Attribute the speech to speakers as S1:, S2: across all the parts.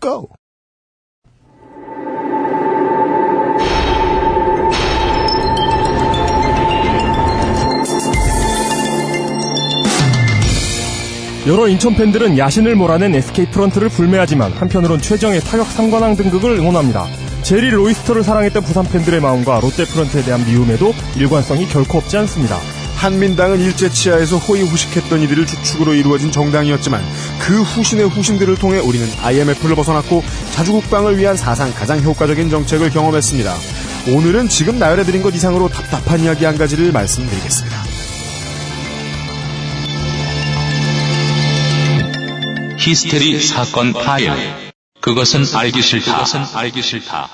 S1: go.
S2: 여러 인천 팬들은 야신을 몰아낸 SK 프런트를 불매하지만 한편으론 최정의 타격 상관왕 등극을 응원합니다. 제리 로이스터를 사랑했던 부산 팬들의 마음과 롯데 프런트에 대한 미움에도 일관성이 결코 없지 않습니다.
S3: 한민당은 일제 치하에서 호의 후식했던 이들을 주축으로 이루어진 정당이었지만 그 후신의 후신들을 통해 우리는 IMF를 벗어났고 자주국방을 위한 사상 가장 효과적인 정책을 경험했습니다. 오늘은 지금 나열해드린 것 이상으로 답답한 이야기 한 가지를 말씀드리겠습니다.
S4: 히스테리 사건 파일. 그것은 알기 싫다. 그것은 알기 싫다.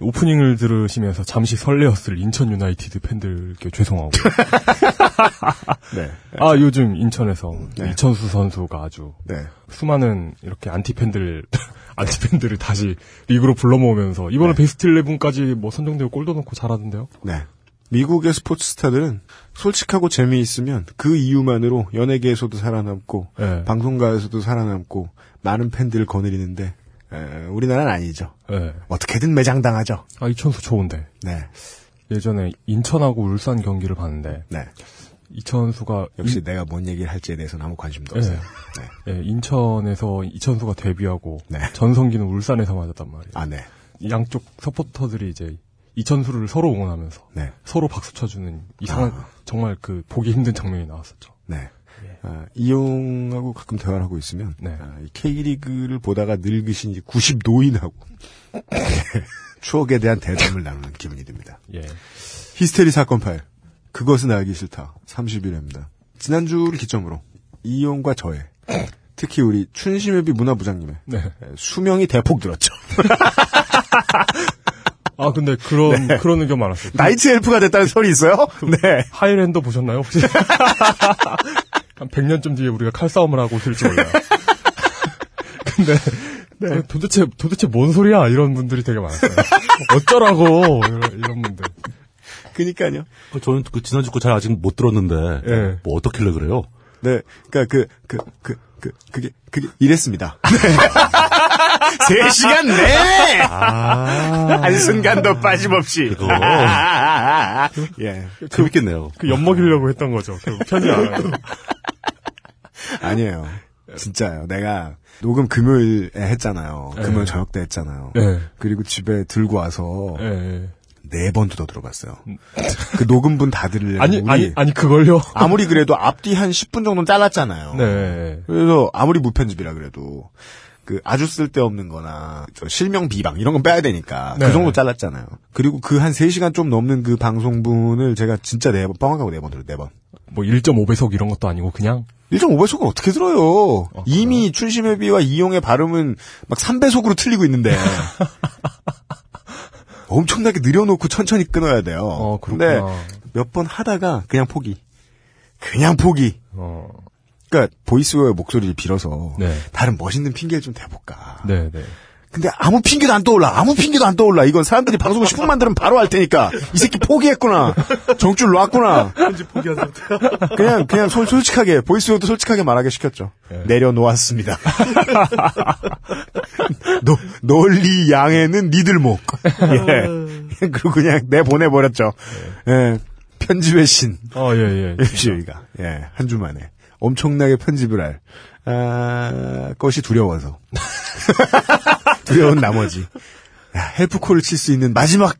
S2: 오프닝을 들으시면서 잠시 설레었을 인천 유나이티드 팬들께 죄송하고.
S3: 네.
S2: 아, 요즘 인천에서 이천수 선수가 아주
S3: 네.
S2: 수많은 이렇게 안티팬들, 안티팬들을 다시 리그로 불러 모으면서 이번에 베스트 11까지 뭐 선정되고 골도 넣고 잘하던데요?
S3: 네. 미국의 스포츠 스타들은 솔직하고 재미있으면 그 이유만으로 연예계에서도 살아남고
S2: 예.
S3: 방송가에서도 살아남고 많은 팬들을 거느리는데 에, 우리나라는 아니죠.
S2: 예.
S3: 어떻게든 매장당하죠.
S2: 아, 이천수 좋은데.
S3: 네,
S2: 예전에 인천하고 울산 경기를 봤는데
S3: 네.
S2: 이천수가
S3: 역시 내가 뭔 얘기를 할지에 대해서는 아무 관심도
S2: 예.
S3: 없어요. 네.
S2: 인, 예, 인천에서 이천수가 데뷔하고
S3: 네.
S2: 전성기는 울산에서 맞았단 말이에요.
S3: 아, 네.
S2: 양쪽 서포터들이 이제 이천수를 서로 응원하면서
S3: 네. 아.
S2: 서로 박수 쳐주는 이상한 정말 그 보기 힘든 장면이 나왔었죠.
S3: 네. 아, 이용하고 가끔 대화를 하고 있으면
S2: 예. 네.
S3: 아, 이 K리그를 보다가 늙으신 이제 90 노인하고 추억에 대한 대담을 나누는 기분이 듭니다.
S2: 예.
S3: 히스테리 사건 파일. 그것은 알기 싫다. 30일입니다. 지난주를 기점으로 이용과 저의 특히 우리 춘심협비 문화부장님의 예,
S2: 네.
S3: 수명이 대폭 늘었죠.
S2: 아 근데 그런
S3: 네.
S2: 그런 의견 많았어요.
S3: 나이트 엘프가 됐다는 소리 있어요?
S2: 그-
S3: 네.
S2: 하이랜더 보셨나요 혹시? 한 100년쯤 뒤에 우리가 칼싸움을 하고 있을지 몰라요. 근데
S3: 네.
S2: 도대체 도대체 뭔 소리야 이런 분들이 되게 많았어요. 어쩌라고 이런, 이런 분들.
S3: 그니까요.
S5: 그 저는 그 지난주 거 잘 아직 못 들었는데
S2: 예.
S5: 뭐 어떻길래 그래요?
S3: 네. 그니까 그, 그, 그, 그, 그게, 그게 이랬습니다. 세 시간 내! 한순간도 아. 빠짐없이.
S5: 그거.
S3: 예.
S5: 재밌겠네요.
S2: 그 엿먹이려고 했던 거죠. 그 편지 알아요.
S3: 아니에요. 진짜요. 내가 녹음 금요일에 했잖아요. 금요일 저녁 때 했잖아요.
S2: 네.
S3: 그리고 집에 들고 와서
S2: 예, 예.
S3: 네 번 뜯어 들어봤어요. 그 녹음분 다 들으려고
S2: 아니
S3: 우리
S2: 아니 아니 그걸요.
S3: 아무리 그래도 앞뒤 한 10분 정도는 잘랐잖아요.
S2: 네.
S3: 그래서 아무리 무편집이라 그래도 그 아주 쓸데없는 거나 저 실명 비방 이런 건 빼야 되니까
S2: 네.
S3: 그 정도 잘랐잖아요. 그리고 그 한 3시간 좀 넘는 그 방송분을 제가 진짜 네번 뻥하고 네번 들어요. 네 번.
S2: 뭐 1.5배속 이런 것도 아니고 그냥
S3: 1.5배속은 어떻게 들어요? 이미 춘심회비와 이용의 발음은 막 3배속으로 틀리고 있는데. 엄청나게 느려놓고 천천히 끊어야 돼요.
S2: 어, 그렇구나.
S3: 몇 번 하다가 그냥 포기. 그냥 포기.
S2: 어.
S3: 그러니까 보이스웨어의 목소리를 빌어서
S2: 네.
S3: 다른 멋있는 핑계를 좀 대볼까.
S2: 네, 네.
S3: 근데 아무 핑계도 안 떠올라. 아무 핑계도 안 떠올라. 이건 사람들이 방송 10분만 들으면 바로 알 테니까. 이 새끼 포기했구나. 정줄 놨구나. 그냥, 그냥 솔, 솔직하게, 보이스로도 솔직하게 말하게 시켰죠.
S2: 네.
S3: 내려놓았습니다. 노, 논리 양에는 니들 목. 예. 그리고 그냥 내보내버렸죠.
S2: 네.
S3: 예. 편집의 신.
S2: 어, 예,
S3: 네.
S2: 예.
S3: FCU가. 예. 한 주 만에. 엄청나게 편집을 할, 아, 것이 두려워서. 두려운 나머지. 야, 헬프콜을 칠 수 있는 마지막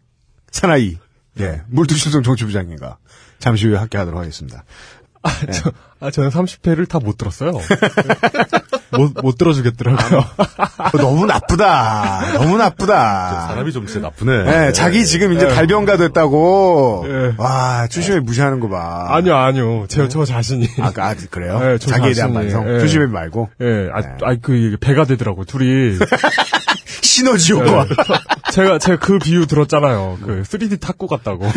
S3: 사나이. 예. 물뚝심성 정치부장님과 잠시 후에 함께 하도록 하겠습니다.
S2: 아, 저, 아, 저는 30회를 다 못 들었어요. 못, 못 들어주겠더라고요.
S3: 어, 너무 나쁘다. 너무 나쁘다.
S5: 사람이 좀 진짜 나쁘네.
S3: 예, 자기 지금 이제 달병가 됐다고.
S2: 예.
S3: 와, 추심을 무시하는 거 봐.
S2: 아니요, 아니요. 제, 저 자신이.
S3: 아, 그- 아, 그래요?
S2: 예, 저
S3: 자기에
S2: 자신이,
S3: 대한 반성.
S2: 예.
S3: 조심해 말고.
S2: 예, 아,
S3: 네.
S2: 아, 그, 이게 배가 되더라고, 둘이.
S3: 시너지
S2: 네.
S3: 효과.
S2: 제가, 제가 그 비유 들었잖아요. 그, 3D 탁구 같다고.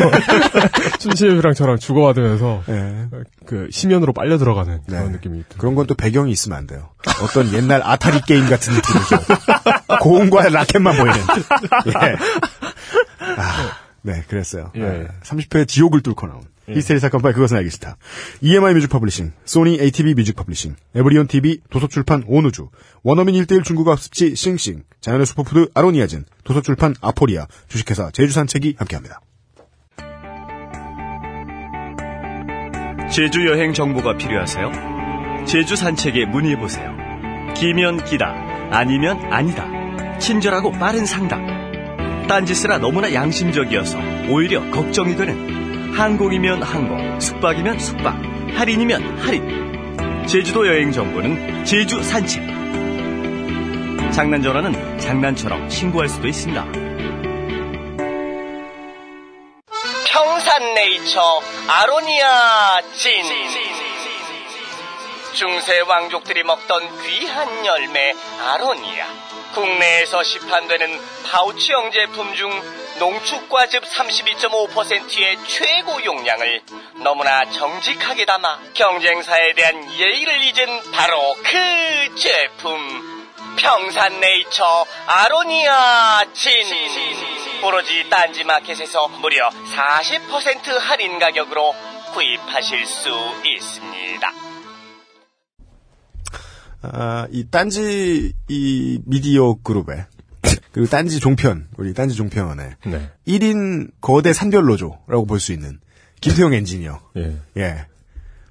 S2: 춘심이랑 저랑 주고받으면서,
S3: 예.
S2: 그, 심연으로 빨려 들어가는 그런
S3: 네.
S2: 느낌이 들어요.
S3: 그런 건 또 배경이 있으면 안 돼요. 어떤 옛날 아타리 게임 같은 느낌이죠. 고음과 라켓만 보이는. 예. 아, 네, 그랬어요.
S2: 예.
S3: 30회 지옥을 뚫고 나온 히스테리 사건 파일 그것은 알기 싫다. E EMI 뮤직 퍼블리싱, 소니 ATV 뮤직 퍼블리싱, 에브리온 TV 도서출판 온우주, 원어민 1대1 중국어 학습지 싱싱, 자연의 슈퍼푸드 아로니아진, 도서출판 아포리아, 주식회사 제주산책이 함께합니다.
S1: 제주 여행 정보가 필요하세요? 제주 산책에 문의해 보세요. 기면 기다, 아니면 아니다. 친절하고 빠른 상담. 딴짓이라 너무나 양심적이어서 오히려 걱정이 되는 항공이면 항공, 숙박이면 숙박, 할인이면 할인. 제주도 여행 정보는 제주 산책. 장난 전화는 장난처럼 신고할 수도 있습니다.
S6: 평산네이처 아로니아 진 중세 왕족들이 먹던 귀한 열매 아로니아 국내에서 시판되는 파우치형 제품 중 농축과즙 32.5%의 최고 용량을 너무나 정직하게 담아 경쟁사에 대한 예의를 잊은 바로 그 제품 평산네이처 아로니아 진 오로지 딴지마켓에서 무려 40% 할인 가격으로 구입하실 수 있습니다.
S3: 아, 이 딴지 이 미디어 그룹에 그리고 딴지 종편 우리 딴지 종편에
S2: 네.
S3: 1인 거대 산별 노조라고 볼 수 있는 김태용 엔지니어.
S2: 예.
S3: 예.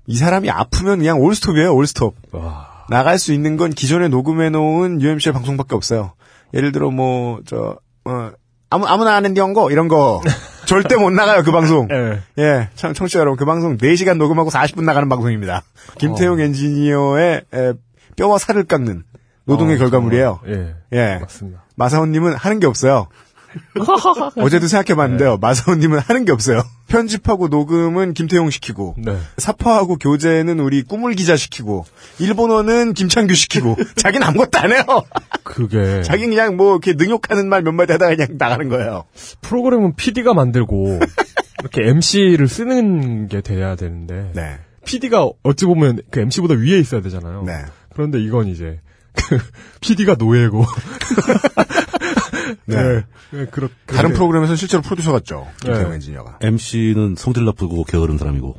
S3: 이 사람이 아프면 그냥 올스톱이에요, 올스톱.
S2: 와.
S3: 나갈 수 있는 건 기존에 녹음해놓은 UMC 의 방송밖에 없어요. 예를 들어 뭐, 저, 어, 아무, 아무나 아는 거, 이런 거. 절대 못 나가요, 그 방송.
S2: 예.
S3: 예, 청, 청취자 여러분, 그 방송 4시간 녹음하고 40분 나가는 방송입니다.
S2: 어.
S3: 김태용 엔지니어의 에, 뼈와 살을 깎는 노동의
S2: 어,
S3: 결과물이에요.
S2: 예.
S3: 예.
S2: 맞습니다.
S3: 마사오님은 하는 게 없어요. 어제도 생각해봤는데요.
S2: 네.
S3: 마사오님은 하는 게 없어요. 편집하고 녹음은 김태용 시키고,
S2: 네.
S3: 사파하고 교재는 우리 꾸물 기자 시키고, 일본어는 김창규 시키고, 자기는 아무것도 안 해요.
S2: 그게
S3: 자기는 그냥 뭐 이렇게 능욕하는 말 몇 마디 하다가 그냥 나가는 거예요.
S2: 프로그램은 PD가 만들고 이렇게 MC를 쓰는 게 돼야 되는데
S3: 네.
S2: PD가 어찌 보면 그 MC보다 위에 있어야 되잖아요.
S3: 네.
S2: 그런데 이건 이제 그 PD가 노예고.
S3: 네.
S2: 그렇
S3: 다른 프로그램에서는 실제로 프로듀서 같죠. 김태용
S2: 네.
S3: 엔지니어가.
S5: MC는 성질 나쁘고 게으른 사람이고.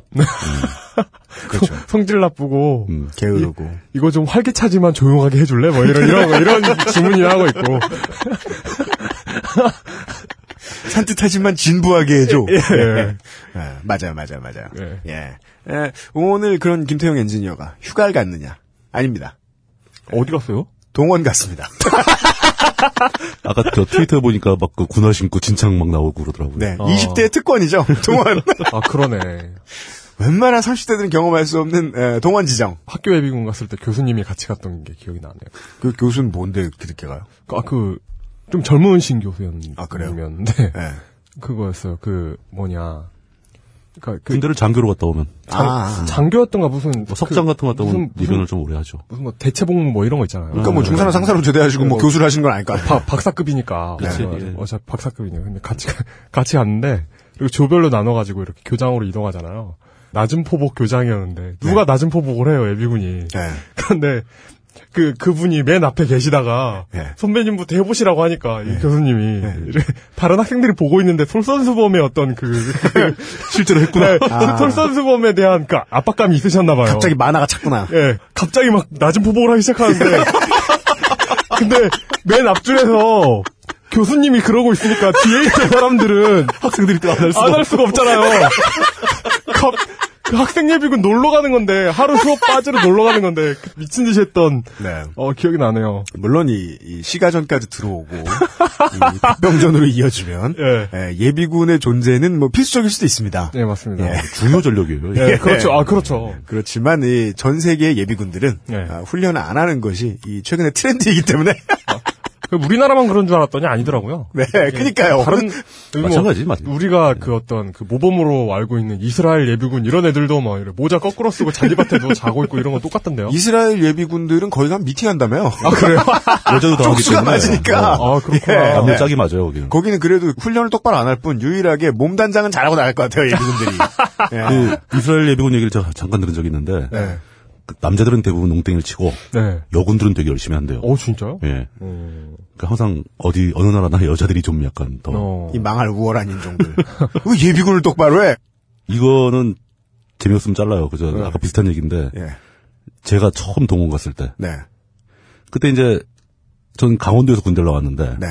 S3: 그렇죠.
S2: 성질 나쁘고
S5: 음.
S3: 게으르고.
S2: 이거 좀 활기차지만 조용하게 해줄래? 뭐 이런 이런 거, 이런 주문이 하고 있고.
S3: 산뜻하지만 진부하게 해줘.
S2: 예.
S3: 예, 맞아요, 맞아요, 맞아요.
S2: 예.
S3: 예. 예, 오늘 그런 김태형 엔지니어가 휴가를 갔느냐? 아닙니다.
S2: 어디 갔어요?
S3: 동원 갔습니다.
S5: 아까 저 트위터에 보니까 막 그 군화 신고 진창 막 나오고 그러더라고요.
S3: 네.
S2: 어.
S3: 20대의 특권이죠, 동원.
S2: 아 그러네.
S3: 웬만한 30대들은 경험할 수 없는 예, 동원 지정.
S2: 학교 예비군 갔을 때 교수님이 같이 갔던 게 기억이 나네요.
S3: 그 교수는 뭔데 그렇게 늦게 가요?
S2: 아 그 좀 젊은 신 교수였는데. 네.
S3: 아, 그래요? 예.
S2: 그거였어요. 그 뭐냐. 그러니까 그
S5: 군대를 장교로 갔다 오면
S2: 장,
S3: 아.
S2: 장교였던가 무슨
S5: 뭐 석장
S2: 그,
S5: 같은 거 갔다
S2: 무슨
S5: 오면
S2: 무슨
S5: 리변을 좀 오래 하죠.
S2: 무슨 뭐 대체복무 뭐 이런 거 있잖아요.
S3: 그러니까 뭐 중사나 상사로 제대하시고 뭐
S2: 어.
S3: 교수를 하시는 건 아닐까.
S2: 바- 박사급이니까
S5: 그치,
S2: 어,
S5: 예.
S2: 어차피 박사급이니까 근데 같이 가- 같이 갔는데 그리고 조별로 나눠가지고 이렇게 교장으로 이동하잖아요. 낮은 포복 교장이었는데 누가
S3: 네.
S2: 낮은 포복을 해요 예비군이.
S3: 예.
S2: 그런데 그 그분이 맨 앞에 계시다가
S3: 네.
S2: 선배님부터 해보시라고 하니까 이 교수님이 이렇게 다른 학생들이 보고 있는데 솔선수범의 어떤 그, 그 실제로 했구나
S3: 예.
S2: 솔선수범에 대한 그 압박감이 있으셨나 봐요.
S3: 아. 갑자기 만화가 찼구나.
S2: 예, 갑자기 막 낮은 포복을 하기 시작하는데. 근데 맨 앞줄에서 교수님이 그러고 있으니까 뒤에 있는 사람들은
S5: 학생들이 또 안할
S3: 아,
S2: 안 할 수가 없잖아요. 갑, 그 학생 예비군 놀러 가는 건데 하루 수업 빠지러 놀러 가는 건데 그 미친 듯이 했던
S3: 네.
S2: 어 기억이 나네요.
S3: 물론 이, 이 시가전까지 들어오고 이 병전으로 이어지면
S2: 예.
S3: 예, 비군의 존재는 뭐 필수적일 수도 있습니다.
S2: 네 맞습니다.
S3: 예.
S5: 중요 전력이에요.
S2: 예, 그렇죠. 아 그렇죠.
S3: 그렇지만 이 전 세계의 예비군들은
S2: 예.
S3: 아, 훈련 안 하는 것이 이 최근의 트렌드이기 때문에
S2: 그 우리나라만 그런 줄 알았더니 아니더라고요.
S3: 네, 그러니까요.
S2: 다른 뭐
S5: 마찬가지, 맞
S2: 우리가 그 어떤 그 모범으로 알고 있는 이스라엘 예비군 이런 애들도 막 이래 모자 거꾸로 쓰고 잔디밭에도 자고 있고 이런 건 똑같던데요.
S3: 이스라엘 예비군들은 거기 가면 미팅한다며.
S2: 아 그래요?
S5: 여자도 당하기
S3: 쪽수가
S5: 때문에.
S3: 맞으니까.
S5: 어,
S2: 아 그렇구나.
S5: 남녀 짝이 맞아요, 거기는.
S3: 거기는 그래도 훈련을 똑바로 안 할 뿐 유일하게 몸 단장은 잘하고 나갈 것 같아요 예비군들이. 예.
S5: 그 이스라엘 예비군 얘기를 제가 잠깐 들은 적이 있는데 그 남자들은 대부분 농땡이를 치고
S2: 네.
S5: 여군들은 되게 열심히 한대요.
S2: 어, 진짜요?
S5: 예.
S2: 음.
S5: 그러니까 항상 어디 어느 나라나 여자들이 좀 약간 더
S2: 어.
S3: 이 망할 우월한 인종들. 왜 예비군을 똑바로 해?
S5: 이거는 재미없으면 잘라요. 그죠? 아까 비슷한 얘기인데
S3: 네. 예.
S5: 제가 처음 동원 갔을 때
S3: 네.
S5: 그때 이제 전 강원도에서 군대를 나왔는데
S3: 네.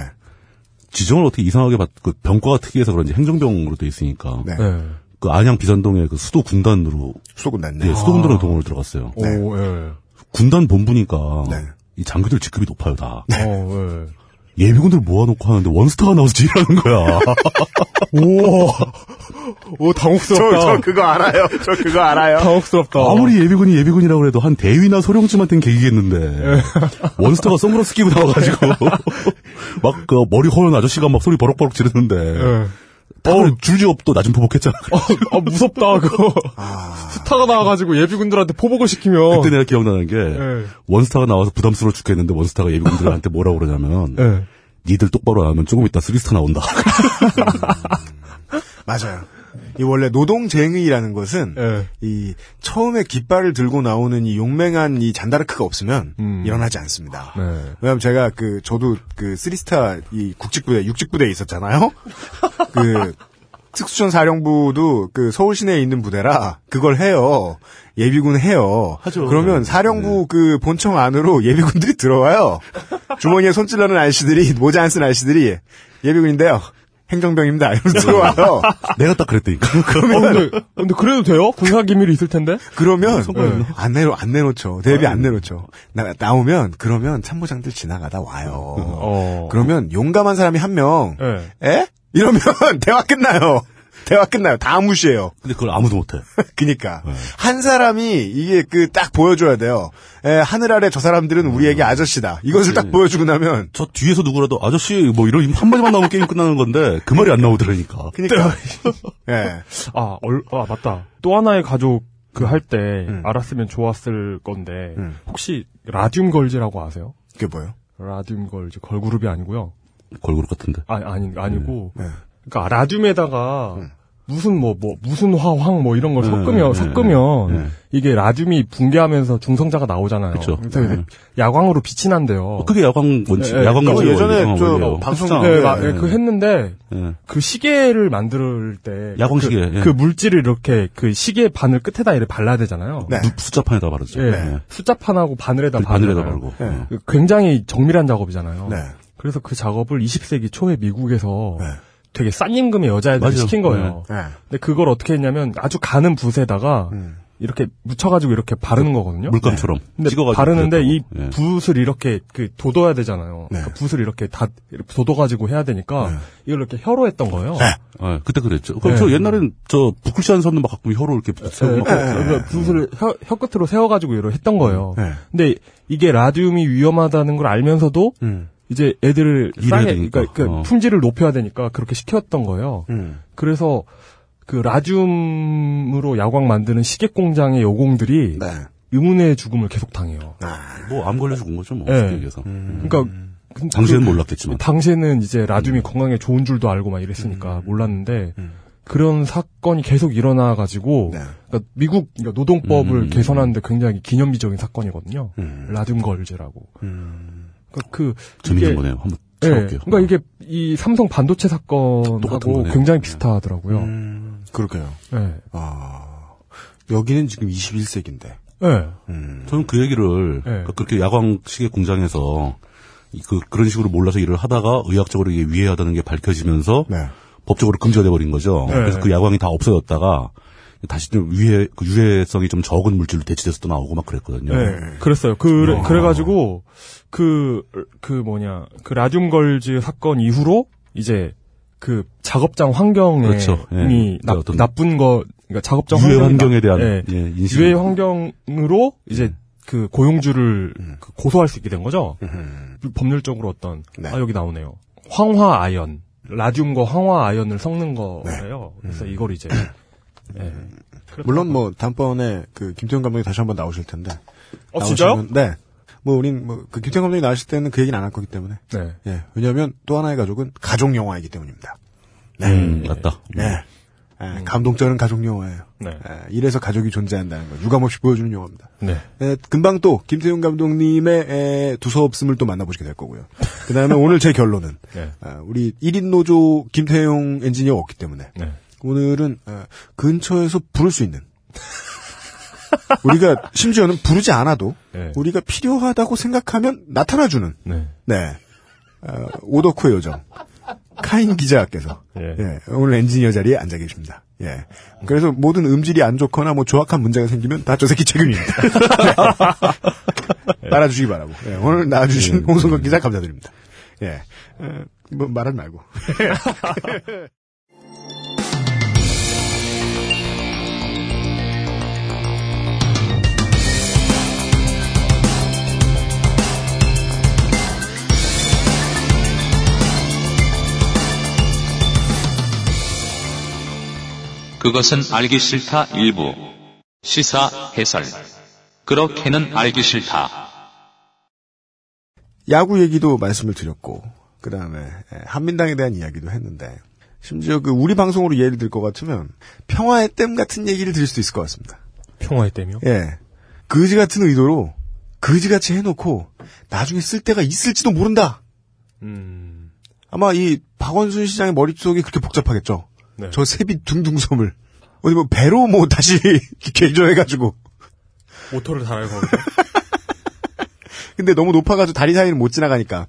S5: 지정을 어떻게 이상하게 받, 그 병과가 특이해서 그런지 행정병으로 돼 있으니까
S3: 네.
S2: 네.
S5: 그 안양 비산동의 그 수도 군단으로
S3: 수군 났네. 아,
S5: 예, 수도 군단으로 동원을 들어갔어요.
S2: 오, 예.
S5: 군단 본부니까
S3: 네.
S5: 이 장교들 직급이 높아요 다.
S2: 어, 예.
S5: 예비군들 모아놓고 하는데 원스타가 나와서 지휘하는 거야.
S2: 오, 오, 당혹스럽다.
S3: 저, 저 그거 알아요. 저 그거 알아요.
S2: 당혹스럽다.
S5: 아무리 예비군이 예비군이라고 해도 한 대위나 소령쯤한 땐 계기겠는데 원스터가 선글라스 끼고 나와가지고 막 그 머리 허연 아저씨가 막 소리 버럭버럭 지르는데
S2: 예.
S5: 다들 어. 줄지업도 낮은 포복했잖아
S2: 아, 무섭다, 그거. 스타가 나와가지고 예비군들한테 포복을 시키면.
S5: 그때 내가 기억나는 게
S2: 예.
S5: 원스타가 나와서 부담스러워 죽겠는데 원스타가 예비군들한테 뭐라고 그러냐면
S2: 예.
S5: 니들 똑바로 안 하면 조금 이따 쓰리스타 나온다
S3: 맞아요. 이 원래 노동쟁의라는 것은
S2: 예.
S3: 이 처음에 깃발을 들고 나오는 이 용맹한 이 잔다르크가 없으면
S2: 음.
S3: 일어나지 않습니다.
S2: 네.
S3: 왜냐면 제가 그 저도 그 쓰리스타 이 국직부대 육직부대에 있었잖아요. 그 특수전 사령부도 그 서울 시내에 있는 부대라 그걸 해요. 예비군 해요.
S5: 하죠. 네.
S3: 그러면 사령부 그 본청 안으로 예비군들이 들어와요. 주머니에 손질러는 아저씨들이 모자 안 쓴 아저씨들이 예비군인데요. 행정병입니다. 이러면서 들어와요.
S5: 내가 딱 그랬다니까
S2: 어, 근데, 근데 그래도 돼요? 군사 기밀이 있을 텐데? 네,
S3: 그러면 안 내놓 안 내놓죠. 대비
S2: 아, 예.
S3: 안 내놓죠. 나, 나오면 그러면 참모장들 지나가다 와요.
S2: 어.
S3: 그러면 용감한 사람이 한 명.
S2: 예.
S3: 에? 이러면 대화 끝나요. 대화 끝나요. 다 무시해요.
S5: 근데 그걸 아무도 못해
S3: 그니까
S2: 네.
S3: 한 사람이 이게 그 딱 보여줘야 돼요. 에, 하늘 아래 저 사람들은 우리에게
S2: 음.
S3: 아저씨다. 이것을 딱 보여주고 나면
S5: 저 뒤에서 누구라도 아저씨 뭐 이런 한마디만 나오면 게임 끝나는 건데 그 말이 안 나오더라니까
S3: 그니까 예
S2: 아, 얼, 아, 맞다. 또 하나의 가족 그 할 때
S3: 음.
S2: 알았으면 좋았을 건데,
S3: 음.
S2: 혹시 라듐 걸즈라고 아세요?
S3: 그게 뭐요?
S2: 라듐 걸즈, 걸그룹이 아니고요.
S5: 걸그룹 같은데
S2: 아, 아니, 아니고.
S3: 네.
S2: 그러니까 라듐에다가 무슨 뭐, 뭐, 무슨 화황 뭐 이런 걸 섞으면,
S5: 네,
S2: 섞으면
S5: 네.
S2: 이게 라듐이 붕괴하면서 중성자가 나오잖아요.
S5: 그쵸.
S2: 그래서 이제
S5: 네.
S2: 야광으로 빛이 난대요.
S5: 어, 그게 야광 원칙,
S2: 예, 예.
S5: 야광
S2: 그거
S5: 원칙.
S3: 예전에
S5: 원리예요.
S3: 저
S5: 원리예요.
S3: 방송-
S5: 확실한-
S2: 네,
S3: 예,
S2: 막,
S3: 예.
S2: 그 했는데
S5: 예.
S2: 그 시계를 만들 때
S5: 야광
S2: 그-
S5: 시계,
S2: 그,
S5: 예.
S2: 물질을 이렇게 그 시계 바늘 끝에다 이렇게 발라야 되잖아요.
S3: 네.
S5: 숫- 숫자판에다 바르죠.
S2: 예.
S5: 예.
S2: 숫자판하고 바늘에다
S5: 그 바늘에다
S2: 바르잖아요.
S5: 바르고.
S3: 예.
S5: 예.
S2: 그 굉장히 정밀한 작업이잖아요.
S3: 네.
S2: 그래서 그 작업을 20세기 초에 미국에서
S3: 네.
S2: 되게 싼 임금의 여자애들이
S5: 맞아요. 네.
S2: 시킨 거예요.
S3: 예.
S2: 근데 그걸 어떻게 했냐면 아주 가는 붓에다가
S3: 음.
S2: 이렇게 묻혀가지고 이렇게 바르는 거거든요.
S5: 물감처럼
S2: 네. 근데
S5: 찍어가지고.
S2: 바르는데 이
S5: 그랬다고. 예.
S2: 붓을 이렇게 그 돋워야 되잖아요.
S3: 네.
S2: 그러니까 붓을 이렇게 다 이렇게 돋워가지고 해야 되니까
S5: 네.
S2: 이걸 이렇게 혀로 했던 거예요.
S3: 네.
S5: 예, 그때 그랬죠. 그럼
S2: 예.
S5: 저 옛날엔 저 부클시한 선도 막 가끔 혀로 이렇게 세우고
S2: 네,
S5: 막
S2: 그러니까 붓을 혀, 혀 끝으로 세워가지고 이렇게 했던 거예요.
S3: 네.
S2: 근데 이게 라듐이 위험하다는 걸 알면서도
S3: 음.
S2: 이제 애들을
S5: 유래해야
S2: 싸게,
S5: 되니까.
S2: 그러니까, 그
S5: 어.
S2: 품질을 높여야 되니까 그렇게 시켰던 거예요.
S3: 음.
S2: 그래서 그 라듐으로 야광 만드는 시계 공장의 여공들이
S3: 네.
S2: 의문의 죽음을 계속 당해요.
S5: 뭐암 걸려 죽은 거죠, 뭐.
S2: 예.
S5: 쉽게 얘기해서.
S2: 그러니까 그-
S5: 당시에는
S2: 그-
S5: 몰랐겠지만.
S2: 당시에는 이제 라듐이 건강에 좋은 줄도 알고 막 이랬으니까 몰랐는데 그런 사건이 계속 일어나 가지고
S3: 네.
S2: 그러니까 미국 그러니까 노동법을
S5: 음.
S2: 개선하는데 굉장히 기념비적인 사건이거든요.
S3: 음.
S2: 라듐 걸즈라고.
S5: 음.
S2: 그러니까 그
S5: 재밌는
S2: 이게-
S5: 거네요. 한번
S2: 예,
S5: 찾아볼게요.
S2: 그러니까 이게 이 삼성 반도체
S5: 똑같은
S2: 사건하고
S5: 거네요.
S2: 굉장히 비슷하더라고요.
S3: 음. 그럴까요?
S2: 예.
S3: 아 여기는 지금 21세기인데.
S2: 예.
S3: 음.
S5: 저는 그 얘기를
S2: 예.
S5: 그렇게 야광 시계 공장에서 이- 그 그런 식으로 몰라서 일을 하다가 의학적으로 이게 위해하다는 게 밝혀지면서
S3: 네. 예.
S5: 법적으로 금지가 돼버린 거죠.
S2: 네.
S5: 그래서 그 야광이 다 없어졌다가 다시 좀 위해 그 유해성이 좀 적은 물질로 대체돼서 또 나오고 막 그랬거든요.
S2: 예, 그랬어요. 그, 그래가지고, 그, 그 뭐냐, 그 라듐걸즈 사건 이후로, 이제, 그 작업장 환경에
S5: 그렇죠. 예.
S2: 이미
S5: 그
S2: 나,
S5: 어떤
S2: 나쁜 거, 그러니까 작업장
S5: 유해
S2: 환경이
S5: 환경에
S2: 나-
S5: 대한
S2: 예,
S5: 예, 음. 인식.
S2: 유해 환경으로 이제 그 고용주를
S5: 음.
S2: 그 고소할 수 있게 된 거죠. 법률적으로 어떤
S3: 네.
S2: 아 여기 나오네요. 황화 아연, 라듐과 황화 아연을
S5: 네.
S2: 섞는 거예요. 그래서
S5: 음.
S2: 이걸 이제 예.
S3: 물론 뭐 다음번에 그 김태형 감독이 다시 한번 나오실 텐데.
S2: 어 진짜요?
S3: 나오시면- 네. 뭐 우린 뭐 그 김태형 감독이 나오실 때는 그 얘기는 안 할 거기 때문에.
S2: 네.
S3: 예. 왜냐하면 또 하나의 가족은 가족 영화이기 때문입니다.
S5: 음, 맞다.
S3: 네. 예, 감동적인 가족 영화예요.
S2: 네.
S3: 예, 이래서 가족이 존재한다는 걸 유감없이 보여주는 영화입니다.
S2: 네.
S3: 예, 금방 또 김세윤 감독님의 에, 두서없음을 또 만나보시게 될 거고요. 그 다음에 오늘 제 결론은
S2: 네.
S3: 아, 우리 1인 노조 김태용 엔지니어 없기 때문에
S2: 네.
S3: 오늘은 아, 근처에서 부를 수 있는 우리가 심지어는 부르지 않아도
S2: 네.
S3: 우리가 필요하다고 생각하면 나타나주는
S2: 네.
S3: 네 아, 오덕후의 요정 카인 기자께서
S2: 예.
S3: 예, 오늘 엔지니어 자리에 앉아 계십니다. 예. 그래서 모든 음질이 안 좋거나 뭐 조악한 문제가 생기면 다 저 새끼 책임입니다. 네. 따라주시기 바라고. 예, 오늘
S2: 네.
S3: 나와주신 홍성근 기자 감사드립니다. 예. 어, 뭐 말은 말고.
S4: 그것은 알기 싫다 일부 시사 해설 그렇게는 알기 싫다
S3: 야구 얘기도 말씀을 드렸고, 그 다음에 한민당에 대한 이야기도 했는데, 심지어 그 우리 방송으로 예를 들 것 같으면 평화의 댐 같은 얘기를 드릴 수 있을 것 같습니다.
S2: 평화의 댐이요?
S3: 예. 그지 같은 의도로 그지같이 해놓고 나중에 쓸 때가 있을지도 모른다.
S2: 음.
S3: 아마 이 박원순 시장의 머릿속이 그렇게 복잡하겠죠.
S2: 네.
S3: 저 세빛 둥둥섬을 어디 뭐 배로 뭐 다시 개조해가지고
S2: 오토를 달아요, 거기.
S3: 근데 너무 높아가지고 다리 사이는 못 지나가니까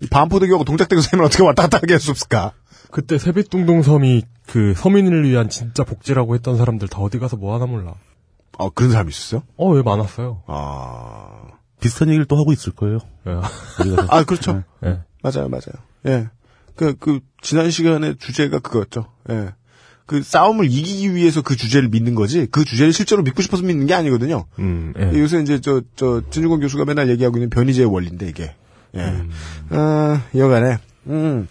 S3: 이 반포대교하고 동작대교 사이면 어떻게 왔다 갔다 하게 할 수 없을까?
S2: 그때 세빛둥둥섬이 그 서민을 위한 진짜 복지라고 했던 사람들 다 어디 가서 뭐 하나 몰라.
S3: 아 그런 사람이 있었어요?
S2: 어, 왜 많았어요?
S3: 아,
S5: 비슷한 얘기를 또 하고 있을 거예요.
S2: 예.
S5: 우리가
S3: 아 그렇죠.
S2: 예.
S3: 맞아요, 맞아요. 예, 그 그 지난 시간의 주제가 그거였죠. 예, 그 싸움을 이기기 위해서 그 주제를 믿는 거지. 그 주제를 실제로 믿고 싶어서 믿는 게 아니거든요.
S2: 음, 예.
S3: 요새 이제 저, 저, 진주권 교수가 맨날 얘기하고 있는 변이제의 원리인데, 이게. 예.
S2: 음.
S3: 아, 여간에, 음.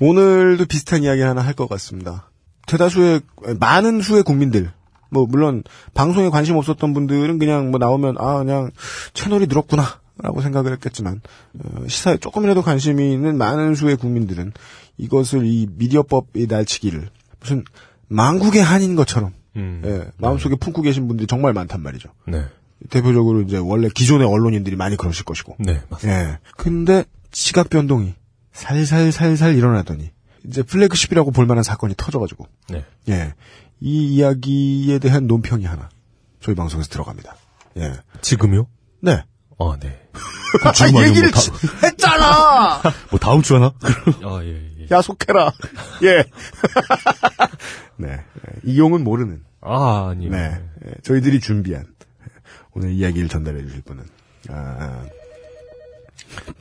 S3: 오늘도 비슷한 이야기 하나 할 것 같습니다. 대다수의, 많은 수의 국민들. 뭐, 물론, 방송에 관심 없었던 분들은 그냥 뭐 나오면, 아, 그냥 채널이 늘었구나. 라고 생각을 했겠지만, 어, 시사에 조금이라도 관심이 있는 많은 수의 국민들은 이것을 이 미디어법의 날치기를 무슨 망국의 한인 것처럼,
S2: 음.
S3: 예, 마음속에 품고 계신 분들이 정말 많단 말이죠.
S2: 네.
S3: 대표적으로 이제 원래 기존의 언론인들이 많이 그러실 것이고.
S2: 네. 맞-
S3: 예. 근데 시각 변동이 살살살살 일어나더니 이제 플래그십이라고 볼 만한 사건이 터져가지고
S2: 네.
S3: 예. 이 이야기에 대한 논평이 하나 저희 방송에서 들어갑니다. 예.
S2: 지금요?
S3: 네.
S2: 아, 네.
S3: 아, 얘기를 지- 했잖아.
S5: 뭐 다음 주 하나?
S2: 아, 예, 예.
S3: 야 속해라. 예. 네. 예, 이용은 모르는.
S2: 아, 아니요.
S3: 네. 예, 저희들이 준비한 오늘 이야기를 전달해 주실 분은 아,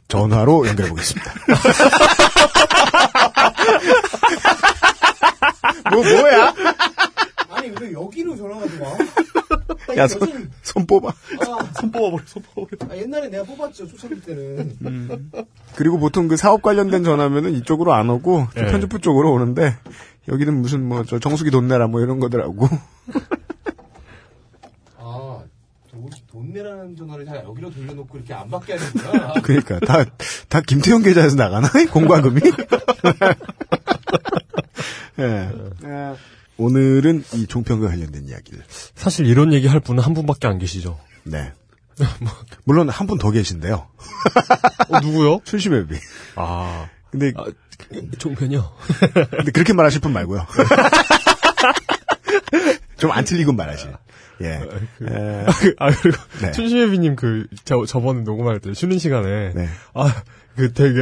S3: 전화로 연결해 보겠습니다. 뭐 뭐야?
S7: 아니 왜 여기로 전화가지고 와?
S3: 야, 손, 손 뽑아.
S5: 손 뽑아버려, 손 뽑아버려.
S7: 아, 옛날에 내가 뽑았죠 초창기 때는
S3: 그리고 보통 그 사업 관련된 전화면은 이쪽으로 안 오고 저
S2: 예.
S3: 편집부 쪽으로 오는데 여기는 무슨 뭐 저 정수기 돈 내라 뭐 이런 거더라고.
S7: 아 돈, 돈 내라는 전화를 다 여기로 돌려놓고 이렇게 안 받게 하는구나
S3: 그러니까 다 다 김태형 계좌에서 나가나 공과금이? 예. 오늘은 이 종편과 관련된 이야기를.
S2: 사실 이런 얘기 할 분은 한 분밖에 안 계시죠.
S3: 네. 물론 한 분 더 계신데요.
S2: 어, 누구요?
S3: 춘심회비.
S2: 아.
S3: 근데
S2: 아, 종편이요?
S3: 근데 그렇게 말하실 분 말고요. 좀 안 틀리군 말하실. 예. 예.
S2: 아, 그, 아, 그리고,
S3: 네.
S2: 춘심예비님 그, 저, 저번에 녹음할 때, 쉬는 시간에.
S3: 네.
S2: 아, 그 되게,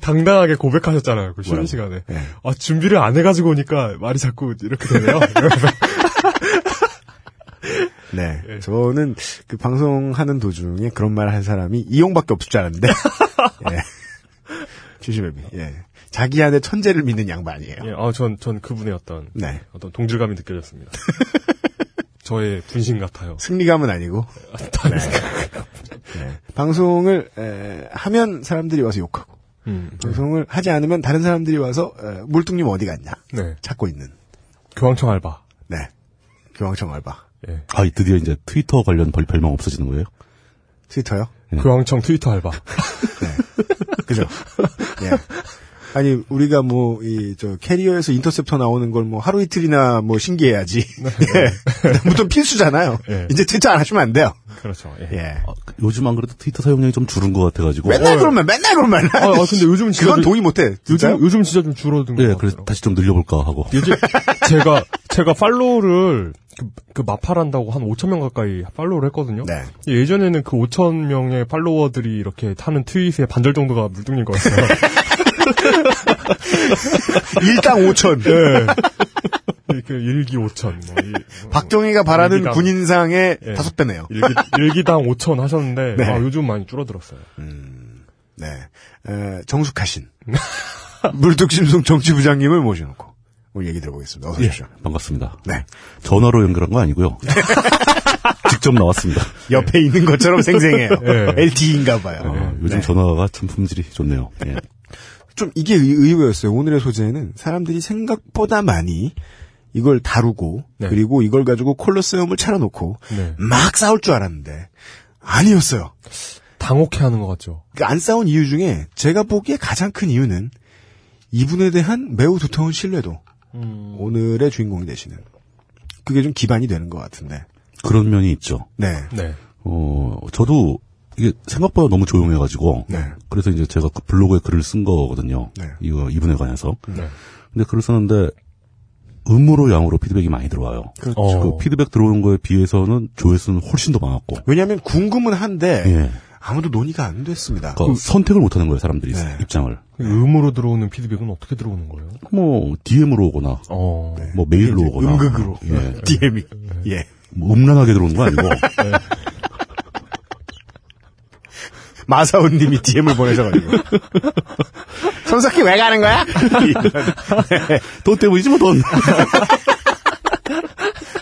S2: 당당하게 고백하셨잖아요. 그 쉬는 시간에.
S3: 네.
S2: 아, 준비를 안 해가지고 오니까 말이 자꾸 이렇게 되네요.
S3: 네.
S2: 예.
S3: 저는 그 방송하는 도중에 그런 말 한 사람이 이용밖에 없을 줄 알았는데. 예. 춘심회비. 예. 자기 안에 천재를 믿는 양반이에요.
S2: 예, 아, 전, 전 그분의 어떤,
S3: 네.
S2: 어떤 동질감이 느껴졌습니다. 저의 분신 같아요.
S3: 승리감은 아니고
S2: 아, 다른 생각.
S3: 네. 방송을 에, 하면 사람들이 와서 욕하고
S2: 음,
S3: 방송을 하지 않으면 다른 사람들이 와서 에, 물뚱님 어디 갔냐
S2: 네.
S3: 찾고 있는
S2: 교황청 알바.
S3: 네 교황청 알바
S2: 예.
S5: 아, 이 드디어 이제 트위터 관련 벌, 별망 없어지는 거예요?
S3: 트위터요
S5: 네.
S2: 교황청 트위터 알바.
S3: 그죠 예. 아니 우리가 뭐 이 저 캐리어에서 인터셉터 나오는 걸 뭐 하루 이틀이나 뭐 신기해야지. 예. 보통 필수잖아요.
S2: 네, 예.
S3: 이제 진짜 안 하시면 안 돼요.
S2: 그렇죠. 예.
S3: 예.
S5: 아, 그- 요즘 안 그래도 트위터 사용량이 좀 줄은 것 같아가지고.
S3: 맨날 그런 말, 맨날 그런 말.
S2: 아, 아, 근데 요즘은 진짜
S3: 그건
S2: 좀-
S3: 동의 못해. 진짜.
S2: 요즘 그렇죠. 요즘 진짜 좀 줄어든 것
S5: 예,
S2: 같아요.
S5: 그래서 다시 좀 늘려볼까 하고.
S2: 요즘 제가 제가 팔로우를 그, 그 마팔한다고 한 5천 명 가까이 팔로우를 했거든요.
S3: 네.
S2: 예전에는 그 5천 명의 팔로워들이 이렇게 타는 트윗의 반절 정도가 물뚱인 것 같아요.
S3: 일당 5천.
S2: 예. 그 일기 5천, 뭐 일,
S3: 박정희가 바라는
S2: 일기당.
S3: 군인상의
S2: 예.
S3: 다섯 배네요.
S2: 일기, 일기당 5천 하셨는데
S3: 네.
S2: 아, 요즘 많이 줄어들었어요.
S3: 네. 에, 정숙하신 물뚝심송 정치부장님을 모셔놓고 오늘 얘기 들어보겠습니다.
S2: 예.
S3: 어서 오십시오.
S5: 반갑습니다.
S3: 네.
S5: 전화로 연결한 거 아니고요. 직접 나왔습니다.
S3: 옆에 있는 것처럼 생생해요.
S2: 예.
S3: LTE인가 봐요. 네.
S5: 어, 요즘 전화가 참 품질이 좋네요. 예.
S3: 좀 이게 의- 의외였어요. 오늘의 소재는 사람들이 생각보다 많이 이걸 다루고
S2: 네.
S3: 그리고 이걸 가지고 콜로세움을 차려놓고
S2: 네.
S3: 막 싸울 줄 알았는데 아니었어요.
S2: 당혹해하는 것 같죠.
S3: 그안 싸운 이유 중에 제가 보기에 가장 큰 이유는 이분에 대한 매우 두터운 신뢰도 오늘의 주인공이 되시는 그게 좀 기반이 되는 것 같은데
S5: 그런 면이 있죠.
S3: 네
S2: 네.
S5: 어, 저도 이게 생각보다 너무 조용해가지고.
S3: 네.
S5: 그래서 이제 제가 그 블로그에 글을 쓴 거거든요.
S3: 네.
S5: 이거 이분에 관해서.
S2: 네.
S5: 근데 글을 썼는데 음으로 양으로 피드백이 많이 들어와요.
S3: 그렇죠.
S5: 그 피드백 들어오는 거에 비해서는 조회수는 훨씬 더 많았고.
S3: 왜냐하면 궁금은 한데
S5: 예.
S3: 아무도 논의가 안 됐습니다.
S5: 그러니까 선택을 못하는 거예요, 사람들이
S3: 네.
S5: 입장을.
S2: 음으로 들어오는 피드백은 어떻게 들어오는 거예요?
S5: 뭐 DM으로 오거나
S2: 어.
S5: 뭐 메일로 오거나
S3: 음극으로
S5: 예.
S3: DM이 예
S5: 뭐 음란하게 들어오는 거 아니고
S3: 마사오님이 DM을 보내셔가지고 손석희 왜 가는 거야?
S5: 돈 때문이지 뭐 돈.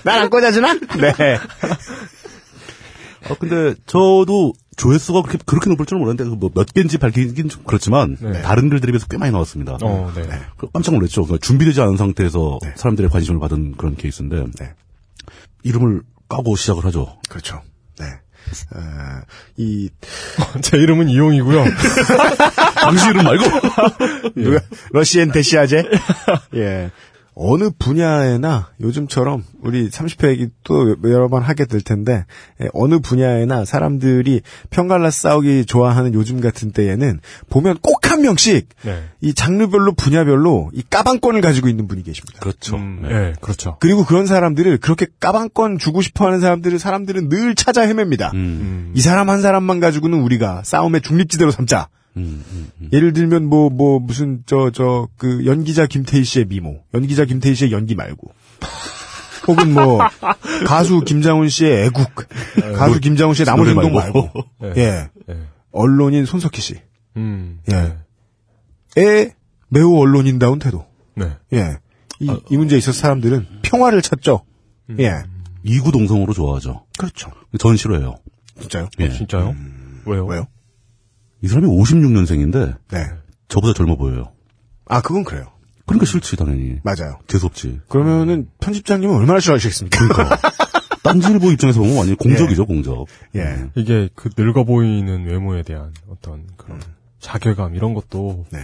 S3: 날 안 꽂아주나? 네
S5: 아, 근데 저도 조회수가 그렇게 그렇게 높을 줄은 몰랐는데 뭐몇 개인지 밝히긴 좀 그렇지만
S3: 네.
S5: 다른 글들에 비해서 꽤 많이 나왔습니다.
S2: 어, 네.
S5: 그 깜짝 놀랐죠. 그러니까 준비되지 않은 상태에서 사람들의 관심을 받은 그런 케이스인데
S3: 네.
S5: 이름을 까고 시작을 하죠.
S3: 그렇죠 네 어, 이,
S2: 제 이름은 이용이고요.
S5: 당신 이름 말고
S3: 누가, 러시엔 대시아제? 예. 어느 분야에나 요즘처럼 우리 30회 얘기 또 여러 번 하게 될 텐데 예, 어느 분야에나 사람들이 편갈라 싸우기 좋아하는 요즘 같은 때에는 보면 꼭 한 명씩
S2: 네.
S3: 이 장르별로 분야별로 이 까방권을 가지고 있는 분이 계십니다.
S5: 그렇죠.
S2: 음,
S5: 네.
S2: 예, 그렇죠.
S3: 그리고 그런 사람들을 그렇게 까방권 주고 싶어하는 사람들을 사람들은 늘 찾아 헤맵니다.
S5: 음,
S3: 이 사람 한 사람만 가지고는 우리가 싸움의 중립지대로 삼자.
S5: 음, 음, 음.
S3: 예를 들면 뭐 뭐 무슨 저 저 그 연기자 김태희 씨의 미모, 연기자 김태희 씨의 연기 말고. 혹은 뭐 가수 김장훈 씨의 애국, 가수 김장훈 씨의 나무
S5: 노래
S3: 행동 말고,
S5: 말고.
S2: 예.
S3: 예 언론인 손석희 씨,
S2: 음.
S5: 네.
S3: 예의 매우 언론인다운 태도,
S2: 네.
S3: 예. 이, 이 문제에 있어서 사람들은 평화를 찾죠. 예.
S5: 이구동성으로 좋아하죠.
S3: 그렇죠.
S5: 전 싫어해요.
S3: 진짜요?
S5: 예.
S2: 진짜요? 왜요?
S3: 왜요?
S5: 이 사람이 56년생인데
S3: 네.
S5: 저보다 젊어 보여요.
S3: 아, 그건 그래요.
S5: 그러니까 싫지 당연히.
S3: 맞아요.
S5: 재수없지.
S3: 그러면은 편집장님은 얼마나 싫어하시겠습니까?
S5: 딴지일보 입장에서 보면 완전 히
S3: 네.
S5: 공적이죠, 공적.
S3: 예.
S2: 이게 그 늙어 보이는 외모에 대한 어떤 그런
S3: 음.
S2: 자괴감 이런 것도
S3: 네.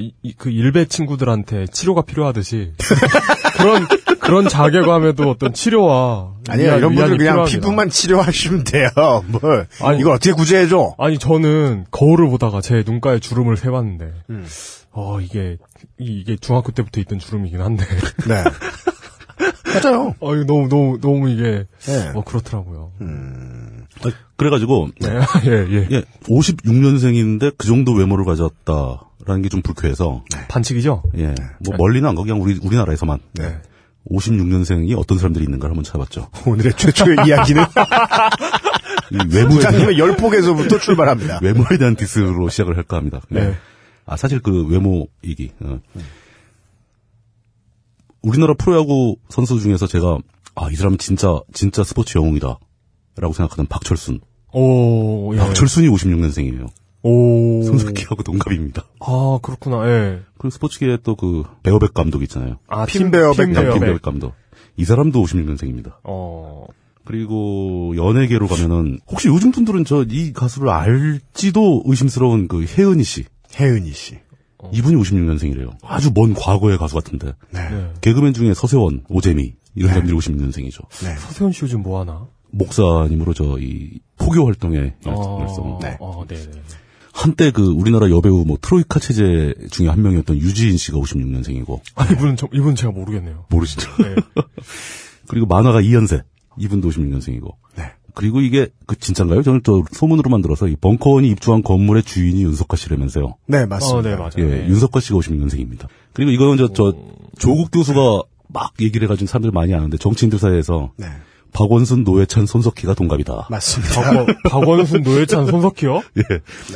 S2: 이- 이- 그 일베 친구들한테 치료가 필요하듯이 그런 그런 자괴감에도 어떤 치료와
S3: 아니요,
S2: 위안-
S3: 이런 분들
S2: 위안이
S3: 그냥
S2: 필요합니다.
S3: 피부만 치료하시면 돼요. 뭘.
S2: 아니.
S3: 이거 어떻게 구제해줘?
S2: 아니 저는 거울을 보다가 제 눈가에 주름을 세봤는데
S3: 음.
S2: 어 이게 이- 이게 중학교 때부터 있던 주름이긴 한데
S3: 네. 맞아요.
S2: 어 이거 너무 너무 너무 이게
S3: 네.
S2: 어 그렇더라고요.
S5: 아, 그래가지고
S2: 예 예.
S5: 예, 56년생인데 그 정도 외모를 가졌다라는 게 좀 불쾌해서
S2: 네. 반칙이죠?
S5: 예, 뭐 멀리는 안 가고 그냥 우리 우리나라에서만 56년생이 어떤 사람들이 있는가를 한번 찾아봤죠.
S3: 오늘의 최초의 이야기는
S5: 이 외모에 대한,
S3: 부장님의 열폭에서부터 출발합니다.
S5: 외모에 대한 디스로 시작을 할까 합니다. 예.
S2: 네.
S5: 아 사실 그 외모 얘기. 어. 우리나라 프로야구 선수 중에서 제가 아 이 사람 은 진짜 진짜 스포츠 영웅이다라고 생각하는 박철순.
S2: 오 예.
S3: 아,
S5: 박철순이 56년생이에요.
S2: 오.
S5: 손석희하고 동갑입니다.
S2: 아 그렇구나. 예.
S5: 그리고 스포츠계에 또 그 배어백 감독 있잖아요.
S2: 아,
S3: 팀 베어백,
S2: 팀
S5: 양
S2: 베어백.
S5: 양 배어백 감독. 이 사람도 56년생입니다.
S2: 어.
S5: 그리고 연예계로 가면은 혹시 요즘 분들은 저 이 가수를 알지도 의심스러운 그 혜은이 씨.
S3: 혜은이 씨.
S5: 이분이 56년생이래요. 아주 먼 과거의 가수 같은데. 개그맨 중에 서세원, 오재미 이런 사람들이 56년생이죠.
S2: 서세현 씨 요즘 뭐 하나?
S5: 목사님으로 저 이 포교 활동에 활동.
S2: 네. 어, 네. 네.
S5: 한때 그 우리나라 여배우 뭐 트로이카 체제 중에 한 명이었던 유지인 씨가 56년생이고
S2: 아, 이분은 저, 이분은 제가 모르겠네요.
S5: 모르시죠?
S2: 네.
S5: 그리고 만화가 이현세 이분도 56년생이고
S3: 네.
S5: 그리고 이게 그 진짠가요? 저는 또 소문으로만 들어서 이 벙커원이 입주한 건물의 주인이 윤석화 씨라면서요.
S3: 네, 음.
S2: 어,
S3: 맞습니다.
S2: 네, 맞아요.
S5: 예,
S2: 네.
S5: 윤석화 씨가 56년생입니다. 그리고 이거는 저, 저 조국 교수가 막 얘기를 해가지고 사람들 많이 아는데 정치인들 사이에서
S3: 네.
S5: 박원순, 노회찬, 손석희가 동갑이다.
S3: 맞습니다.
S2: 박원, 박원순, 노회찬, 손석희요?
S5: 예.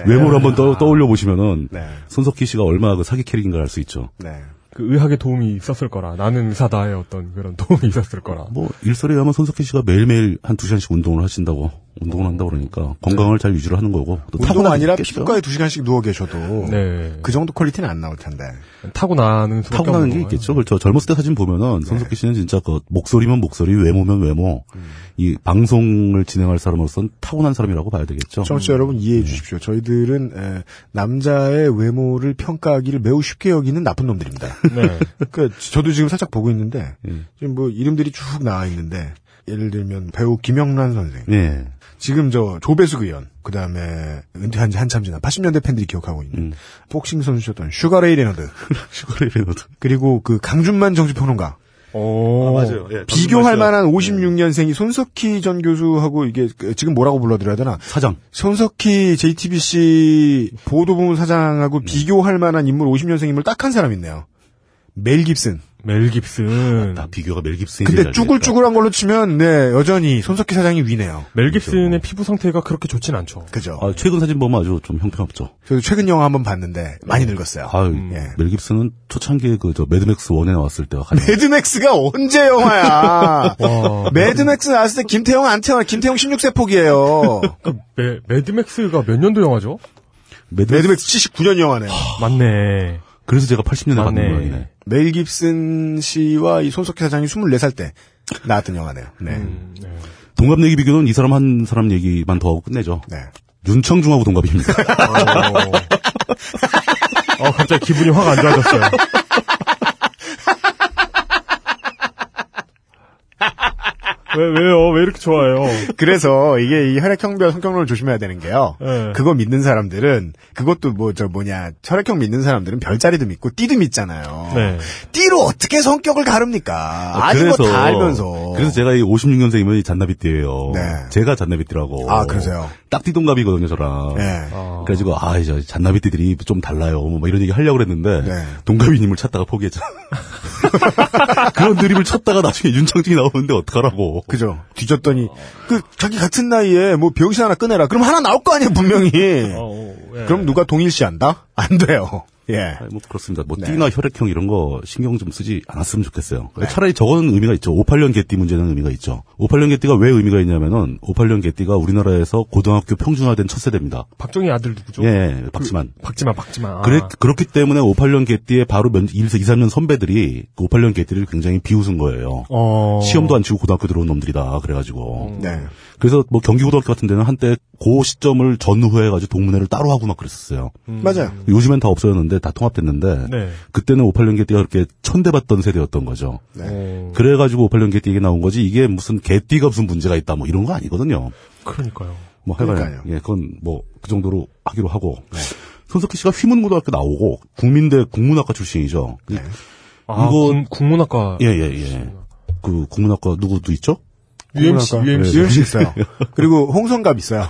S5: 외모를 한번 떠, 떠올려 보시면은
S3: 네.
S5: 손석희 씨가 얼마나 그 사기 캐릭인가 알 수 있죠.
S3: 네.
S2: 그 의학의 도움이 있었을 거라. 나는 의사다의 어떤 그런 도움이 있었을 거라.
S5: 뭐 일설에 의하면 손석희 씨가 매일매일 한 두 시간씩 운동을 하신다고 운동을 한다고 그러니까 건강을 잘 유지를 하는 거고 또
S3: 네. 운동
S5: 타고난 게
S3: 아니라
S5: 있겠죠.
S3: 피부과에 두 시간씩 누워 계셔도
S2: 네.
S3: 그 정도 퀄리티는 안 나올 텐데.
S2: 타고나는 수밖에
S5: 타고나는 게
S2: 없는
S5: 있겠죠. 그렇죠. 젊었을 때 사진
S3: 네.
S5: 보면은 손석희 씨는 진짜 그 목소리면 목소리, 외모면 외모,
S3: 음.
S5: 이 방송을 진행할 사람으로서는 타고난 사람이라고 봐야 되겠죠.
S3: 청취자 여러분 이해해 주십시오. 저희들은 에, 남자의 외모를 평가하기를 매우 쉽게 여기는 나쁜 놈들입니다.
S2: 거예요. 네.
S3: 그러니까 저도 지금 살짝 보고 있는데
S5: 음.
S3: 지금 뭐 이름들이 쭉 나와 있는데 예를 들면 배우 김영란 선생,
S5: 예.
S3: 지금 저 조배숙 의원, 그 다음에 은퇴한 지 한참 지난 80년대 팬들이 기억하고 있는
S5: 음.
S3: 복싱 선수셨던 슈가레이 레너드,
S5: 슈거레이 레너드.
S3: 그리고 그 강준만 정치평론가
S2: 오.
S3: 예, 비교할 만한 56년생이 손석희 전 교수하고 이게 그 지금 뭐라고 불러드려야 되나?
S5: 사장.
S3: 손석희 JTBC 보도부문
S5: 네.
S3: 사장하고 비교할 만한 인물 50년생 인물 딱 한 사람 있네요. 멜 깁슨.
S2: 멜 깁슨.
S5: 나 비교가 멜 깁슨이
S3: 네. 근데 쭈글쭈글한 걸로 치면 네 여전히 손석희 사장이 위네요.
S2: 멜 깁슨의 피부 상태가 그렇게 좋진 않죠.
S3: 그죠?
S5: 아, 최근 사진 보면 아주 좀 형편없죠.
S3: 저도 최근 영화 한번 봤는데 많이 늙었어요.
S5: 네. 아유,
S3: 예.
S5: 멜 깁슨은 초창기에 그 저 매드맥스 원에 나왔을 때와 가장
S3: 네. 매드맥스가 언제 영화야?
S5: 어.
S2: 와.
S3: 매드맥스 나왔을 때 김태형 안 태어나. 김태형 16세 폭이에요.
S2: 그 매, 매드맥스가 몇 년도 영화죠?
S5: 매드맥스.
S3: 매드맥스 79년 영화네요.
S2: 맞네.
S5: 그래서 제가 80년에
S3: 아,
S5: 봤는
S2: 맞네.
S5: 모양이네.
S3: 멜 깁슨 씨와 이 손석희 사장이 24살 때 나왔던 영화네요. 네.
S5: 음. 동갑 내기 비교는 이 사람 한 사람 얘기만 더 하고 끝내죠.
S3: 네.
S5: 윤청중하고 동갑입니다.
S2: 어, 갑자기 기분이 확 안 좋아졌어요. 왜, 왜요? 왜 이렇게 좋아요?
S3: 그래서 이게 이 혈액형별 성격론을 조심해야 되는 게요.
S2: 네.
S3: 그거 믿는 사람들은 그것도 뭐 저 뭐냐 혈액형 믿는 사람들은 별자리도 믿고 띠도 믿잖아요.
S2: 네.
S3: 띠로 어떻게 성격을 가릅니까? 아닌
S5: 어, 그래서-
S3: 거 다 알면서.
S5: 그래서 제가 이 56년생이면 잔나비띠예요.
S3: 네.
S5: 제가 잔나비띠라고.
S3: 아, 그러세요?
S5: 딱띠 동갑이거든요, 저랑.
S3: 네.
S5: 그래가지고 아, 이제 잔나비띠들이 좀 달라요. 뭐 이런 얘기 하려고 그랬는데
S3: 네.
S5: 동갑이님을 찾다가 포기했죠. 그런 드립을 쳤다가 나중에 윤창중이 나오는데 어떡하라고.
S3: 그죠. 뒤졌더니 그 자기 같은 나이에 뭐 병신 하나 꺼내라. 그럼 하나 나올 거 아니에요 분명히.
S2: 어,
S5: 어,
S3: 그럼 누가 동일시한다? 안 돼요. 예.
S5: 네. 아, 뭐 그렇습니다. 뭐 띠나 혈액형 이런 거 신경 좀 쓰지 않았으면 좋겠어요.
S3: 네.
S5: 차라리 저거는 의미가 있죠. 58년 개띠 문제는 의미가 있죠. 58년 개띠가 왜 의미가 있냐면은 58년 개띠가 우리나라에서 고등학교 평준화된 첫 세대입니다.
S2: 박정희 아들 누구죠? 아.
S5: 예, 박지만.
S2: 박지만, 박지만.
S5: 그래, 그렇기 때문에 58년 개띠에 바로 몇, 1, 2, 3년 선배들이 그 58년 개띠를 굉장히 비웃은 거예요.
S2: 어.
S5: 시험도 안 치고 고등학교 들어온 놈들이다. 그래가지고.
S3: 네.
S5: 그래서 뭐 경기고등학교 같은 데는 한때 그 시점을 전후해가지고 동문회를 따로 하고 막 그랬었어요.
S3: 음. 맞아요.
S5: 요즘엔 다 없어졌는데 다 통합됐는데
S2: 음. 네.
S5: 그때는 58년 개띠가 그렇게 천대받던 세대였던 거죠.
S2: 어,
S5: 그래가지고 58년 개띠 이게 나온 거지 이게 무슨 개띠가 무슨 문제가 있다 뭐 이런 거 아니거든요.
S2: 그러니까요.
S5: 뭐 하여간에
S3: 그러니까요. 네.
S5: 예 그건 뭐 그 정도로 하기로 하고 손석희 씨가 휘문고등학교 나오고 국민대 국문학과 출신이죠.
S3: 네,
S2: 아,
S5: 이거-
S2: 군- 국문학과.
S5: 예예 예, 그 국문학과 누구도 있죠?
S2: UMC, UMC.
S5: 네,
S3: UMC 네, 있어요. 그리고 홍성갑 있어요.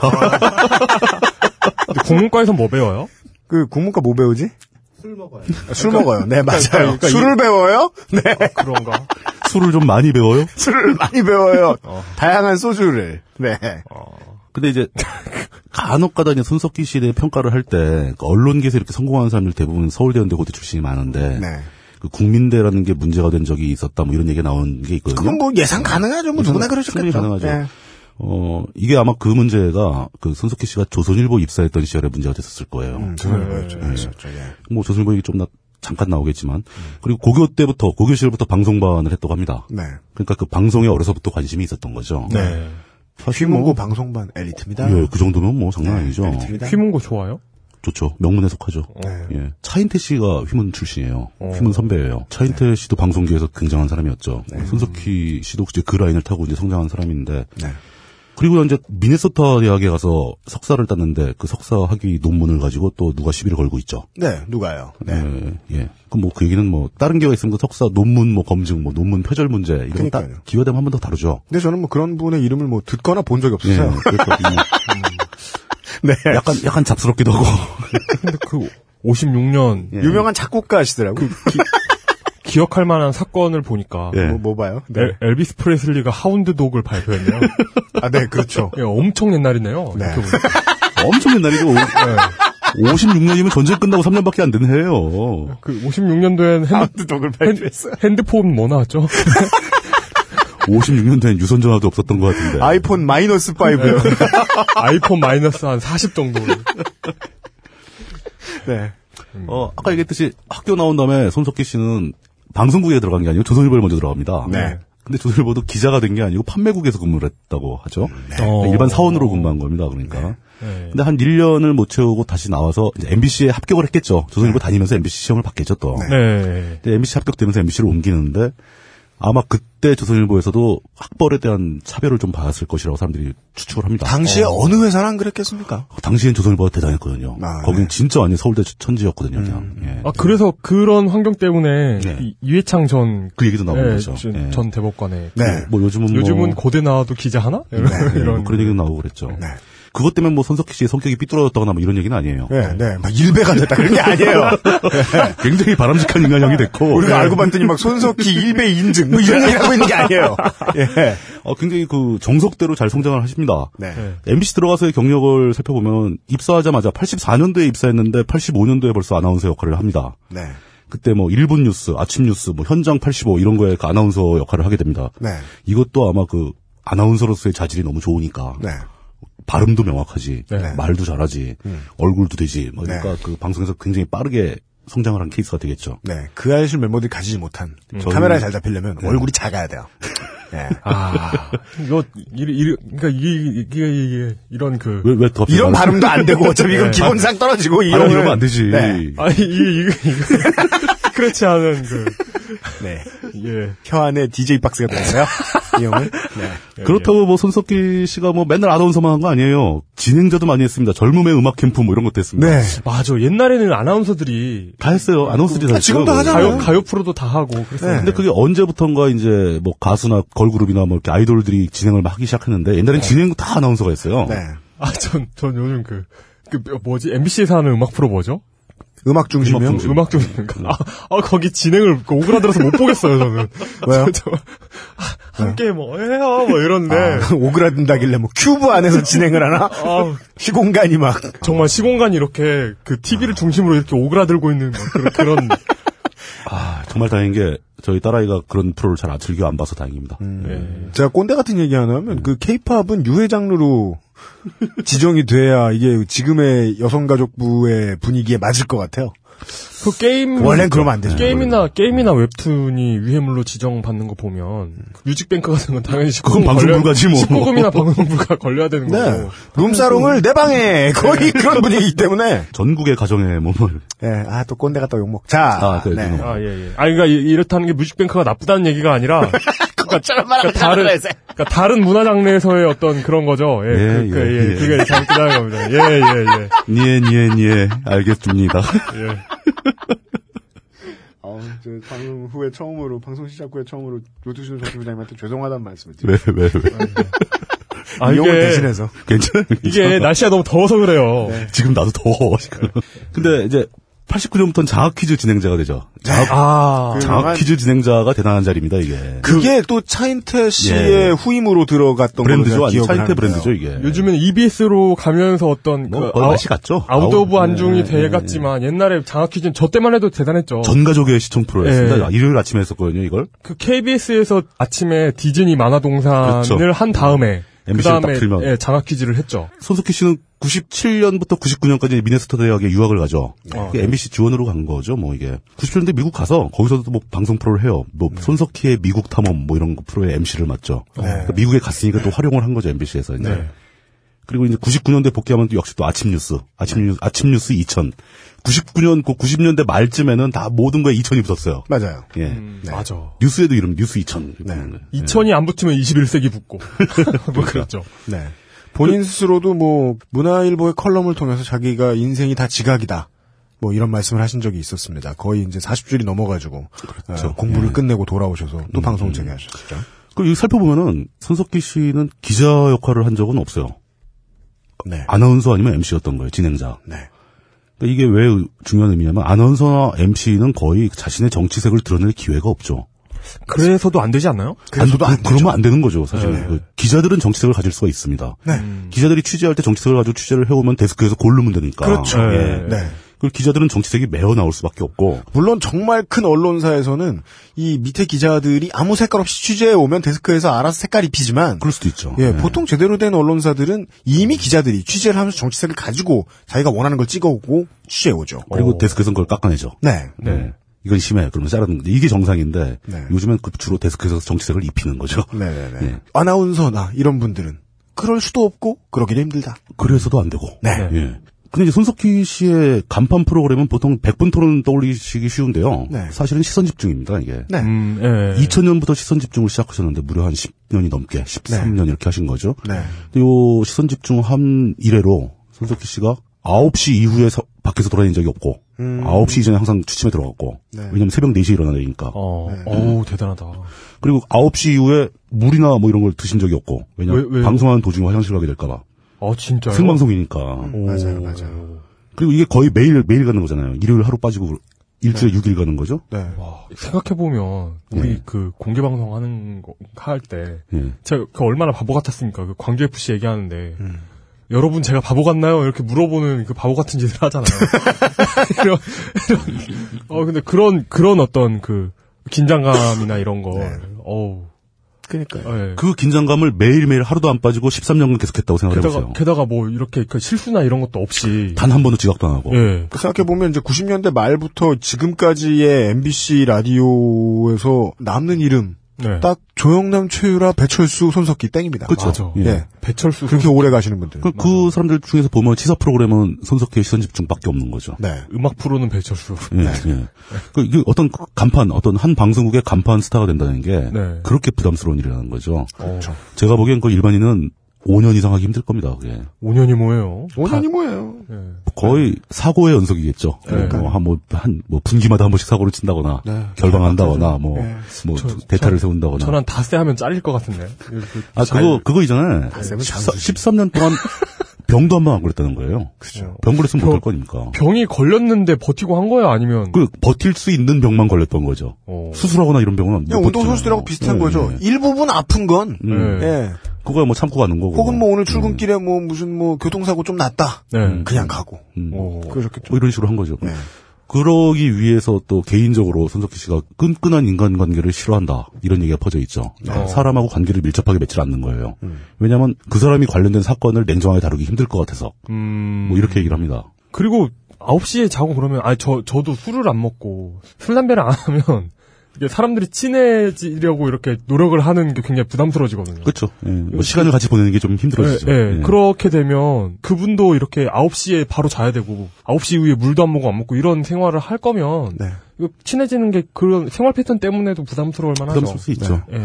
S2: 근데 국문과에서 뭐 배워요?
S3: 그 국문과 뭐 배우지?
S7: 술 먹어요.
S3: 아, 술 먹어요. 네 맞아요. 술을 배워요? 네
S2: 그런가?
S5: 술을 좀 많이 배워요.
S3: 술을 많이 배워요. 다양한 소주를. 네.
S5: 근데 이제 간혹가다 이제 손석희 씨에 평가를 할 때그 언론계에서 이렇게 성공하는 사람들 대부분 서울대연대 고대 출신이 많은데
S3: 네.
S5: 그 국민대라는 게 문제가 된 적이 있었다 뭐 이런 얘기 가 나온 게 있거든요.
S3: 그건 뭐 예상 가능하죠. 뭐 누구나
S5: 충분히
S3: 그러셨겠죠.
S5: 가능하죠.
S3: 네.
S5: 어, 이게 아마 그 문제가 그 손석희 씨가 조선일보 입사했던 시절에 문제가 됐었을 거예요.
S3: 음, 조선일보였죠. 그랬었죠, 예.
S5: 뭐 조선일보 얘기 좀 나, 잠깐 나오겠지만. 그리고 고교 때부터, 고교 시절부터 방송반을 했다고 합니다.
S3: 네.
S5: 그러니까 그 방송에 어려서부터 관심이 있었던 거죠.
S2: 네.
S5: 사실
S3: 휘문고
S5: 뭐,
S3: 방송반 엘리트입니다. 네.
S5: 예, 그 정도면 뭐 장난 아니죠.
S3: 엘리트입니다.
S2: 휘문고 좋아요?
S5: 좋죠. 명문에 속하죠. 예. 차인태 씨가 휘문 출신이에요. 휘문 선배예요. 차인태 씨도 방송계에서 굉장한 사람이었죠. 손석희 씨도 이제 그 라인을 타고 이제 성장한 사람인데. 그리고 이제 미네소타 대학에 가서 석사를 땄는데 그 석사 학위 논문을 가지고 또 누가 시비를 걸고 있죠.
S3: 네, 누가요? 네.
S5: 예, 예. 그럼 뭐 그 얘기는 뭐 다른 기회가 있으면 그 석사 논문 뭐 검증 뭐 논문 표절 문제 이런 거
S3: 그러니까요.
S5: 딱 기회되면 한 번 더 다루죠.
S3: 근데 저는 뭐 그런 분의 이름을 뭐 듣거나 본 적이
S5: 예.
S3: 없어요.
S5: 그러니까
S3: 네.
S5: 이 약간 약간 잡스럽기도 하고.
S2: 근데 그 56년
S5: 예.
S3: 유명한 작곡가시더라고요.
S2: 기억할 만한 사건을 보니까
S5: 예.
S3: 뭐, 뭐 봐요? 그, 네.
S2: 엘, 엘비스 프레슬리가 하운드독을 발표했네요.
S3: 아, 네, 그렇죠.
S2: 예, 엄청 옛날이네요. 이렇게 보니까.
S5: 뭐 엄청 옛날이고
S3: 예.
S5: 56년이면 전쟁 끝나고 3년밖에 안 된 해예요.
S2: 그 56년도엔
S5: 아,
S2: 핸드,
S3: 독을
S5: 네,
S3: 발표했어요.
S2: 핸드폰 뭐 나왔죠?
S5: 56년 된 유선 전화도 없었던 것 같은데.
S3: 아이폰 마이너스 5요. 어.
S2: 아이폰 마이너스 한 40 정도.
S3: 네.
S5: 어, 아까 얘기했듯이 학교 나온 다음에 손석희 씨는 방송국에 들어간 게 아니고 조선일보에 먼저 들어갑니다.
S3: 네.
S5: 근데 조선일보도 기자가 된 게 아니고 판매국에서 근무를 했다고 하죠.
S3: 네.
S5: 네.
S2: 어.
S5: 일반 사원으로 근무한 겁니다. 그러니까.
S2: 네.
S5: 근데 한 1년을 못 채우고 다시 나와서 MBC에 합격을 했겠죠.
S3: 네.
S5: 조선일보 다니면서 MBC 시험을 받겠죠 또.
S2: 네.
S5: 근데 MBC 합격되면서 MBC로 옮기는데 아마 그때 조선일보에서도 학벌에 대한 차별을 좀 받았을 것이라고 사람들이 추측을 합니다.
S3: 당시에 어. 느 회사는 안 그랬겠습니까?
S5: 당시엔 조선일보가 대단했거든요.
S3: 아, 음.
S5: 거긴 진짜 완전 서울대 천지였거든요, 그냥. 예.
S2: 아, 그래서 그런 환경 때문에
S5: 네.
S2: 이- 이회창 전,
S5: 그 얘기도 나오는
S2: 예,
S5: 거죠.
S2: 전,
S5: 예.
S2: 전 대법관의.
S3: 네.
S5: 뭐 요즘은
S2: 요즘은
S5: 뭐
S2: 고대 나와도 기자 하나? 이런.
S5: 예, 뭐
S2: 이런.
S5: 그런 얘기도 나오고 그랬죠.
S3: 네.
S5: 그것 때문에 뭐 손석희 씨의 성격이 삐뚤어졌다거나 뭐 이런 얘기는 아니에요.
S3: 네, 네. 막 일배가 됐다. 그런 게 아니에요.
S5: 굉장히 바람직한 인간형이 됐고 네.
S3: 우리가 알고 봤더니 막 손석희 일배 인증 뭐 이런 얘기를 하고 있는 게 아니에요. 예.
S5: 어, 굉장히 그 정석대로 잘 성장을 하십니다.
S3: 네.
S5: MBC 들어가서의 경력을 살펴보면 입사하자마자 84년도에 입사했는데 85년도에 벌써 아나운서 역할을 합니다.
S3: 네.
S5: 그때 뭐 일본 뉴스, 아침 뉴스, 뭐 현장 85 이런 거에 그 아나운서 역할을 하게 됩니다.
S3: 네.
S5: 이것도 아마 그 아나운서로서의 자질이 너무 좋으니까
S3: 네.
S5: 발음도 명확하지,
S2: 네.
S5: 말도 잘하지,
S3: 음.
S5: 얼굴도 되지. 뭐
S3: 네.
S5: 그러니까 그 방송에서 굉장히 빠르게 성장을 한 케이스가 되겠죠.
S3: 네. 그 아이실 멤버들이 가지지 못한
S5: 저는-
S3: 카메라에 잘 잡히려면
S5: 네.
S3: 얼굴이 작아야 돼요. 예.
S2: 아, 이거, 이, 이, 그러니까 이게, 이게, 이게, 이런 그.
S5: 왜, 왜 더? 갑자기
S3: 이런
S5: 말을-
S3: 발음도 안 되고 어차피 이건 기본상 떨어지고 이
S5: 네. 발음
S3: 형은-
S5: 이러면 안 되지.
S3: 네.
S2: 아니, 이, 이거, 이거. 그렇지 않은 그,
S3: 네.
S2: 예.
S3: 혀 안에 DJ 박스가 들어있어요. 이 형은. 네.
S5: 그렇다고 뭐 손석희 씨가 뭐 맨날 아나운서만 한 거 아니에요. 진행자도 많이 했습니다. 젊음의 음악 캠프 뭐 이런 것도 했습니다.
S3: 네.
S2: 맞아. 옛날에는 아나운서들이
S5: 다 했어요. 아나운서들이 다 했어요.
S3: 지금도
S5: 그거.
S3: 하잖아요.
S2: 그렇죠. 뭐
S3: 네.
S2: 가요, 가요 프로도 다 하고. 그래서
S5: 근데 그게 언제부턴가 이제 뭐 가수나 걸그룹이나 뭐 이렇게 아이돌들이 진행을 막 하기 시작했는데 옛날엔 진행 다 아나운서가 했어요.
S3: 네.
S2: 아, 전, 전 요즘 그, 그, 뭐지, MBC에서 하는 음악 프로 뭐죠?
S3: 음악 중심이요? 네.
S2: 음악 중인가? 아, 아, 거기 진행을 그 오그라들어서 못 보겠어요, 저는.
S3: 왜요?
S2: 저, 저, 아, 함께 뭐, 해요, 뭐 이런데.
S5: 네.
S3: 아, 오그라든다길래 뭐 큐브 안에서 진행을 하나?
S2: 아우.
S3: 시공간이 막.
S2: 정말 시공간이 이렇게 그 TV를 중심으로 이렇게 오그라들고 있는 뭐 그런, 그런
S5: 아, 정말 다행인 게 저희 딸아이가 그런 프로를 잘 안- 즐겨 안 봐서 다행입니다.
S3: 음. 제가 꼰대 같은 얘기 하나 하면 그 케이팝은 유해 장르로 지정이 돼야 이게 지금의 여성가족부의 분위기에 맞을 것 같아요.
S2: 그 게임
S3: 원래는 그러면 안 되죠.
S2: 게임이나 게임이나 웹툰이 위해물로 지정받는 거
S3: 음.
S2: 보면 뮤직뱅크 같은 건 당연히 19금
S5: 그건 방송
S2: 걸려-
S5: 불가지, 뭐.
S2: 19금이나 방송 불가 걸려야 되는
S3: 네.
S2: 거고.
S3: 룸사롱을 내 방에 거의 그런 분위기 때문에.
S5: 전국의 가정의 몸을
S3: 예, 아, 또 꼰대 같다 욕먹. 자.
S5: 아, 네,
S3: 네.
S5: 네.
S2: 아, 예, 예. 아니, 그러니까 이- 이렇다는 게 뮤직뱅크가 나쁘다는 얘기가 아니라. 그러니까, 그러니까 다른, 그러니까 다른 문화 장르에서의 어떤 그런 거죠. 예,
S5: 예,
S2: 그, 그,
S5: 예,
S2: 예,
S5: 예.
S2: 그게 잘못된 겁니다. 예, 예, 예.
S5: 니에 니에 니에 알겠습니다.
S3: 아, 저 방송 후에 처음으로 방송 시작 후에 처음으로 노두신 정치부장님한테 죄송하다는 말씀을 드립니다.
S5: 왜 왜 왜?
S2: 아,
S3: 이용을
S2: 이게,
S3: 대신해서.
S5: 괜찮아요.
S2: 이게 날씨가 너무 더워서 그래요.
S5: 지금 나도 더워. 지금. 네. 근데 이제 89년부터는 장학 퀴즈 진행자가 되죠. 장학,
S2: 아,
S5: 장학 퀴즈 진행자가 대단한 자리입니다 이게.
S3: 그게 또 차인태 씨의
S5: 예.
S3: 후임으로 들어갔던
S5: 브랜드죠,
S3: 걸로
S5: 아니
S3: 제가 기억을
S5: 차인태
S3: 하는데요.
S5: 브랜드죠 이게.
S2: 요즘엔 EBS로 E 가면서 어떤
S5: 뭐
S2: 그
S5: 거의 맛이 갔죠.
S2: 아웃 오브
S5: 아웃,
S2: 안중이
S5: 예, 예,
S2: 대갔지만 옛날에 장학 퀴즈는 저 때만 해도 대단했죠.
S5: 전 가족의 시청 프로였습니다.
S2: 예.
S5: 일요일 아침에 했었거든요 이걸.
S2: 그 KBS에서 아침에 디즈니 만화동산을
S5: 그렇죠.
S2: 한 다음에 그
S5: MBC 를딱
S2: 다음에
S5: 틀면.
S2: 예, 장학 퀴즈를 했죠.
S5: 손석희 씨는 97년부터 99년까지 미네소타 대학에 유학을 가죠.
S2: 어.
S5: 그게 MBC 지원으로 간 거죠, 뭐 이게. 97년대 미국 가서 거기서도 뭐 방송 프로를 해요. 뭐 손석희의 미국 탐험 뭐 이런 거 프로의 MC를 맡죠. 그러니까 미국에 갔으니까 또 활용을 한 거죠 MBC에서 이제. 그리고 이제 99년대 복귀하면 또 역시 또 아침 뉴스, 아침 뉴스, 아침 뉴스 2000. 99년, 그 90년대 말쯤에는 다 모든 거에 2000이 붙었어요.
S3: 맞아요.
S5: 예.
S3: 음.
S2: 맞아.
S5: 뉴스에도 이름, 뉴스 2000. 이렇게 되는 거예요.
S2: 2000이 안 붙으면 21세기 붙고. 뭐 그렇죠.
S3: 네. 본인
S5: 그-
S3: 스스로도 뭐 문화일보의 컬럼을 통해서 자기가 인생이 다 지각이다. 뭐 이런 말씀을 하신 적이 있었습니다. 거의 이제 40줄이 넘어가지고
S5: 그렇죠.
S3: 어,
S5: 예.
S3: 공부를 끝내고 돌아오셔서
S5: 음,
S3: 또 방송을 재개하셨죠.
S5: 그리고 여기 살펴보면은 손석희 씨는 기자 역할을 한 적은 없어요.
S3: 네.
S5: 아나운서 아니면 MC였던 거예요, 진행자.
S3: 네.
S5: 그러니까 이게 왜 중요한 의미냐면 아나운서나 MC는 거의 자신의 정치색을 드러낼 기회가 없죠.
S2: 그래서도 안 되지 않나요?
S3: 그래서도
S5: 안-
S3: 안
S5: 그- 그러면 안 되는 거죠, 네. 사실. 은그 기자들은 정치색을 가질 수가 있습니다. 기자들이 취재할 때 정치색을 가지고 취재를 해오면 데스크에서 고르면 되니까.
S3: 그렇죠.
S5: 예.
S3: 네.
S5: 그리고 기자들은 정치색이 매어 나올 수밖에 없고.
S3: 물론 정말 큰 언론사에서는 이 밑에 기자들이 아무 색깔 없이 취재해 오면 데스크에서 알아서 색깔 입히지만
S5: 그럴 수도 있죠. 네.
S3: 예, 보통 제대로 된 언론사들은 이미 기자들이 취재를 하면서 정치색을 가지고 자기가 원하는 걸 찍어오고 취재해 오죠.
S5: 그리고 데스크에서 그걸 깎아내죠.
S3: 네.
S5: 네. 이건 심해. 그러면 자르는 건데 이게 정상인데
S3: 네.
S5: 요즘엔 그 주로 데스크에서 정치색을 입히는 거죠.
S3: 네네네.
S5: 예.
S3: 아나운서나 이런 분들은 그럴 수도 없고 그러기도 힘들다.
S5: 그래서도 안 되고.
S3: 네.
S5: 예. 근데 이제 손석희 씨의 간판 프로그램은 보통 100분 토론 떠올리시기 쉬운데요.
S3: 네.
S5: 사실은 시선 집중입니다, 이게.
S3: 네.
S2: 음, 예.
S5: 2000년부터 시선 집중을 시작하셨는데 무려 한 10년이 넘게 13년 이렇게 하신 거죠.
S3: 네.
S5: 근데 요 시선 집중 한 이래로 손석희 씨가 9시 이후에 서- 밖에서 돌아다닌 적이 없고
S3: 음.
S5: 9시 이전에 항상 취침에 들어갔고
S3: 네.
S5: 왜냐면 새벽 4시에 일어나야 되니까
S2: 어, 어우, 대단하다.
S5: 그리고 9시 이후에 물이나 뭐 이런 걸 드신 적이 없고 왜냐면
S2: 왜- 왜요?
S5: 방송하는 도중에 화장실 가게 될까 봐
S2: 아, 진짜요? 음.
S5: 생방송이니까
S3: 맞아요, 맞아요.
S5: 그리고 이게 거의 매일 매일 가는 거잖아요. 일요일 하루 빠지고 일주일에 6일 가는 거죠.
S3: 네.
S2: 생각해보면, 우리 그 공개방송 하는 거, 할 때,
S5: 예.
S2: 제가 그 얼마나 바보 같았습니까? 그 광주FC 얘기하는데, 여러분 제가 바보 같나요? 이렇게 물어보는 그 바보 같은 짓을 하잖아요. 이런, 이런. 어, 근데 그런, 그런 어떤 그, 긴장감이나 이런 거, 어우,
S3: 그니까요.
S2: 예.
S5: 그 긴장감을 매일매일 하루도 안 빠지고 13년간 계속했다고
S2: 게다가,
S5: 생각해보세요.
S2: 게다가 뭐 이렇게 그 실수나 이런 것도 없이,
S5: 단 한 번도 지각도 안 하고.
S2: 예.
S3: 생각해보면 이제 90년대 말부터 지금까지의 MBC 라디오에서 남는 이름.
S2: 네.
S3: 딱 조영남, 최유라, 배철수, 손석희 땡입니다.
S5: 그렇죠.
S2: 맞아.
S5: 예.
S3: 예.
S2: 배철수
S3: 그렇게 오래 가시는 분들.
S5: 그, 그 사람들 중에서 보면 시사 프로그램은 손석희의 시선 집중밖에 없는 거죠.
S3: 네.
S2: 음악 프로는 배철수.
S5: 예, 예. 그, 이게 어떤 그 간판, 어떤 한 방송국의 간판 스타가 된다는 게
S2: 네.
S5: 그렇게 부담스러운 일이라는 거죠.
S3: 그렇죠.
S5: 제가 보기엔 그 일반인은 5년 이상 하기 힘들 겁니다, 그게.
S2: 5년이 뭐예요?
S3: 5년이 뭐예요?
S2: 예.
S5: 거의
S3: 네.
S5: 사고의 연속이겠죠. 뭐, 한, 뭐, 한, 뭐, 분기마다 한 번씩 사고를 친다거나,
S3: 그러니까. 네.
S5: 결방한다거나, 뭐, 뭐, 대타를 세운다거나.
S2: 어, 저는 다세 하면 잘릴 것 같은데. 그-
S5: 아, 그거, 그거 이전에,
S3: 세면
S5: 13년 동안 병도 한 번 안 걸렸다는 거예요.
S2: 그죠.
S5: 병 걸렸으면
S2: 병-
S5: 못할 거니까.
S2: 병이 걸렸는데 버티고 한 거야 아니면
S5: 그, 버틸 수 있는 병만 걸렸던 거죠.
S2: 어.
S5: 수술하거나 이런 병은 못
S3: 그냥 운동선수들하고
S5: 버티잖아요.
S3: 비슷한
S5: 예,
S3: 거죠.
S5: 예.
S3: 일부분 아픈 건,
S2: 음.
S3: 예.
S5: 그거야 뭐 참고 가는 거고.
S3: 혹은 뭐 오늘 출근길에 뭐 무슨 뭐 교통사고 좀 났다.
S2: 네.
S3: 그냥 가고.
S5: 음.
S2: 어.
S3: 그러셨겠죠.
S5: 뭐 이런 식으로 한 거죠.
S3: 네.
S5: 그러기 위해서 또 개인적으로 손석희 씨가 끈끈한 인간관계를 싫어한다 이런 얘기가 퍼져 있죠.
S2: 어.
S5: 사람하고 관계를 밀접하게 맺지 않는 거예요.
S2: 음.
S5: 왜냐하면 그 사람이 관련된 사건을 냉정하게 다루기 힘들 것 같아서
S2: 음.
S5: 뭐 이렇게 얘기를 합니다.
S2: 그리고 9시에 자고 그러면 아 저 저도 술을 안 먹고 술 담배를 안 하면 이게 사람들이 친해지려고 이렇게 노력을 하는 게 굉장히 부담스러워지거든요.
S5: 그렇죠. 예, 뭐 시간을 같이 보내는 게 좀 힘들어지죠.
S2: 음. 예, 예.
S5: 예.
S2: 그렇게 되면 그분도 이렇게 9시에 바로 자야 되고 9시 이후에 물도 안 먹고 안 먹고 이런 생활을 할 거면
S3: 네.
S2: 이거 친해지는 게 그런 생활 패턴 때문에도 부담스러울 만하죠.
S5: 부담스러울 수 있죠.
S2: 예.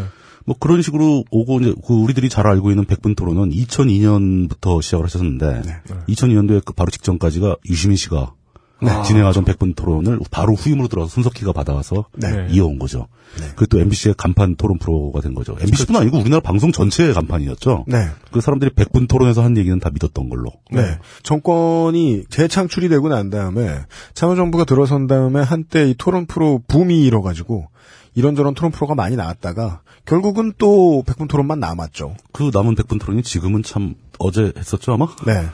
S5: 뭐 그런 식으로 오고 이제 그 우리들이 잘 알고 있는 백분 토론은 2002년부터 시작을 하셨는데
S3: 네.
S5: 2002년도에 그 바로 직전까지가 유시민 씨가
S3: 네.
S5: 진행하던 백분 토론을 바로 후임으로 들어서 손석희가 받아와서
S2: 네.
S5: 이어온 거죠. 그게 또 MBC의 간판 토론 프로가 된 거죠. MBC뿐 아니고 우리나라 방송 전체의
S3: 그렇죠.
S5: 간판이었죠.
S3: 네.
S5: 그 사람들이 백분 토론에서 한 얘기는 다 믿었던 걸로.
S3: 네. 정권이 재창출이 되고 난 다음에 참여정부가 들어선 다음에 한때 이 토론 프로 붐이 일어가지고 이런저런 토론 프로가 많이 나왔다가 결국은 또 백분 토론만 남았죠.
S5: 그 남은 백분 토론이 지금은 참 어제 했었죠 아마?
S3: 네.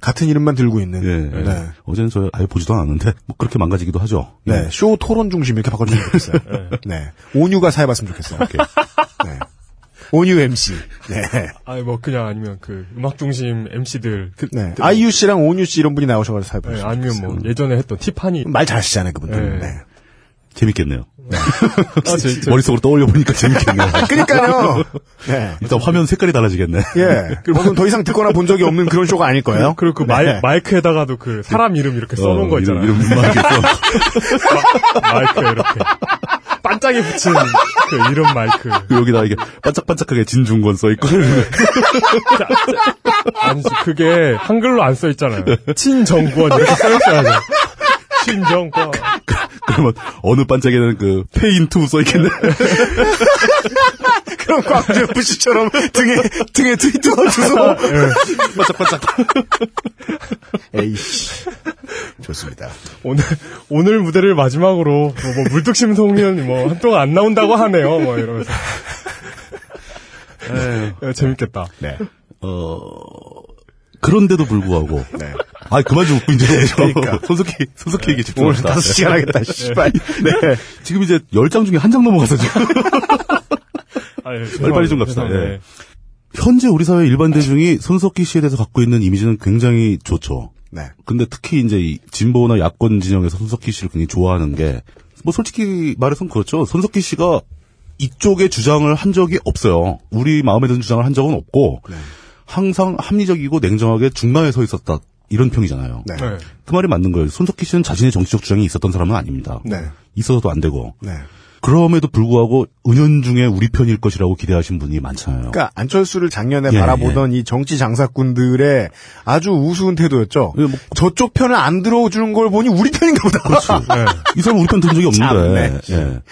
S3: 같은 이름만 들고 있는.
S5: 예.
S3: 네.
S5: 어제는 저 아예 보지도 않았는데 뭐 그렇게 망가지기도 하죠. 예.
S3: 네. 쇼 토론 중심 이렇게 바꿔주면 좋겠어요. 네. 온유가 사해봤으면 좋겠어요. 네. 온유 MC. 네.
S2: 아니 뭐 그냥 아니면 그 음악 중심 MC들 그,
S3: 네. 아이유 씨랑 온유 씨 이런 분이 나오셔가지고
S2: 예,
S3: 사해봤어요.
S5: 음,
S2: 아니면 뭐 예전에 했던 티파니
S3: 말 잘하시잖아요, 그분들.
S2: 네.
S3: 네.
S5: 재밌겠네요.
S2: 아, 제- 제-
S5: 머릿속으로 떠올려 보니까 재밌겠네요.
S3: 그러니까요. 네.
S5: 일단 화면 색깔이 달라지겠네.
S3: 예. 혹은 더 이상 듣거나 본 적이 없는 그런 쇼가 아닐 거예요.
S2: 그리고 그 마이,
S3: 네.
S2: 마이크에다가도 그 사람 이름 이렇게 써놓은 거 있잖아요.
S5: 어, 이름, 이름 막 이렇게
S2: 마이크 이렇게 반짝이 붙인 그 이름 마이크.
S5: 써. 여기다 이게 반짝반짝하게 진중권 써 있고.
S2: 아니지 그게 한글로 안 써 있잖아요. 친정권 이렇게 써 있어야죠. 친정권.
S5: 그러면 어느 반짝에는 그 페인투 써 있겠네.
S3: 그럼 광주 FC처럼 등에 등에 트위터 주소
S5: 반짝반짝.
S3: 에이씨. 좋습니다.
S2: 오늘 오늘 무대를 마지막으로 뭐, 뭐 물뚝심송이는 뭐 한동안 안 나온다고 하네요. 뭐 이러면서.
S5: 네.
S2: 야, 재밌겠다.
S3: 네.
S5: 어 그런데도 불구하고.
S3: 네.
S5: 아 그만 좀 웃고 이제
S3: 그러니까.
S5: 손석희 손석희 얘기
S3: 오늘
S5: 집중합시다.
S3: 다섯 시간 하겠다. 씨발. 네.
S5: 지금 이제 열 장 중에 한 장 넘어가서 지금.
S2: 아, 예,
S5: 빨리빨리
S2: 죄송합니다.
S5: 좀 갑시다.
S2: 죄송합니다.
S5: 예. 현재 우리 사회 일반 대중이 손석희 씨에 대해서 갖고 있는 이미지는 굉장히 좋죠.
S3: 네.
S5: 근데 특히 이제 이 진보나 야권 진영에서 손석희 씨를 굉장히 좋아하는 게 뭐 솔직히 말해서는 그렇죠. 손석희 씨가 이쪽에 주장을 한 적이 없어요. 우리 마음에 드는 주장을 한 적은 없고
S3: 네.
S5: 항상 합리적이고 냉정하게 중간에 서 있었다 이런 평이잖아요.
S3: 네.
S2: 네.
S5: 그 말이 맞는 거예요. 손석희 씨는 자신의 정치적 주장이 있었던 사람은 아닙니다.
S3: 네.
S5: 있어서도 안 되고
S3: 네.
S5: 그럼에도 불구하고 은연중에 우리 편일 것이라고 기대하신 분이 많잖아요.
S3: 그러니까 안철수를 작년에
S5: 예,
S3: 바라보던 이 정치 장사꾼들의 아주 우스운 태도였죠.
S5: 예, 뭐-
S3: 저쪽 편을 안 들어주는 걸 보니 우리 편인가 보다.
S5: 그렇죠? 이 사람 우리 편 든 적이 없는데.
S3: 네. 참, 네.
S5: 예.
S3: 네.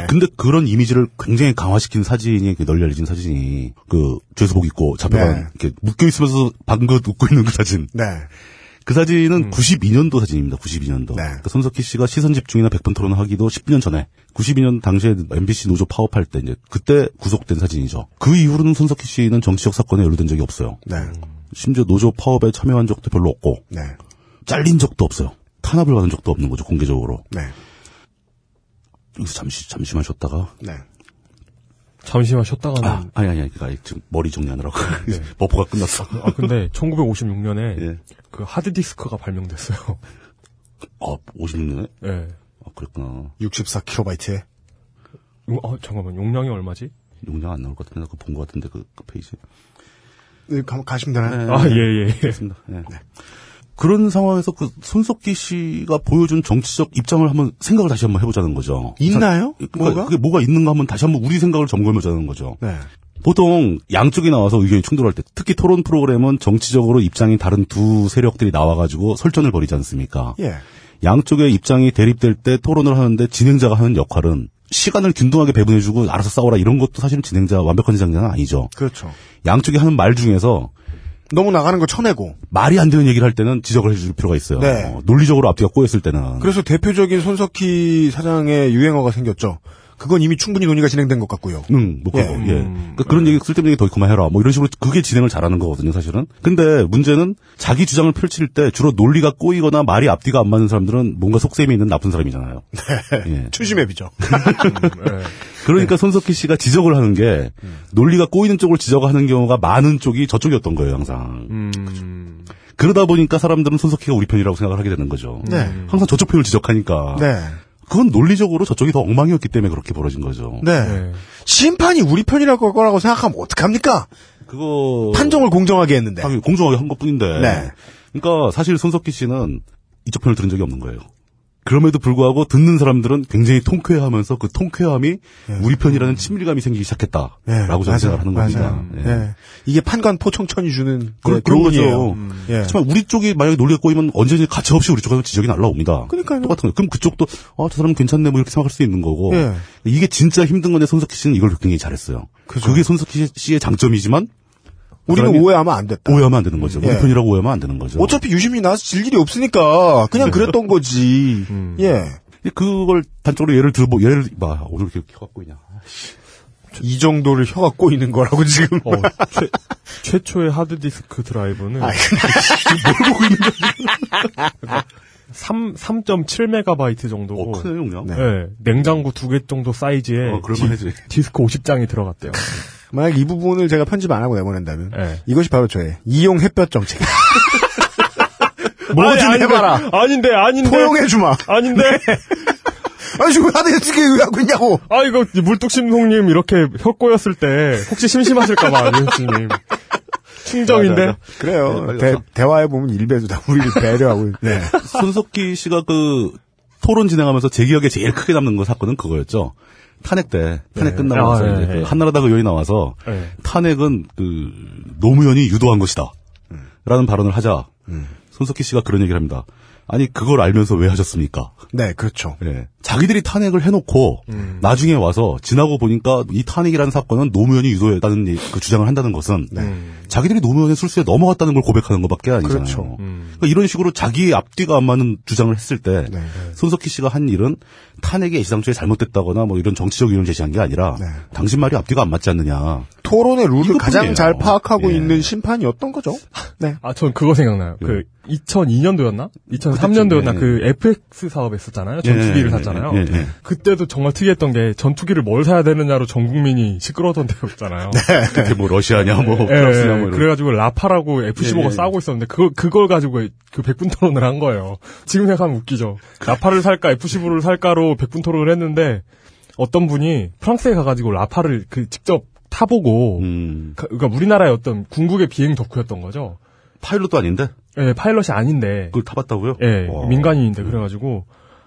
S5: 근데, 근데 그런 이미지를 굉장히 강화시킨 사진이 그 널리 알려진 사진이 그 죄수복 입고 잡혀간
S3: 네.
S5: 이렇게 묶여 있으면서 방긋 웃고 있는 그 사진.
S3: 네.
S5: 그 사진은 92년도 사진입니다. 92년도.
S3: 음. 네.
S5: 그러니까 손석희 씨가 시선 집중이나 백분 토론을 하기도 10년 전에 92년 당시에 MBC 노조 파업할 때 이제 그때 구속된 사진이죠. 그 이후로는 손석희 씨는 정치적 사건에 연루된 적이 없어요.
S3: 네.
S5: 심지어 노조 파업에 참여한 적도 별로 없고
S3: 네.
S5: 잘린 적도 없어요. 탄압을 받은 적도 없는 거죠 공개적으로.
S3: 네.
S5: 여기서 잠시 잠시만 쉬었다가
S3: 네.
S2: 잠시만 쉬었다가는
S3: 음.
S5: 아, 아니 아니 아니 그니까 지금 머리 정리하느라고
S3: 네.
S5: 버퍼가 끝났어.
S2: 아 근데 1956년에
S5: 예.
S2: 그 하드디스크가 발명됐어요.
S5: 아 56년에?
S2: 예.
S5: 아 그랬구나.
S3: 64kb에.
S2: 음, 아 잠깐만 용량이 얼마지?
S5: 용량 안 나올 것 같은데 나 그본것 같은데 그, 그 페이지.
S3: 한번 네, 가시면
S5: 네.
S3: 되나요?
S2: 아 예예 예.
S5: 그렇습니다. 예. 그런 상황에서 그 손석기 씨가 보여준 정치적 입장을 한번 생각을 다시 한번 해보자는 거죠.
S3: 있나요?
S5: 그러니까
S3: 뭐가?
S5: 그게 뭐가 있는가 한번 다시 한번 우리 생각을 점검해보자는 거죠.
S3: 네.
S5: 보통 양쪽이 나와서 의견이 충돌할 때 특히 토론 프로그램은 정치적으로 입장이 다른 두 세력들이 나와가지고 설전을 벌이지 않습니까?
S3: 예.
S5: 양쪽의 입장이 대립될 때 토론을 하는데 진행자가 하는 역할은 시간을 균등하게 배분해주고 알아서 싸워라 이런 것도 사실은 진행자 완벽한 진행자는 아니죠.
S3: 그렇죠.
S5: 양쪽이 하는 말 중에서
S3: 너무 나가는 거 쳐내고.
S5: 말이 안 되는 얘기를 할 때는 지적을 해줄 필요가 있어요.
S3: 네.
S5: 어, 논리적으로 앞뒤가 꼬였을 때는.
S3: 그래서 대표적인 손석희 사장의 유행어가 생겼죠. 그건 이미 충분히 논의가 진행된 것 같고요.
S5: 응, 뭐 그런 거, 예.
S3: 음.
S5: 그러니까 그런 얘기 쓸데없는 얘기 더 그만해라. 뭐 이런 식으로 그게 진행을 잘하는 거거든요, 사실은. 근데 문제는 자기 주장을 펼칠 때 주로 논리가 꼬이거나 말이 앞뒤가 안 맞는 사람들은 뭔가 속셈이 있는 나쁜 사람이잖아요.
S3: 네.
S5: 예.
S3: 추심앱이죠.
S2: 예.
S3: 네.
S5: 그러니까 손석희 씨가 지적을 하는 게 논리가 꼬이는 쪽을 지적하는 경우가 많은 쪽이 저쪽이었던 거예요, 항상.
S3: 음.
S2: 음.
S5: 그러다 보니까 사람들은 손석희가 우리 편이라고 생각을 하게 되는 거죠.
S3: 네.
S5: 항상 저쪽 편을 지적하니까.
S3: 네.
S5: 그건 논리적으로 저쪽이 더 엉망이었기 때문에 그렇게 벌어진 거죠.
S3: 네.
S2: 네.
S3: 심판이 우리 편이라고 할 거라고 생각하면 어떡합니까?
S5: 그거
S3: 판정을 공정하게 했는데.
S5: 하긴 공정하게 한 것뿐인데.
S3: 네.
S5: 그러니까 사실 손석희 씨는 이쪽 편을 들은 적이 없는 거예요. 그럼에도 불구하고 듣는 사람들은 굉장히 통쾌해하면서 그 통쾌함이
S3: 네.
S5: 우리 편이라는 친밀감이 생기기 시작했다라고
S3: 예,
S5: 저는 생각을 하는 겁니다. 네.
S3: 맞아요. 예. 이게 판관 포청천이 주는
S5: 그런,
S3: 예,
S5: 그런
S3: 교훈이에요.
S5: 거죠.
S3: 음, 예.
S5: 하지만 우리 쪽이 만약에 논리가 꼬이면 언제든지 가차없이 우리 쪽에서 지적이 날라옵니다.
S3: 그러니까요.
S5: 똑같은 거예요. 그럼 그쪽도, 아, 저 사람은 괜찮네, 뭐 이렇게 생각할 수 있는 거고.
S3: 예.
S5: 이게 진짜 힘든 건데 손석희 씨는 이걸 굉장히 잘했어요.
S3: 그죠.
S5: 그게 손석희 씨의 장점이지만
S3: 우리는
S5: 사람이-
S3: 오해하면 안 됐다.
S5: 오해하면 안 되는 거죠. 우리
S3: 예.
S5: 편이라고 오해하면 안 되는 거죠.
S3: 어차피 유심히 나와서 질 일이 없으니까 그냥
S5: 네.
S3: 그랬던 거지.
S5: 음.
S3: 예.
S5: 근데 그걸 단적으로 예를 들어, 뭐, 예를, 막, 오늘 이렇게 갖고 있냐.
S3: 이 정도를 혀가 꼬이는 거라고 지금.
S2: 어, 최, 최초의 하드디스크 드라이브는 그러니까 삼 3.7메가바이트 정도고
S5: 어, 큰일 용량.
S3: 네.
S2: 예, 냉장고 두 개 정도 사이즈에
S5: 어, 그럴만하지.
S2: 디, 스크 50장이 들어갔대요.
S3: 만약 이 부분을 제가 편집 안 하고 내보낸다면
S5: 네.
S2: 예.
S3: 이것이 바로 저의 이용 햇볕 정책. 뭐좀
S2: 아니, 아닌데,
S3: 해봐라.
S2: 아닌데 아닌데
S3: 포용해 주마.
S2: 아닌데
S3: 아니, 지금 나한테 어떻게 의하고 있냐고.
S2: 아, 이거, 이 물뚝심송님 이렇게 혀 꼬였을 때, 혹시 심심하실까봐, 유현수님. 충정인데?
S3: 그래요.
S5: 빨리
S3: 대,
S5: 가서.
S3: 대화해보면 일배도 다 우리를 배려하고. 네.
S5: 손석기 씨가 그 토론 진행하면서 제 기억에 제일 크게 남는 거 사건은 그거였죠. 탄핵 때 탄핵 끝나고 나서
S2: 아,
S5: 이제
S2: 예,
S5: 그
S2: 예.
S5: 한나라당 의원이 나와서
S2: 예.
S5: 탄핵은 그 노무현이 유도한 것이다. 라는 발언을 하자 손석희 씨가 그런 얘기를 합니다. 아니 그걸 알면서 왜 하셨습니까?
S3: 네, 그렇죠.
S5: 예. 자기들이 탄핵을 해놓고 나중에 와서 지나고 보니까 이 탄핵이라는 사건은 노무현이 유도했다는 이- 그 주장을 한다는 것은 자기들이 노무현의 술수에 넘어갔다는 걸 고백하는 것밖에 아니잖아요.
S3: 그렇죠.
S5: 그러니까 이런 식으로 자기의 앞뒤가 안 맞는 주장을 했을 때 손석희 씨가 한 일은 탄핵의 이상초에 잘못됐다거나 뭐 이런 정치적 이유를 제시한 게 아니라
S3: 네.
S5: 당신 말이 앞뒤가 안 맞지 않느냐.
S3: 토론의 룰을
S5: 이것뿐이에요.
S3: 가장 잘 파악하고
S5: 예.
S3: 있는 심판이었던 거죠. 네.
S2: 아, 전 그거 생각나요. 그, 2002년도였나? 2003년도였나?
S5: 예.
S2: 그, FX 사업 했었잖아요.
S5: 예,
S2: 전투기를
S5: 예,
S2: 샀잖아요.
S5: 예, 예.
S2: 그때도 정말 특이했던 게, 전투기를 뭘 사야 되느냐로 전 국민이 시끄러웠던 때였잖아요.
S5: 그렇게 뭐 러시아냐 뭐
S2: 예,
S5: 프랑스냐 뭐 이런.
S2: 그래가지고 라파라고 F-15가
S5: 예, 예.
S2: 싸우고 있었는데 그걸 그걸 가지고 그 백분 토론을 한 거예요. 지금 생각하면 웃기죠. 라파를 살까 F-15를 살까로 백분 토론을 했는데 어떤 분이 프랑스에 가가지고 라파를 그 직접 타보고
S5: 음,
S2: 가- 그러니까 우리나라의 어떤 궁극의 비행 덕후였던 거죠.
S5: 파일럿도 아닌데
S2: 예, 파일럿이 아닌데
S5: 그걸 타봤다고요?
S2: 예,
S5: 와.
S2: 민간인인데 그래가지고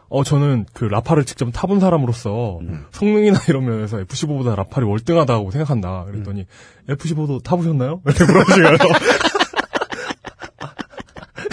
S2: 어 저는 그 라파를 직접 타본 사람으로서 성능이나 이런 면에서 F15보다 라파를 월등하다고 생각한다. 그랬더니 F15도 타보셨나요? 이렇게 물어보시고요.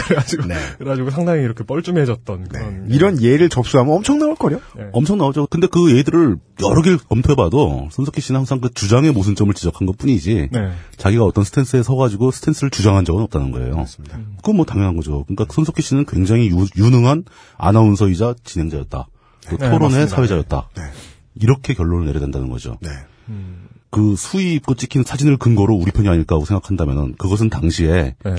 S2: 그래가지고 그래가지고 상당히 이렇게 뻘쭘해졌던 그런
S3: 이런 예를 접수하면 엄청 나올 거요
S5: 네. 엄청 나오죠. 근데 그 얘들을 여러 개를 검토해봐도 손석희 씨는 항상 그 주장의 모순점을 지적한 것 뿐이지
S2: 네.
S5: 자기가 어떤 스탠스에 서가지고 스탠스를 주장한 적은 없다는 거예요. 맞습니다. 그건 뭐 당연한 거죠. 그러니까 손석희 씨는 굉장히 유, 능한 아나운서이자 진행자였다.
S2: 네,
S5: 또 토론의
S2: 맞습니다.
S5: 사회자였다. 이렇게 결론을 내려야 된다는 거죠.
S3: 네.
S5: 그 수입고 찍힌 사진을 근거로 우리 편이 아닐까 하고 생각한다면 그것은 당시에
S2: 네.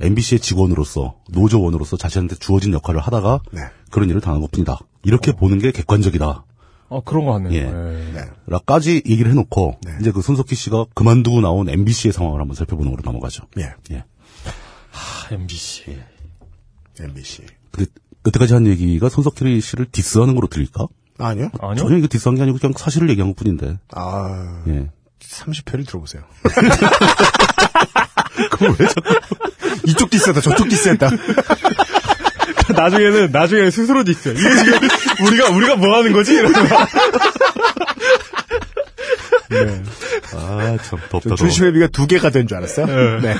S5: MBC의 직원으로서 노조원으로서 자신한테 주어진 역할을 하다가
S3: 네.
S5: 그런 일을 당한 것뿐이다. 이렇게 보는 게 객관적이다.
S2: 어 그런 거 같네요.
S5: 예.
S2: 예.
S5: 라까지 얘기를 해놓고 이제 그 손석희 씨가 그만두고 나온 MBC의 상황을 한번 살펴보는 걸로 넘어가죠.
S3: 예.
S5: 예.
S2: 아, MBC.
S3: MBC.
S5: 근데 그때까지 한 얘기가 손석희 씨를 디스하는 걸로 들릴까?
S3: 아니요?
S2: 아니요.
S5: 전혀 이거 디스한 게 아니고 그냥 사실을 얘기한 것 뿐인데.
S3: 아,
S5: 예.
S3: 30회를 들어보세요. 그걸 왜 자꾸. 이쪽 디스했다, 저쪽 디스했다.
S2: 나중에는 나중에 스스로 디스. 이게 지금 우리가 우리가 뭐 하는 거지? 이러면서
S5: 아, 참 덥다.
S3: 조심해비가 두 개가 된 줄 알았어요? 그.
S2: 예.
S3: 네.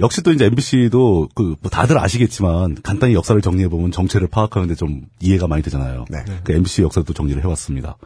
S5: 역시 또 이제 MBC도 그, 뭐 다들 아시겠지만 간단히 역사를 정리해보면 정체를 파악하는데 좀 이해가 많이 되잖아요.
S3: 네.
S5: 그 MBC 역사도 또 정리를 해왔습니다.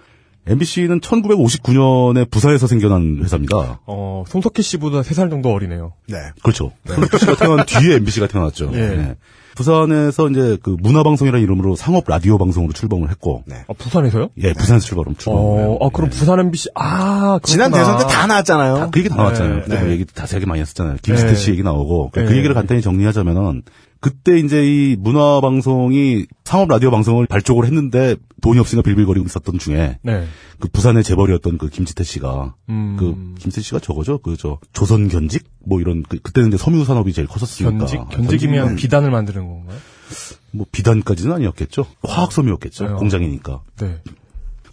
S5: MBC는 1959년에 부사에서 생겨난 회사입니다.
S2: 어 손석희 씨보다 3살 정도 어리네요.
S3: 네.
S5: 그렇죠. MBC가 태어난 뒤에 MBC가 태어났죠.
S2: 예.
S5: 네. 부산에서 이제 그 문화방송이라는 이름으로 상업 라디오 방송으로 출범을 했고,
S3: 네.
S2: 아 부산에서요?
S5: 예, 부산에서 출범, 출범을 예. 해요.
S2: 어, 아, 그럼 부산 MBC, 아, 그렇구나.
S3: 지난 대선 때 다 나왔잖아요.
S5: 다, 그 얘기 다 나왔잖아요. 그때 뭐 얘기 자세하게 많이 했었잖아요. 김스태 씨 얘기 나오고 그
S2: 네.
S5: 얘기를 간단히 정리하자면은 그때 이제 이 문화 방송이 상업 라디오 방송을 발족을 했는데 돈이 없으니까 빌빌거리고 있었던 중에
S2: 네.
S5: 그 부산의 재벌이었던 그 김지태 씨가
S2: 음.
S5: 그 김지태 씨가 저거죠 그 저 조선 견직 뭐 이런 그, 때는 이제 섬유 산업이 제일 컸었으니까
S2: 그러니까 견직? 견직이면
S5: 견직이면
S2: 비단을 만드는 건가요?
S5: 뭐 비단까지는 아니었겠죠 화학 섬유였겠죠
S2: 네.
S5: 공장이니까
S2: 네.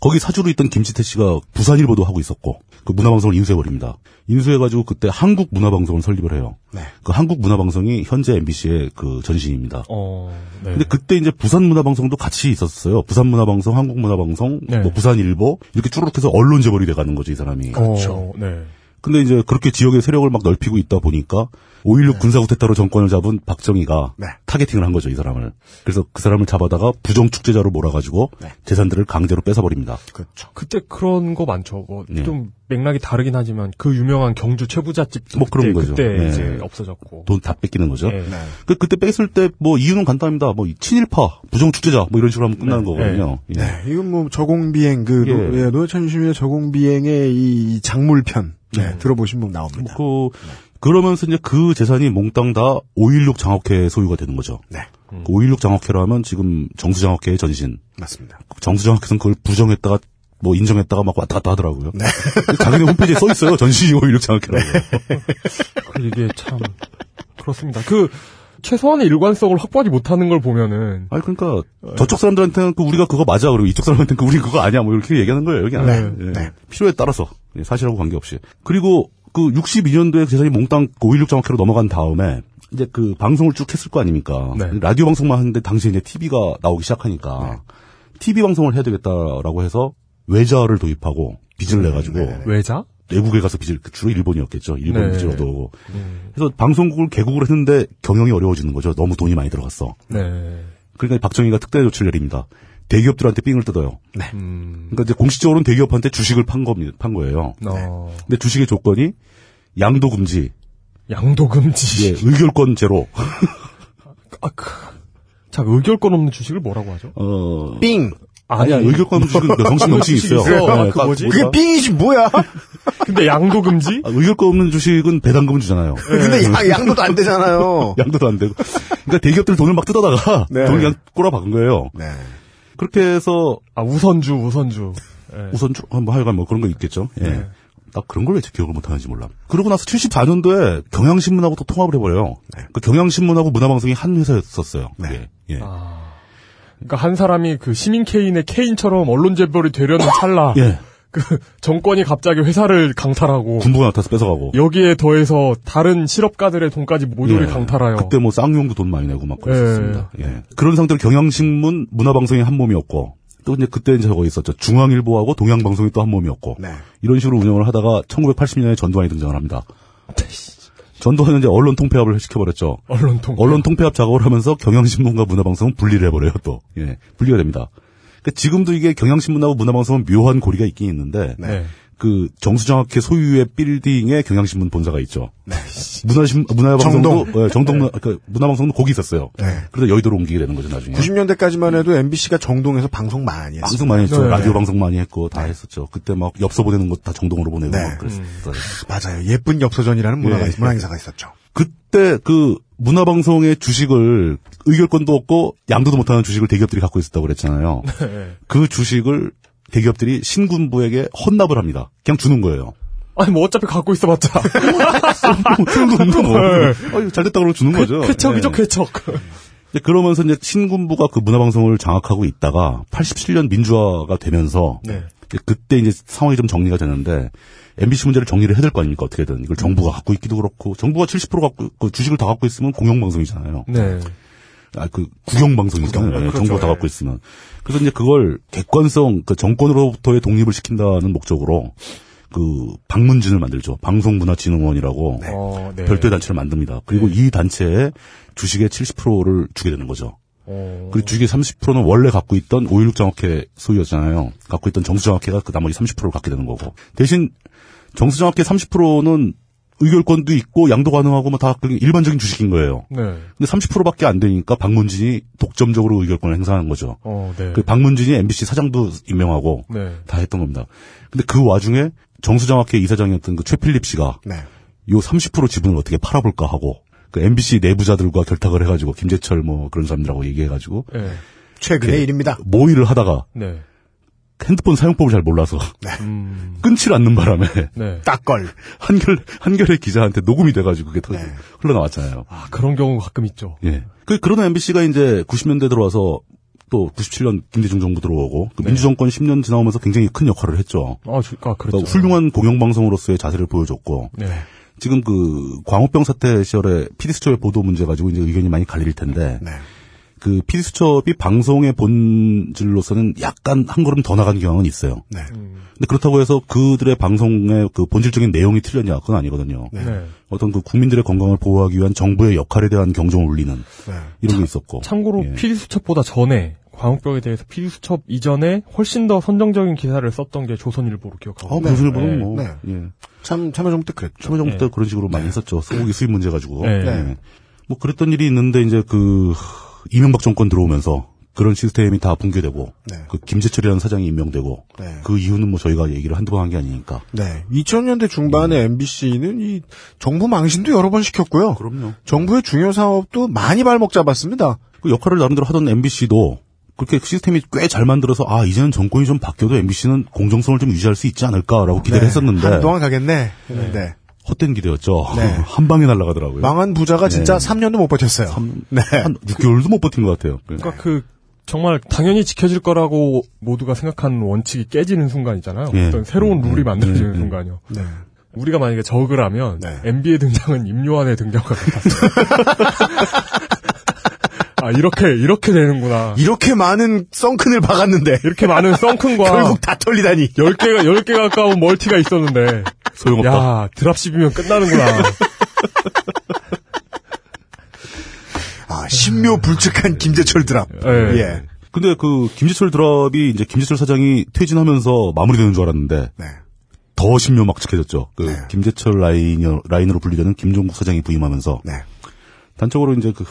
S5: 거기 사주로 있던 김지태 씨가 부산일보도 하고 있었고 그 문화방송을 인수해버립니다. 인수해가지고 그때 한국문화방송을 설립을 해요.
S2: 네.
S5: 그 한국문화방송이 현재 MBC의 그 전신입니다.
S2: 어, 네.
S5: 근데 그때 이제 부산문화방송도 같이 있었어요. 부산문화방송, 한국문화방송,
S2: 네.
S5: 뭐 부산일보 이렇게 쭈르륵해서 언론 재벌이 돼가는 거죠 이 사람이.
S2: 그렇죠. 네.
S5: 근데 이제 그렇게 지역의 세력을 막 넓히고 있다 보니까 5.16 군사구태타로 정권을 잡은 박정희가
S3: 네.
S5: 타겟팅을 한 거죠 이 사람을. 그래서 그 사람을 잡아다가 부정축제자로 몰아가지고 재산들을 강제로 뺏어버립니다.
S3: 네. 그렇죠.
S2: 그때 그런 거 많죠. 뭐, 좀 맥락이 다르긴 하지만 그 유명한 경주 최부잣집도
S5: 뭐
S2: 그때,
S5: 그런 거죠.
S2: 그때
S5: 네.
S2: 이제 없어졌고.
S5: 돈 다 뺏기는 거죠.
S2: 네.
S5: 그, 그때 뺐을 때, 뭐, 이유는 간단합니다. 뭐, 이 친일파, 부정축제자, 뭐, 이런 식으로 하면 끝나는 거거든요. 예.
S3: 네. 이건 뭐 저공비행, 그, 노,
S5: 예.
S3: 예, 노천심의 저공비행의 이, 이 작물편. 네. 들어보시면 나옵니다.
S5: 그, 그러면서 이제 그 재산이 몽땅 다 5.16 장학회 소유가 되는 거죠.
S3: 네.
S5: 그5.16 장학회라면 지금 정수장학회의 전신.
S3: 맞습니다.
S5: 정수장학회는 그걸 부정했다가, 뭐, 인정했다가 막 왔다 갔다 하더라고요. 자기네 홈페이지에 써
S3: 네.
S5: 있어요. 전신이 5.16 장학회라고.
S2: 그 이게 참, 그렇습니다. 그, 최소한의 일관성을 확보하지 못하는 걸 보면은
S5: 아니 그러니까 저쪽 사람들한테는 그 우리가 그거 맞아 그리고 이쪽 사람한테는 그 우리 그거 아니야 뭐 이렇게 얘기하는 거예요 여기 안
S2: 네,
S5: 네, 필요에 따라서 예, 사실하고 관계없이 그리고 그 62년도에 재산이 몽땅 5.16 정확회로 넘어간 다음에 이제 그 방송을 쭉 했을 거 아닙니까
S2: 네.
S5: 라디오 방송만 하는데 당시에 이제 TV가 나오기 시작하니까 TV 방송을 해야 되겠다라고 해서 외자를 도입하고 빚을 내가지고
S2: 외자?
S5: 외국에 가서 빚을 그 주로 일본이었겠죠. 일본
S2: 네.
S5: 빚을 얻어오고. 그래서 방송국을 개국을 했는데 경영이 어려워지는 거죠. 너무 돈이 많이 들어갔어.
S2: 네.
S5: 그러니까 박정희가 특대 조치를 내립니다. 대기업들한테 삥을 뜯어요.
S2: 음.
S5: 그러니까 이제 공식적으로는 대기업한테 주식을 판 겁니다. 판 거예요.
S2: 어.
S5: 근데 주식의 조건이 양도 금지,
S2: 양도
S5: 예,
S2: 금지.
S5: 의결권 제로.
S2: 아, 크. 자, 의결권 없는 주식을 뭐라고 하죠?
S5: 어
S3: 삥.
S5: 아니야 의결권 주식은 그러니까 정신 명칭이 있어요.
S2: 있어.
S5: 예,
S2: 아, 그
S5: 딱
S2: 뭐지?
S5: 보자.
S3: 그게 삥이지 뭐야?
S2: 근데 양도 금지?
S5: 아, 의결권 없는 주식은 배당금 주잖아요.
S3: 네. 근데 양, 양도도 안 되잖아요.
S5: 양도도 안 되고. 그러니까 대기업들 돈을 막 뜯어다가
S3: 네.
S5: 돈을 그냥 꼬라 박은 거예요.
S3: 네.
S5: 그렇게 해서
S2: 아, 우선주, 우선주. 예.
S5: 우선 주, 뭐 하여간 뭐 그런 거 있겠죠. 예. 나 그런 걸 왜 기억을 못하는지 몰라. 그러고 나서 74년도에 경향신문하고 또 통합을 해버려요. 그 경향신문하고 문화방송이 한 회사였었어요. 그게. 예.
S2: 그러니까 한 사람이 그 시민 케인의 케인처럼 언론 재벌이 되려는 찰나.
S5: 예.
S2: 그 정권이 갑자기 회사를 강탈하고
S5: 군부가 나타나서 뺏어가고.
S2: 여기에 더해서 다른 실업가들의 돈까지 모조리
S5: 예.
S2: 강탈하여.
S5: 그때 뭐 쌍용도 돈 많이 내고 막 그랬었습니다. 예. 그런 상태로 경향신문, 문화방송이 한 몸이었고. 또 이제 그때 이제 저거 있었죠. 중앙일보하고 동양방송이 또 한 몸이었고.
S3: 네.
S5: 이런 식으로 운영을 하다가 1980년에 전두환이 등장을 합니다. 전두환은 이제 언론 통폐합을 시켜버렸죠.
S2: 언론 통.
S5: 언론 통폐합 작업을 하면서 경향신문과 문화방송은 분리를 해버려요, 또. 예, 분리가 됩니다. 그러니까 지금도 이게 경향신문하고 문화방송은 묘한 고리가 있긴 있는데,
S2: 네.
S5: 그 정수정학회 소유의 빌딩에 경향신문 본사가 있죠. 문화신, 문화방송도, 정동. 정동, 그 문화방송도 거기 있었어요. 그래서 여의도로 옮기게 되는 거죠, 나중에.
S3: 90년대까지만 해도 MBC가 정동에서 방송 많이 했어요.
S5: 방송 많이 했죠.
S2: 네.
S5: 라디오 방송 많이 했고, 다 했었죠. 그때 막 엽서 보내는 거 다 정동으로 보내고
S3: 네.
S5: 막 그랬었어요.
S3: 맞아요. 예쁜 엽서전이라는 문화가,
S5: 그렇죠. 예.
S3: 문화행사가 있었죠.
S5: 그때 그 문화방송의 주식을 의결권도 없고 양도도 못하는 주식을 대기업들이 갖고 있었다고 그랬잖아요. 그 주식을 대기업들이 신군부에게 헌납을 합니다. 그냥 주는 거예요.
S2: 아니 뭐 어차피 갖고 있어봤자
S5: 신군부 뭐. 아유, 잘 됐다 그러고 주는 거죠.
S2: 쾌척이죠
S5: 예.
S2: 쾌척.
S5: 이제 그러면서 이제 신군부가 그 문화방송을 장악하고 있다가 87년 민주화가 되면서
S2: 네.
S5: 이제 그때 이제 상황이 좀 정리가 되는데 MBC 문제를 정리를 해야 될 거 아닙니까 어떻게든 이걸 정부가 갖고 있기도 그렇고 정부가 70% 갖고 그 주식을 다 갖고 있으면 공영방송이잖아요.
S2: 네.
S5: 아 그 구경 방송이잖아요.
S3: 구경,
S5: 예,
S3: 그렇죠.
S5: 정보 다 갖고 있으면. 그래서 이제 그걸 객관성 그 정권으로부터의 독립을 시킨다는 목적으로 그 방문진을 만들죠. 방송문화진흥원이라고
S2: 어, 네.
S5: 별도의 단체를 만듭니다. 그리고
S3: 네.
S5: 이 단체에 주식의 70%를 주게 되는 거죠.
S2: 어,
S5: 그리고 주식의 30%는 원래 갖고 있던 5.16 정확회 소유였잖아요. 갖고 있던 정수정확회가 그 나머지 30%를 갖게 되는 거고. 대신 정수정확회 30%는 의결권도 있고 양도 가능하고 뭐 다 일반적인 주식인 거예요.
S2: 네.
S5: 근데 30%밖에 안 되니까 박문진이 독점적으로 의결권을 행사하는 거죠.
S2: 어, 네.
S5: 그 박문진이 MBC 사장도 임명하고
S2: 네.
S5: 다 했던 겁니다. 근데 그 와중에 정수장학회 이사장이었던 그 최필립 씨가
S3: 네.
S5: 요 30% 지분을 어떻게 팔아볼까 하고 그 MBC 내부자들과 결탁을 해가지고 김재철 뭐 그런 사람들하고 얘기해가지고
S2: 네.
S3: 최근의
S5: 그-
S3: 일입니다.
S5: 모의를 하다가
S2: 네.
S5: 핸드폰 사용법을 잘 몰라서
S2: 음.
S5: 끊질 않는 바람에
S2: 네.
S3: 딱걸.
S5: 한결 한결의 기자한테 녹음이 돼가지고 그게 터-
S3: 네.
S5: 흘러나왔잖아요.
S2: 아, 그런 경우가 가끔 있죠.
S5: 예. 그, 그러나 MBC가 이제 90년대 들어와서 또 97년 김대중 정부 들어오고
S2: 네.
S5: 그 민주정권 10년 지나오면서 굉장히 큰 역할을 했죠.
S2: 아, 주, 아
S5: 그러니까
S2: 그렇죠.
S5: 훌륭한 공영방송으로서의 자세를 보여줬고
S2: 네.
S5: 지금 그 광우병 사태 시절에 피디수첩의 보도 문제 가지고 이제 의견이 많이 갈릴 텐데
S3: 네.
S5: 그 피디수첩이 방송의 본질로서는 약간 한 걸음 더 나간 경향은 있어요.
S3: 네.
S5: 근데 그렇다고 해서 그들의 방송의 그 본질적인 내용이 틀렸냐 그건 아니거든요.
S2: 네.
S5: 어떤 그 국민들의 건강을 보호하기 위한 정부의 역할에 대한 경종을 울리는
S3: 네.
S5: 이런 게 있었고
S2: 참고로
S5: 예.
S2: 피디수첩보다 전에 광우병에 대해서 피디수첩 이전에 훨씬 더 선정적인 기사를 썼던 게 조선일보로 기억하고.
S5: 아,
S2: 있어요.
S5: 무슨 일보는 뭐.
S3: 네.
S5: 예.
S3: 참, 참여정부 때 그랬죠. 네.
S5: 참여정부 때 그런 식으로 많이 했었죠. 소고기 수입 문제 가지고.
S2: 네.
S5: 예. 뭐 그랬던 일이 있는데 이제 그 이명박 정권 들어오면서 그런 시스템이 다 붕괴되고
S3: 네.
S5: 그 김재철이라는 사장이 임명되고
S3: 네.
S5: 그 이유는 뭐 저희가 얘기를 한두 번 한 게 아니니까.
S3: 네. 2000년대 중반에 MBC는 이 정부 망신도 여러 번 시켰고요.
S5: 음. 그럼요.
S3: 정부의 중요 사업도 많이 발목 잡았습니다.
S5: 그 역할을 나름대로 하던 MBC도 그렇게 시스템이 꽤 잘 만들어서 아 이제는 정권이 좀 바뀌어도 MBC는 공정성을 좀 유지할 수 있지 않을까라고 기대를
S3: 네.
S5: 했었는데
S3: 한동안 가겠네. 했는데.
S5: 헛된 기대였죠.
S3: 네.
S5: 한 방에 날아가더라고요.
S3: 망한 부자가 진짜
S5: 그 네.
S3: 3년도 못 버텼어요. 네.
S5: 한 6개월도 못 버틴 것 같아요. 그러니까
S2: 그러니까 그 정말 당연히 지켜질 거라고 모두가 생각한 원칙이 깨지는 순간이잖아요.
S5: 예.
S2: 어떤 새로운 룰이 만들어지는 순간이요.
S3: 네.
S2: 우리가 만약에 적을 하면
S3: 네.
S2: NBA 등장은 임요한의 등장과 같았어요. 아 이렇게 이렇게 되는구나.
S3: 이렇게 많은 썬큰을 박았는데
S2: 이렇게 많은 썬큰과
S3: 결국 다 털리다니.
S2: 10개가 10개 가까운 멀티가 있었는데
S5: 소용없다.
S2: 야, 드랍십이면 끝나는구나.
S3: 아, 신묘 불측한 김재철 드랍.
S2: 예.
S3: 예.
S5: 근데 그 김지철 드랍이 이제 김지철 사장이 퇴진하면서 마무리되는 줄 알았는데
S3: 네.
S5: 더 신묘막측해졌죠. 그
S3: 네.
S5: 김재철 라인 라인으로 분리되는 김종국 사장이 부임하면서
S3: 네.
S5: 단적으로 이제 그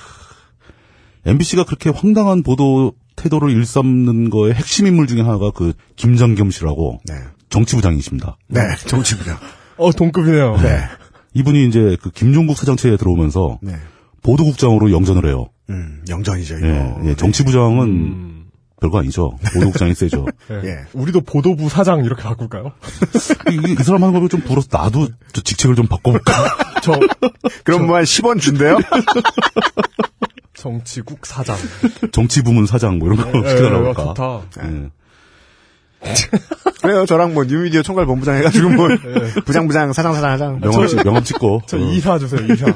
S5: MBC가 그렇게 황당한 보도 태도를 일삼는 거의 핵심 인물 중에 하나가 그 김장겸 씨라고
S3: 네.
S5: 정치부장이십니다.
S3: 네. 정치부장.
S2: 어, 동급이네요.
S3: 네.
S5: 이분이 이제 그 김종국 사장체에 들어오면서
S3: 네.
S5: 보도국장으로 영전을 해요.
S3: 음, 영전이죠, 이거.
S5: 예,
S2: 어,
S5: 예, 정치부장은 별거 아니죠. 보도국장이 세죠.
S2: 음. 예.
S3: 예.
S2: 우리도 보도부 사장 이렇게 바꿀까요?
S5: 이, 이- 이 사람 하는 거 보면 좀 부러서 나도 저 직책을 좀 바꿔볼까.
S2: 정,
S3: 그럼 뭐 한 10원 준대요?
S2: 정치국 사장.
S5: 정치부문 사장 뭐 이런 거 시켜달라고
S2: 예,
S5: 할까.
S2: 좋다. 아,
S5: 예.
S3: 그래요. 저랑 뭐 뉴미디어 총괄 본부장 해가지고 뭐 부장부장 사장사장 하장.
S5: 명함, 찍- 명함 찍고
S2: 저
S5: 어,
S2: 이사 주세요, 이사.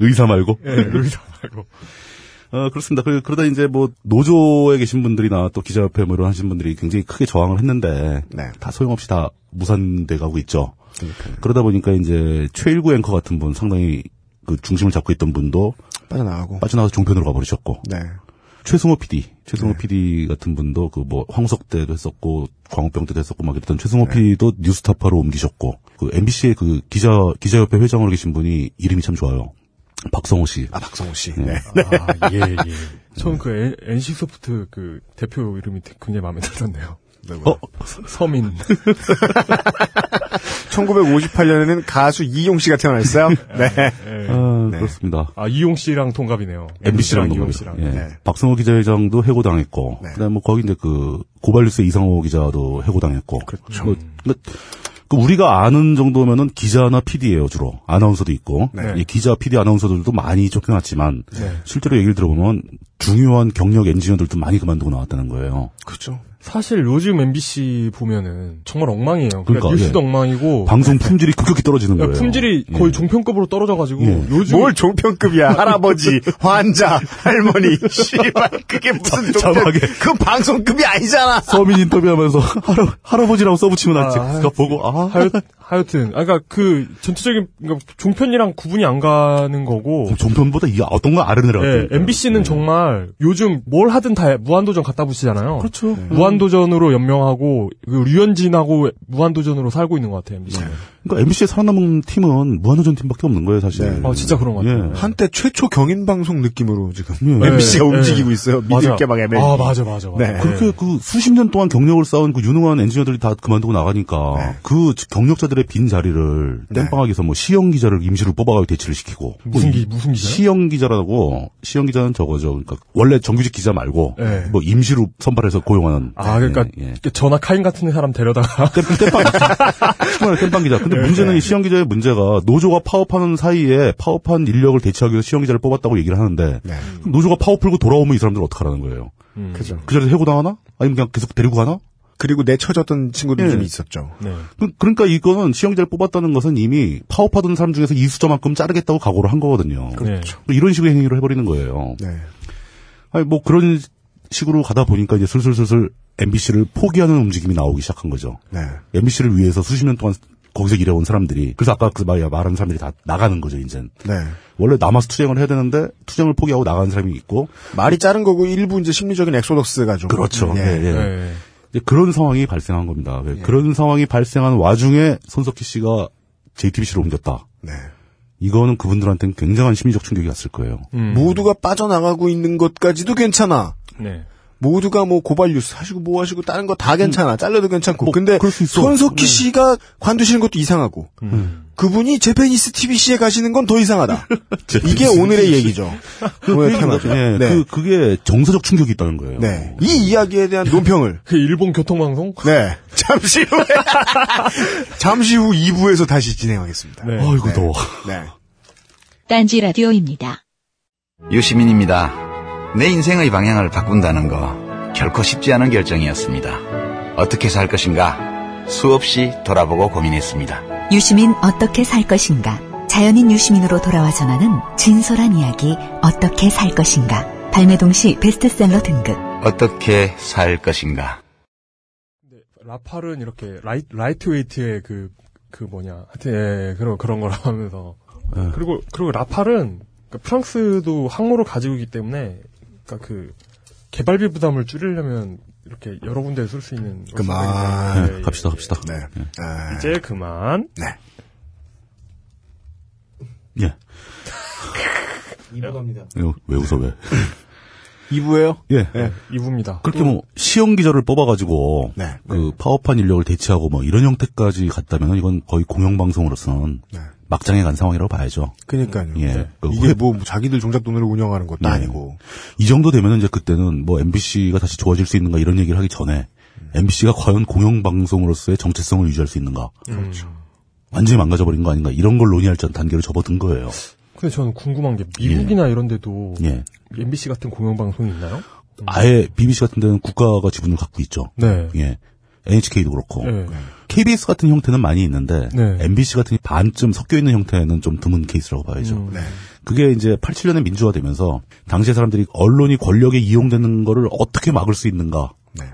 S5: 의사 말고.
S2: 예, 의사 말고.
S5: 어, 그렇습니다. 그, 러다 이제 뭐, 노조에 계신 분들이나 또 기자협회 뭐 이런 하신 분들이 굉장히 크게 저항을 했는데,
S3: 네.
S5: 다 소용없이 다 무산돼 가고 있죠. 그러다 보니까 이제 최일구 앵커 같은 분 상당히 그 중심을 잡고 있던 분도
S2: 어.
S3: 빠져나가고.
S5: 빠져나와서 종편으로 가버리셨고,
S3: 네.
S5: 최승호 PD, 최승호 PD 같은 분도 그 뭐 황석 때도 했었고, 광우병 때도 했었고 막 이랬던
S3: 네.
S5: 최승호 PD도 뉴스타파로 옮기셨고, 그 MBC의 그 기자, 기자협회 회장으로 계신 분이 이름이 참 좋아요. 박성호 씨.
S3: 아, 박성호 씨. 네.
S2: 아, 예, 예. 저는 그 N- NC 소프트 그 대표 이름이 굉장히 마음에 들었네요.
S5: 어?
S2: 서민.
S3: 1958년에는 가수 이용 씨가 태어났어요. 네.
S2: 예.
S5: 아, 그렇습니다.
S2: 아, 이용 씨랑 동갑이네요.
S5: MBC랑
S2: 이용
S5: 동갑이죠.
S2: 씨랑.
S5: 예.
S3: 네.
S5: 박성호 기자회장도 해고당했고,
S3: 네.
S5: 그다음 뭐 거기 이제 그 고발뉴스 이상호 기자도 해고당했고, 그렇죠. 우리가 아는 정도면은 기자나 PD예요 주로 아나운서도 있고 이 기자, PD, 아나운서들도 많이 쫓겨났지만 실제로 얘기를 들어보면 중요한 경력 엔지니어들도 많이 그만두고 나왔다는 거예요.
S3: 그렇죠.
S2: 사실 요즘 MBC 보면은 정말 엉망이에요. 그러니까,
S5: 그러니까,
S2: 뉴스도
S5: 예.
S2: 엉망이고
S5: 방송 품질이 급격히 떨어지는 거예요.
S2: 품질이 거의 종편급으로 떨어져가지고
S5: 예.
S2: 요즘
S3: 뭘 종편급이야. 할아버지, 환자, 할머니. 씨발, 그게 무슨 종편.
S5: 자막에.
S3: 그 방송급이 아니잖아.
S5: 서민 인터뷰하면서 할아, 할아버지라고 써붙이면 안 제가 보고 아
S2: 하여, 하여튼 아 그러니까 그 전체적인 그러니까 종편이랑 구분이 안 가는 거고
S5: 종편보다 이 어떤 거 아르느라고.
S2: 예, MBC는 정말 요즘 뭘 하든 다 무한도전 갖다 붙이잖아요. 그렇죠. 무한도전으로 연명하고 그 류현진하고 무한도전으로 살고 있는 것 같아요. MBC는.
S5: 그러니까 MBC에 살아남은 팀은 무한도전 팀밖에 없는 거예요, 사실.
S3: 네.
S2: 아 진짜 그런 것 같아요.
S5: 예.
S3: 한때 최초 경인방송 느낌으로 지금
S5: 예.
S3: MBC가
S2: 예.
S3: 움직이고 있어요.
S2: 맞아.
S3: 믿을 게막 애매.
S2: 아 맞아 맞아. 맞아.
S3: 네.
S5: 그렇게 그 수십 년 동안 경력을 쌓은 그 유능한 엔지니어들이 다 그만두고 나가니까
S3: 네.
S5: 그 경력자들의 빈 자리를 땜빵하기에서 뭐 시영 기자를 임시로 뽑아가지고 대치를 시키고
S2: 무슨 기
S5: 뭐
S2: 무슨 기자?
S5: 시영 기자라고 시영 기자는 저거죠. 그러니까 원래 정규직 기자 말고
S2: 네.
S5: 뭐 임시로 선발해서 고용하는.
S2: 아 그러니까
S5: 예, 예.
S2: 이렇게 전화 카인 같은 사람 데려다가
S5: 땜- 땜빵 정말 땜빵 기자.
S2: 네.
S5: 근데 문제는 이 시영 기자의 문제가 노조가 파업하는 사이에 파업한 인력을 대체하기 위해서 시영 기자를 뽑았다고 얘기를 하는데 그럼 노조가 파업 풀고 돌아오면 이 사람들 은 어떡하라는 거예요?
S3: 네.
S2: 음.
S3: 그죠.
S5: 그 자리에서 해고 당하나? 아니면 그냥 계속 데리고 가나?
S3: 그리고 내쳐졌던 친구들이
S5: 예.
S3: 좀 있었죠.
S5: 그, 러니까 이거는 시영자를 뽑았다는 것은 이미 파업하던 사람 중에서 이수저만큼 자르겠다고 각오를 한 거거든요. 뭐
S2: 그렇죠.
S5: 이런 식의 행위를 해버리는 거예요.
S3: 네.
S5: 아니 뭐 그런 식으로 가다 보니까 이제 슬슬슬슬 MBC를 포기하는 움직임이 나오기 시작한 거죠.
S3: 네.
S5: MBC를 위해서 수십 년 동안 거기서 일해온 사람들이 그래서 아까 그 말- 말한 사람들이 다 나가는 거죠 이제
S3: 네.
S5: 원래 남아서 투쟁을 해야 되는데 투쟁을 포기하고 나가는 사람이 있고
S3: 말이 자른 거고 일부 이제 심리적인 엑소덕스가 좀 예.
S5: 예, 예.
S2: 예.
S5: 이제 그런 상황이 발생한 겁니다.
S2: 네.
S5: 왜 그런 상황이 발생한 와중에 손석희 씨가 JTBC로 옮겼다.
S3: 네.
S5: 이거는 그분들한테는 굉장한 심리적 충격이 왔을 거예요.
S3: 모두가 빠져나가고 있는 것까지도 괜찮아.
S2: 네.
S3: 모두가 뭐 고발 뉴스 하시고 뭐 하시고 다른 거 다 괜찮아. 잘려도 괜찮고.
S5: 음. 뭐,
S3: 근데
S5: 그럴 수 있어. 음.
S3: 손석희 씨가 관두시는 것도 이상하고. 그분이 제페니스 TBC에 가시는 건 더 이상하다. 이게
S5: 제페니스
S3: 오늘의
S5: TBC.
S3: 얘기죠. 오늘의 테마죠.
S5: 예,
S3: 네.
S5: 그, 그게 정서적 충격이 있다는 거예요.
S3: 네. 이 이야기에 대한 논평을
S2: 그 일본 교통방송?
S3: 네. 잠시 후에 잠시 후 2부에서 다시 진행하겠습니다.
S2: 네.
S5: 아이고, 더워.
S3: 네.
S8: 딴지 라디오입니다.
S9: 유시민입니다. 내 인생의 방향을 바꾼다는 거 결코 쉽지 않은 결정이었습니다. 어떻게 살 것인가 수없이 돌아보고 고민했습니다.
S10: 유시민 어떻게 살 것인가? 자연인 유시민으로 돌아와 전하는 진솔한 이야기 어떻게 살 것인가? 발매 동시 베스트셀러 등급.
S9: 어떻게 살 것인가.
S2: 라팔은 이렇게 라이, 라이트 웨이트의 그, 그 뭐냐. 하여튼, 예, 그런, 그런 걸 하면서.
S5: 예.
S2: 그리고, 그리고 라팔은 그러니까 프랑스도 항로를 가지고 있기 때문에, 그러니까 그, 개발비 부담을 줄이려면 이렇게 여러 군데에 쓸 수 있는.
S3: 그만.
S2: 옷이거든요. 예,
S5: 네,
S2: 예,
S5: 갑시다, 갑시다.
S3: 네.
S2: 예.
S3: 아,
S2: 이제 그만.
S5: 예.
S7: 이보답니다.
S5: 이거 왜 웃어, 왜.
S3: 2부예요?
S5: 예.
S3: 네. 음.
S2: 이부입니다.
S5: 그렇게 뭐, 시험 기자를 뽑아가지고,
S3: 네.
S5: 그, 파업한 인력을 대체하고 뭐, 이런 형태까지 갔다면 이건 거의 공영방송으로서는
S3: 네.
S5: 막장에 간 상황이라고 봐야죠.
S3: 그니까요.
S5: 예. 그
S3: 이게
S5: 회-
S3: 뭐 자기들 종잣 돈으로 운영하는 것도
S5: 네.
S3: 아니고.
S5: 이 정도 되면은 이제 그때는 뭐 MBC가 다시 좋아질 수 있는가 이런 얘기를 하기 전에 MBC가 과연 공영방송으로서의 정체성을 유지할 수 있는가.
S2: 그렇죠.
S5: 완전히 망가져버린 거 아닌가 이런 걸 논의할 전 단계로 접어든 거예요.
S2: 근데 저는 궁금한 게 미국이나 이런 데도
S5: 예.
S2: MBC 같은 공영방송이 있나요?
S5: 아예 BBC 같은 데는 국가가 지분을 갖고 있죠.
S2: 네.
S5: 예. NHK도 그렇고.
S2: 예.
S5: KBS 같은 형태는 많이 있는데
S2: 네.
S5: MBC 같은 반쯤 섞여 있는 형태는 좀 드문 케이스라고 봐야죠. 네.
S2: 음.
S5: 그게 이제 87년에 민주화되면서 당시에 사람들이 언론이 권력에 이용되는 거를 어떻게 막을 수 있는가
S3: 네.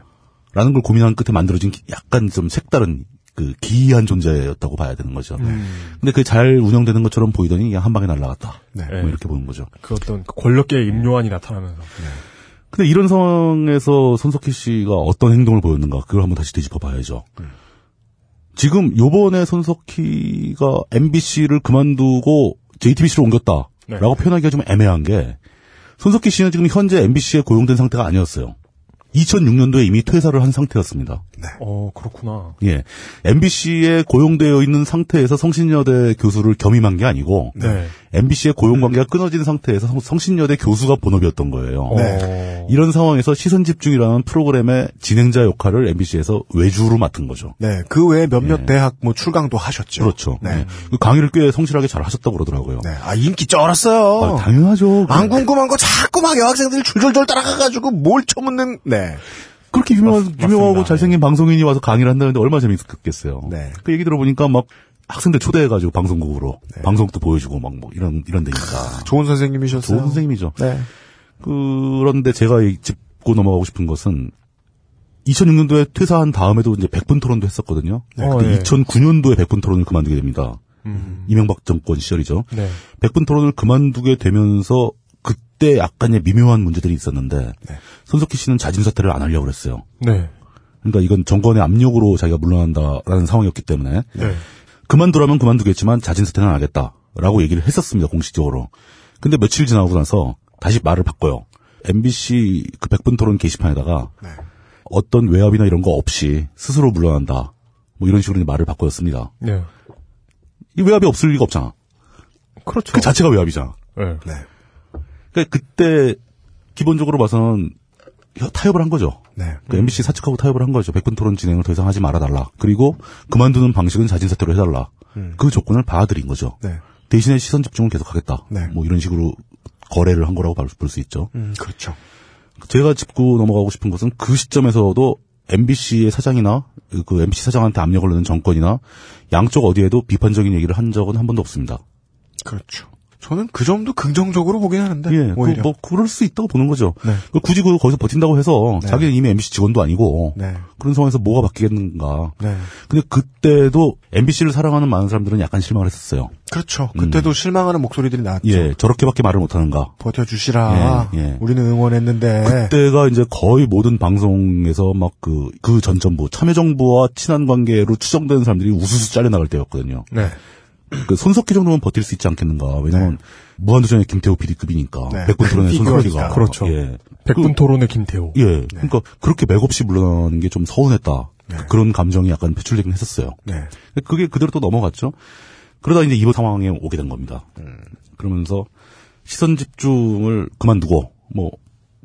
S5: 라는 걸 고민한 끝에 만들어진 기- 약간 좀 색다른 그 기이한 존재였다고 봐야 되는 거죠.
S3: 음.
S5: 근데 그게 잘 운영되는 것처럼 보이더니 그냥 한 방에 날아갔다.
S3: 네.
S5: 뭐 이렇게 보는 거죠.
S2: 그 어떤 그 권력계의 임요한이 나타나면서.
S5: 네. 근데 이런 상황에서 손석희 씨가 어떤 행동을 보였는가 그걸 한번 다시 뒤집어 봐야죠. 지금 요번에 손석희가 MBC를 그만두고 JTBC로 옮겼다라고
S2: 네.
S5: 표현하기가 좀 애매한 게 손석희 씨는 지금 현재 MBC에 고용된 상태가 아니었어요. 2006년도에 이미 퇴사를 한 상태였습니다.
S2: 어, 그렇구나.
S5: 예. MBC에 고용되어 있는 상태에서 성신여대 교수를 겸임한 게 아니고
S2: 네.
S5: MBC의 고용 관계가 끊어진 상태에서 성- 성신여대 교수가 본업이었던 거예요. 어.
S2: 네.
S5: 이런 상황에서 시선 집중이라는 프로그램의 진행자 역할을 MBC에서 외주로 맡은 거죠.
S3: 네. 그 외에 몇몇 대학 뭐 출강도 하셨죠.
S5: 예. 그렇죠.
S3: 네.
S5: 예. 그 강의를 꽤 성실하게 잘 하셨다고 그러더라고요.
S3: 네. 아, 인기 쩔었어요.
S5: 아, 당연하죠.
S3: 안 궁금한 거 자꾸 막 여학생들이 줄줄줄 따라가가지고 뭘 쳐묻는, 네.
S5: 그렇게 유명한,
S2: 맞-
S5: 유명하고
S2: 맞습니다.
S5: 잘생긴 방송인이 와서 강의를 한다는데 얼마나 재밌었겠어요.
S3: 네.
S5: 그 얘기 들어보니까 막 학생들 초대해가지고 방송국으로 방송도 보여주고 막 뭐 이런, 이런 데니까.
S3: 좋은 선생님이셨어요.
S2: 그렇죠.
S5: 좋은 선생님이죠.
S3: 네.
S5: 그런데 제가 이- 짚고 넘어가고 싶은 것은 2006년도에 퇴사한 다음에도 이제 100분 토론도 했었거든요.
S2: 네.
S5: 근데
S2: 어, 예.
S5: 2009년도에 100분 토론을 그만두게 됩니다.
S2: 음.
S5: 이명박 정권 시절이죠.
S2: 네.
S5: 100분 토론을 그만두게 되면서 그때 약간의 미묘한 문제들이 있었는데 손석희 씨는 자진 사퇴를 안 하려고 그랬어요.
S2: 네.
S5: 그러니까 이건 정권의 압력으로 자기가 물러난다라는 상황이었기 때문에
S2: 네.
S5: 그만두라면 그만두겠지만 자진 사퇴는 안 하겠다라고 얘기를 했었습니다 공식적으로. 근데 며칠 지나고 나서 다시 말을 바꿔요. MBC 그 100분 토론 게시판에다가
S2: 네.
S5: 어떤 외압이나 이런 거 없이 스스로 물러난다. 뭐 이런 식으로 이제 말을 바꿔줬습니다.
S2: 네.
S5: 이 외압이 없을 리가 없잖아.
S2: 그렇죠.
S5: 그 자체가 외압이잖아.
S2: 네.
S5: 그러니까 그때 기본적으로 봐서는 혀- 타협을 한 거죠.
S3: 네.
S5: 그러니까 MBC 사측하고 타협을 한 거죠. 백분 토론 진행을 더 이상 하지 말아달라. 그리고 그만두는 방식은 자진 사퇴로 해달라. 그 조건을 받아들인 거죠.
S3: 음. 네.
S5: 대신에 시선 집중을 계속하겠다.
S3: 네.
S5: 뭐 이런 식으로 거래를 한 거라고 볼 수 있죠.
S3: 음, 그렇죠.
S5: 제가 짚고 넘어가고 싶은 것은 그 시점에서도 MBC의 사장이나 그 MBC 사장한테 압력을 넣는 정권이나 양쪽 어디에도 비판적인 얘기를 한 적은 한 번도 없습니다.
S3: 그렇죠. 저는 그 점도 긍정적으로 보긴 하는데.
S5: 예, 그,
S3: 네, 오히려.
S5: 뭐 그럴 수 있다고 보는 거죠.
S3: 네.
S5: 그 굳이 그 거기서 버틴다고 해서
S3: 네.
S5: 자기는 이미 MBC 직원도 아니고
S3: 네.
S5: 그런 상황에서 뭐가 바뀌겠는가.
S3: 네.
S5: 근데 그때도 MBC를 사랑하는 많은 사람들은 약간 실망을 했었어요.
S3: 그렇죠. 그때도 실망하는 목소리들이 나왔죠.
S5: 음. 예, 저렇게밖에 말을 못하는가.
S3: 버텨주시라.
S5: 예, 예.
S3: 우리는 응원했는데.
S5: 그때가 이제 거의 모든 방송에서 막 그, 그 전 정부, 참여정부와 친한 관계로 추정되는 사람들이 우수수 잘려나갈 때였거든요.
S3: 네.
S5: 그 손석희 정도면 버틸 수 있지 않겠는가. 왜냐면, 무한도전의 김태호 PD급이니까.
S3: 네.
S5: 백분 토론의
S3: 피규어니까.
S5: 손석희가.
S2: 그렇죠.
S5: 예.
S2: 백분 토론의 김태호.
S5: 예. 그러니까 그렇게 맥없이 물러나는 게 좀 서운했다. 그런 감정이 약간 표출되긴 했었어요.
S3: 네.
S5: 근데 그게 그대로 또 넘어갔죠. 그러다 이제 이번 상황에 오게 된 겁니다. 그러면서 시선 집중을 그만두고 뭐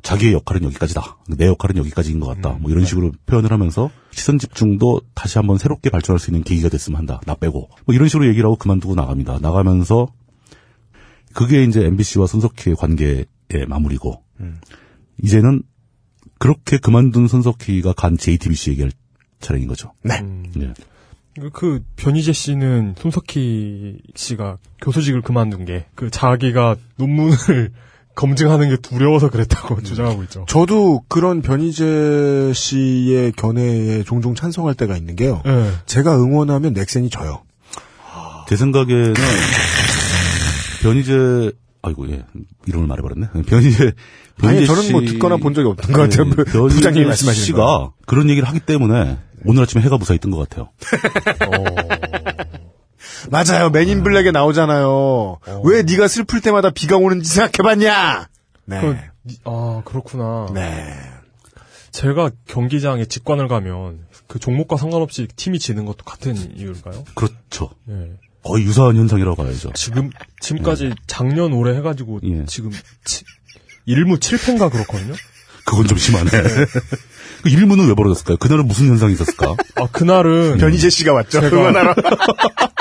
S5: 자기의 역할은 여기까지다. 내 역할은 여기까지인 것 같다. 뭐 이런 식으로 표현을 하면서 시선 집중도 다시 한번 새롭게 발전할 수 있는 계기가 됐으면 한다. 나 빼고. 뭐 이런 식으로 얘기를 하고 그만두고 나갑니다. 나가면서 그게 이제 MBC와 손석희의 관계의 마무리고 이제는 그렇게 그만둔 손석희가 간 JTBC 얘기할 차례인 거죠.
S3: 네.
S5: 예.
S2: 그- 그 변희재 씨는 손석희 씨가 교수직을 그만둔 게 그 자기가 논문을 검증하는 게 두려워서 그랬다고 주장하고 있죠.
S3: 저도 그런 변희재 씨의 견해에 종종 찬성할 때가 있는 게요.
S2: 예.
S3: 제가 응원하면 넥센이 져요.
S5: 제 생각에는 변희재 아이고 예 이름을 말해버렸네 변희재 변희재
S3: 아니, 저는 뭐
S5: 씨- 예, 네,
S3: 듣거나 본 적이 없는 것 같아요. 뭐
S5: 변희재
S3: 부장님이 말씀하시는
S5: 씨가
S3: 거.
S5: 그런 얘기를 하기 때문에 오늘 아침에 해가 무사히 뜬 것 같아요.
S3: 맞아요. 맨인 블랙에 나오잖아요.
S2: 어.
S3: 왜 네가 슬플 때마다 비가 오는지 생각해봤냐? 네.
S2: 그, 아 그렇구나.
S3: 네.
S2: 제가 경기장에 직관을 가면 그 종목과 상관없이 팀이 지는 것도 같은 이유일까요?
S5: 그렇죠.
S2: 예.
S5: 거의 유사한 현상이라고 봐야죠.
S2: 지금 지금까지 작년 올해 해가지고
S5: 예.
S2: 지금 치, 일무 7패인가 그렇거든요.
S5: 그건 좀 심하네. 그 일문은 왜 벌어졌을까요? 그날은 무슨 현상이 있었을까?
S2: 아 그날은
S3: 변희재 씨가 왔죠.
S2: 제가-
S3: 그건 알아.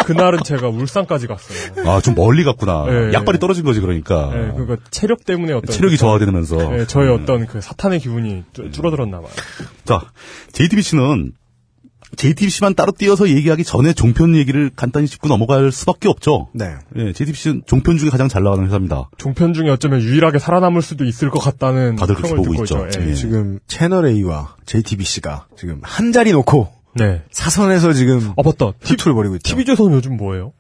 S2: 그날은 제가 울산까지 갔어요.
S5: 아 좀 멀리 갔구나.
S3: 네.
S2: 예, 예.
S5: 약발이 떨어진 거지 그러니까.
S2: 예, 그러니까 체력 때문에 어떤
S5: 체력이 저하되면서
S3: 네,
S5: 음.
S2: 예, 저의 어떤 그 사탄의 기분이 줄- 줄어들었나 봐요.
S5: 자, JTBC는 JTBC만 따로 띄어서 얘기하기 전에 종편 얘기를 간단히 짚고 넘어갈 수밖에 없죠.
S3: 네.
S5: 예, JTBC는 종편 중에 가장 잘 나가는 회사입니다.
S2: 종편 중에 어쩌면 유일하게 살아남을 수도 있을 것 같다는
S5: 다들 그렇게
S2: 평을
S5: 보고
S2: 듣고
S5: 있죠.
S2: 예.
S5: 예.
S3: 지금 채널A와 JTBC가 지금 한 자리 놓고
S2: 네.
S3: 사선에서 지금
S2: 아 맞다. 티-
S3: 투투를 벌이고 있죠.
S2: TV 조선 요즘 뭐예요?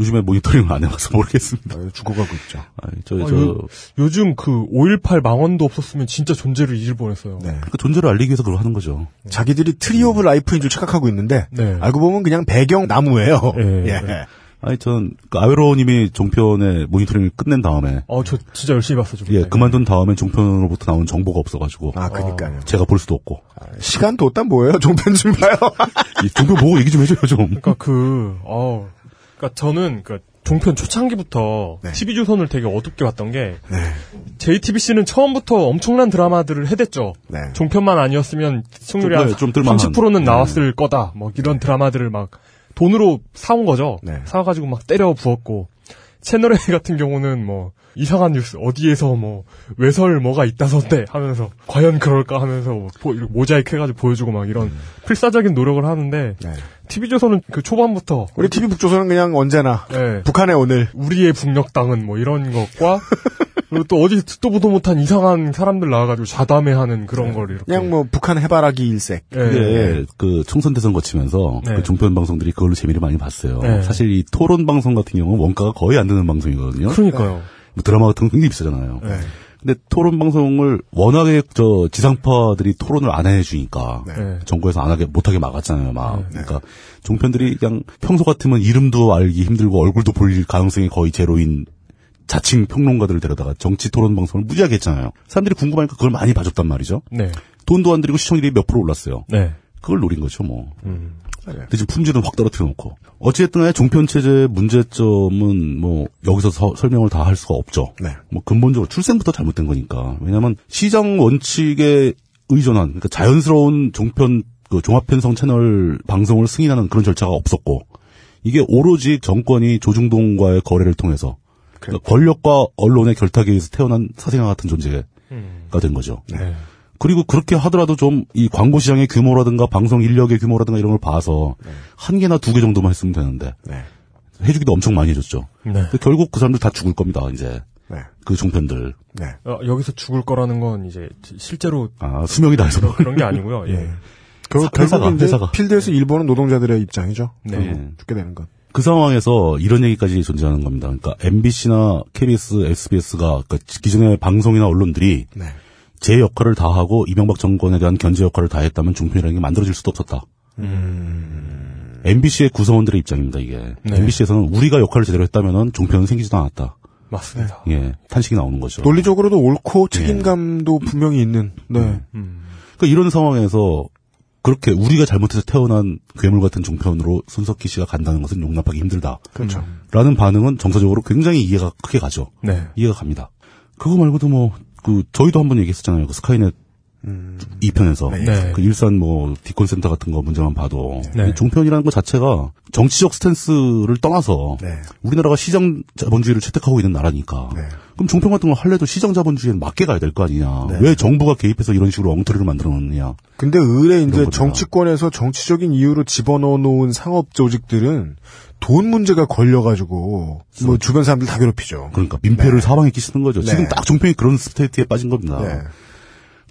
S5: 요즘에 모니터링을 안 해봐서 모르겠습니다.
S3: 아, 죽어가고 있죠.
S5: 아, 저,
S2: 아,
S5: 저,
S2: 요- 요즘 그 5.18 망원도 없었으면 진짜 존재를 잊을 뻔했어요.
S3: 네.
S5: 그 존재를 알리기 위해서 그걸 하는 거죠.
S3: 자기들이 트리 오브 라이프인 줄 착각하고 있는데
S2: 네.
S3: 알고 보면 그냥 배경 나무예요.
S2: 예.
S3: 예.
S5: 아니, 전, 그 아웨로님이 종편의 모니터링을 끝낸 다음에,
S2: 아 저 진짜 열심히 봤어요.
S5: 예, 그만둔 다음에 종편으로부터 나온 정보가 없어가지고,
S3: 아, 그니까요.
S5: 제가 볼 수도 없고,
S3: 시간 뒀단 뭐예요? 종편 좀 봐요.
S5: 이 종편 보고 얘기 좀 해줘요, 좀.
S2: 그러니까 그, 어, 그러니까 저는 그 종편 초창기부터
S3: 네.
S2: 12조선을 되게 어둡게 봤던 게 JTBC는 처음부터 엄청난 드라마들을 해댔죠.
S3: 네.
S2: 종편만 아니었으면 승률이
S5: 좀,
S2: 한
S5: 네, 좀 뜰만한.
S2: 30%는
S5: 네.
S2: 나왔을 거다. 뭐 이런 드라마들을 막 돈으로 사온 거죠.
S3: 네.
S2: 사가지고 막 때려 부었고 채널 A 같은 경우는 뭐 이상한 뉴스 어디에서 뭐 외설 뭐가 있다던데 하면서 과연 그럴까 하면서 뭐 보- 이렇게 모자이크 해가지고 보여주고 막 이런
S5: 음.
S2: 필사적인 노력을 하는데
S3: 네.
S2: TV조선은 그 초반부터
S3: 우리 TV 북조선은 그냥 언제나
S2: 예,
S3: 북한의 오늘
S2: 우리의 북녘당은 뭐 이런 것과 그리고 또 어디 듣도 보도 못한 이상한 사람들 나와가지고 좌담회하는 그런 걸 이렇게
S3: 그냥 뭐 북한 해바라기 일색.
S2: 예,
S5: 네. 그게 그 총선 대선 거치면서
S2: 네.
S5: 그 종편 방송들이 그걸로 재미를 많이 봤어요.
S2: 네.
S5: 사실 이 토론 방송 같은 경우는 원가가 거의 안 드는 방송이거든요.
S2: 그러니까요.
S5: 뭐 드라마 같은 건 굉장히 비싸잖아요.
S2: 네.
S5: 근데 토론 방송을 워낙에 저 지상파들이 토론을 안 해주니까
S2: 네.
S5: 정부에서 안 하게 못하게 막았잖아요. 막 그러니까 종편들이 그냥 평소 같으면 이름도 알기 힘들고 얼굴도 볼 가능성이 거의 제로인 자칭 평론가들을 데려다가 정치 토론 방송을 무지하게 했잖아요. 사람들이 궁금하니까 그걸 많이 봐줬단 말이죠.
S2: 네.
S5: 돈도 안 들이고 시청률이 몇 프로 올랐어요.
S2: 네.
S5: 그걸 노린 거죠, 뭐. 근데 지금 품질은 확 떨어뜨려 놓고. 어찌됐든 간에 종편체제의 문제점은 뭐, 여기서 서- 설명을 다 할 수가 없죠.
S3: 네.
S5: 뭐, 근본적으로 출생부터 잘못된 거니까. 왜냐면, 시장 원칙에 의존한, 그러니까 자연스러운 종편, 그 종합편성 채널 방송을 승인하는 그런 절차가 없었고, 이게 오로지 정권이 조중동과의 거래를 통해서, 그러니까 권력과 언론의 결탁에 의해서 태어난 사생아 같은 존재가 된 거죠. 그리고 그렇게 하더라도 좀 이 광고 시장의 규모라든가 방송 인력의 규모라든가 이런 걸 봐서
S2: 네.
S5: 한 개나 두 개 정도만 했으면 되는데
S3: 네.
S5: 해주기도 엄청 많이 해줬죠.
S2: 네.
S5: 근데 결국 그 사람들 다 죽을 겁니다. 이제
S3: 네.
S5: 그 종편들
S3: 네.
S2: 어, 여기서 죽을 거라는 건 이제 실제로
S5: 아 수명이 다해서
S2: 뭐 그런, 그런 게 아니고요. 예.
S3: 그 결국
S5: 회사가,
S3: 결국 이제
S5: 회사가. 네.
S3: 필드에서 일본은 노동자들의 입장이죠.
S2: 네.
S3: 결국 죽게 되는 건.
S5: 그 상황에서 이런 얘기까지 존재하는 겁니다. 그러니까 MBC나 KBS, SBS가 그러니까 기존의 방송이나 언론들이
S3: 네.
S5: 제 역할을 다 하고 이명박 정권에 대한 견제 역할을 다 했다면 종편이라는 게 만들어질 수도 없었다.
S2: 음.
S5: MBC의 구성원들의 입장입니다. 이게
S2: 네.
S5: MBC에서는 우리가 역할을 제대로 했다면은 종편은 생기지도 않았다.
S3: 네.
S2: 맞습니다.
S5: 예, 탄식이 나오는 거죠.
S2: 음.
S5: 음.
S3: 논리적으로도 옳고 책임감도 분명히 있는. 네.
S5: 그러니까 이런 상황에서 그렇게 우리가 잘못해서 태어난 괴물 같은 종편으로 손석희 씨가 간다는 것은 용납하기 힘들다.
S2: 그렇죠.
S5: 라는 반응은 정서적으로 굉장히 이해가 크게 가죠.
S2: 네.
S5: 이해가 갑니다. 그거 말고도 뭐, 그, 저희도 한 번 얘기했었잖아요. 그 스카이넷 2편에서.
S2: 네.
S5: 그 일산 뭐, 디콘센터 같은 거 문제만 봐도.
S2: 네.
S5: 이 종편이라는 것 자체가 정치적 스탠스를 떠나서. 우리나라가 시장 자본주의를 채택하고 있는 나라니까. 그럼 종편 같은 걸 할래도 시장 자본주의에 맞게 가야 될 거 아니냐. 왜 정부가 개입해서 이런 식으로 엉터리를 만들어 놓느냐.
S3: 근데 의뢰
S5: 이런
S3: 이제
S5: 거잖아.
S3: 정치권에서 정치적인 이유로 집어넣어 놓은 상업 조직들은 돈 문제가 걸려가지고
S2: 그렇죠.
S3: 뭐 주변 사람들 다 괴롭히죠.
S5: 그러니까 민폐를 사방에 끼치는 거죠.
S3: 네.
S5: 지금 딱 종편이 그런 스테이트에 빠진
S2: 어.
S5: 겁니다.
S3: 네.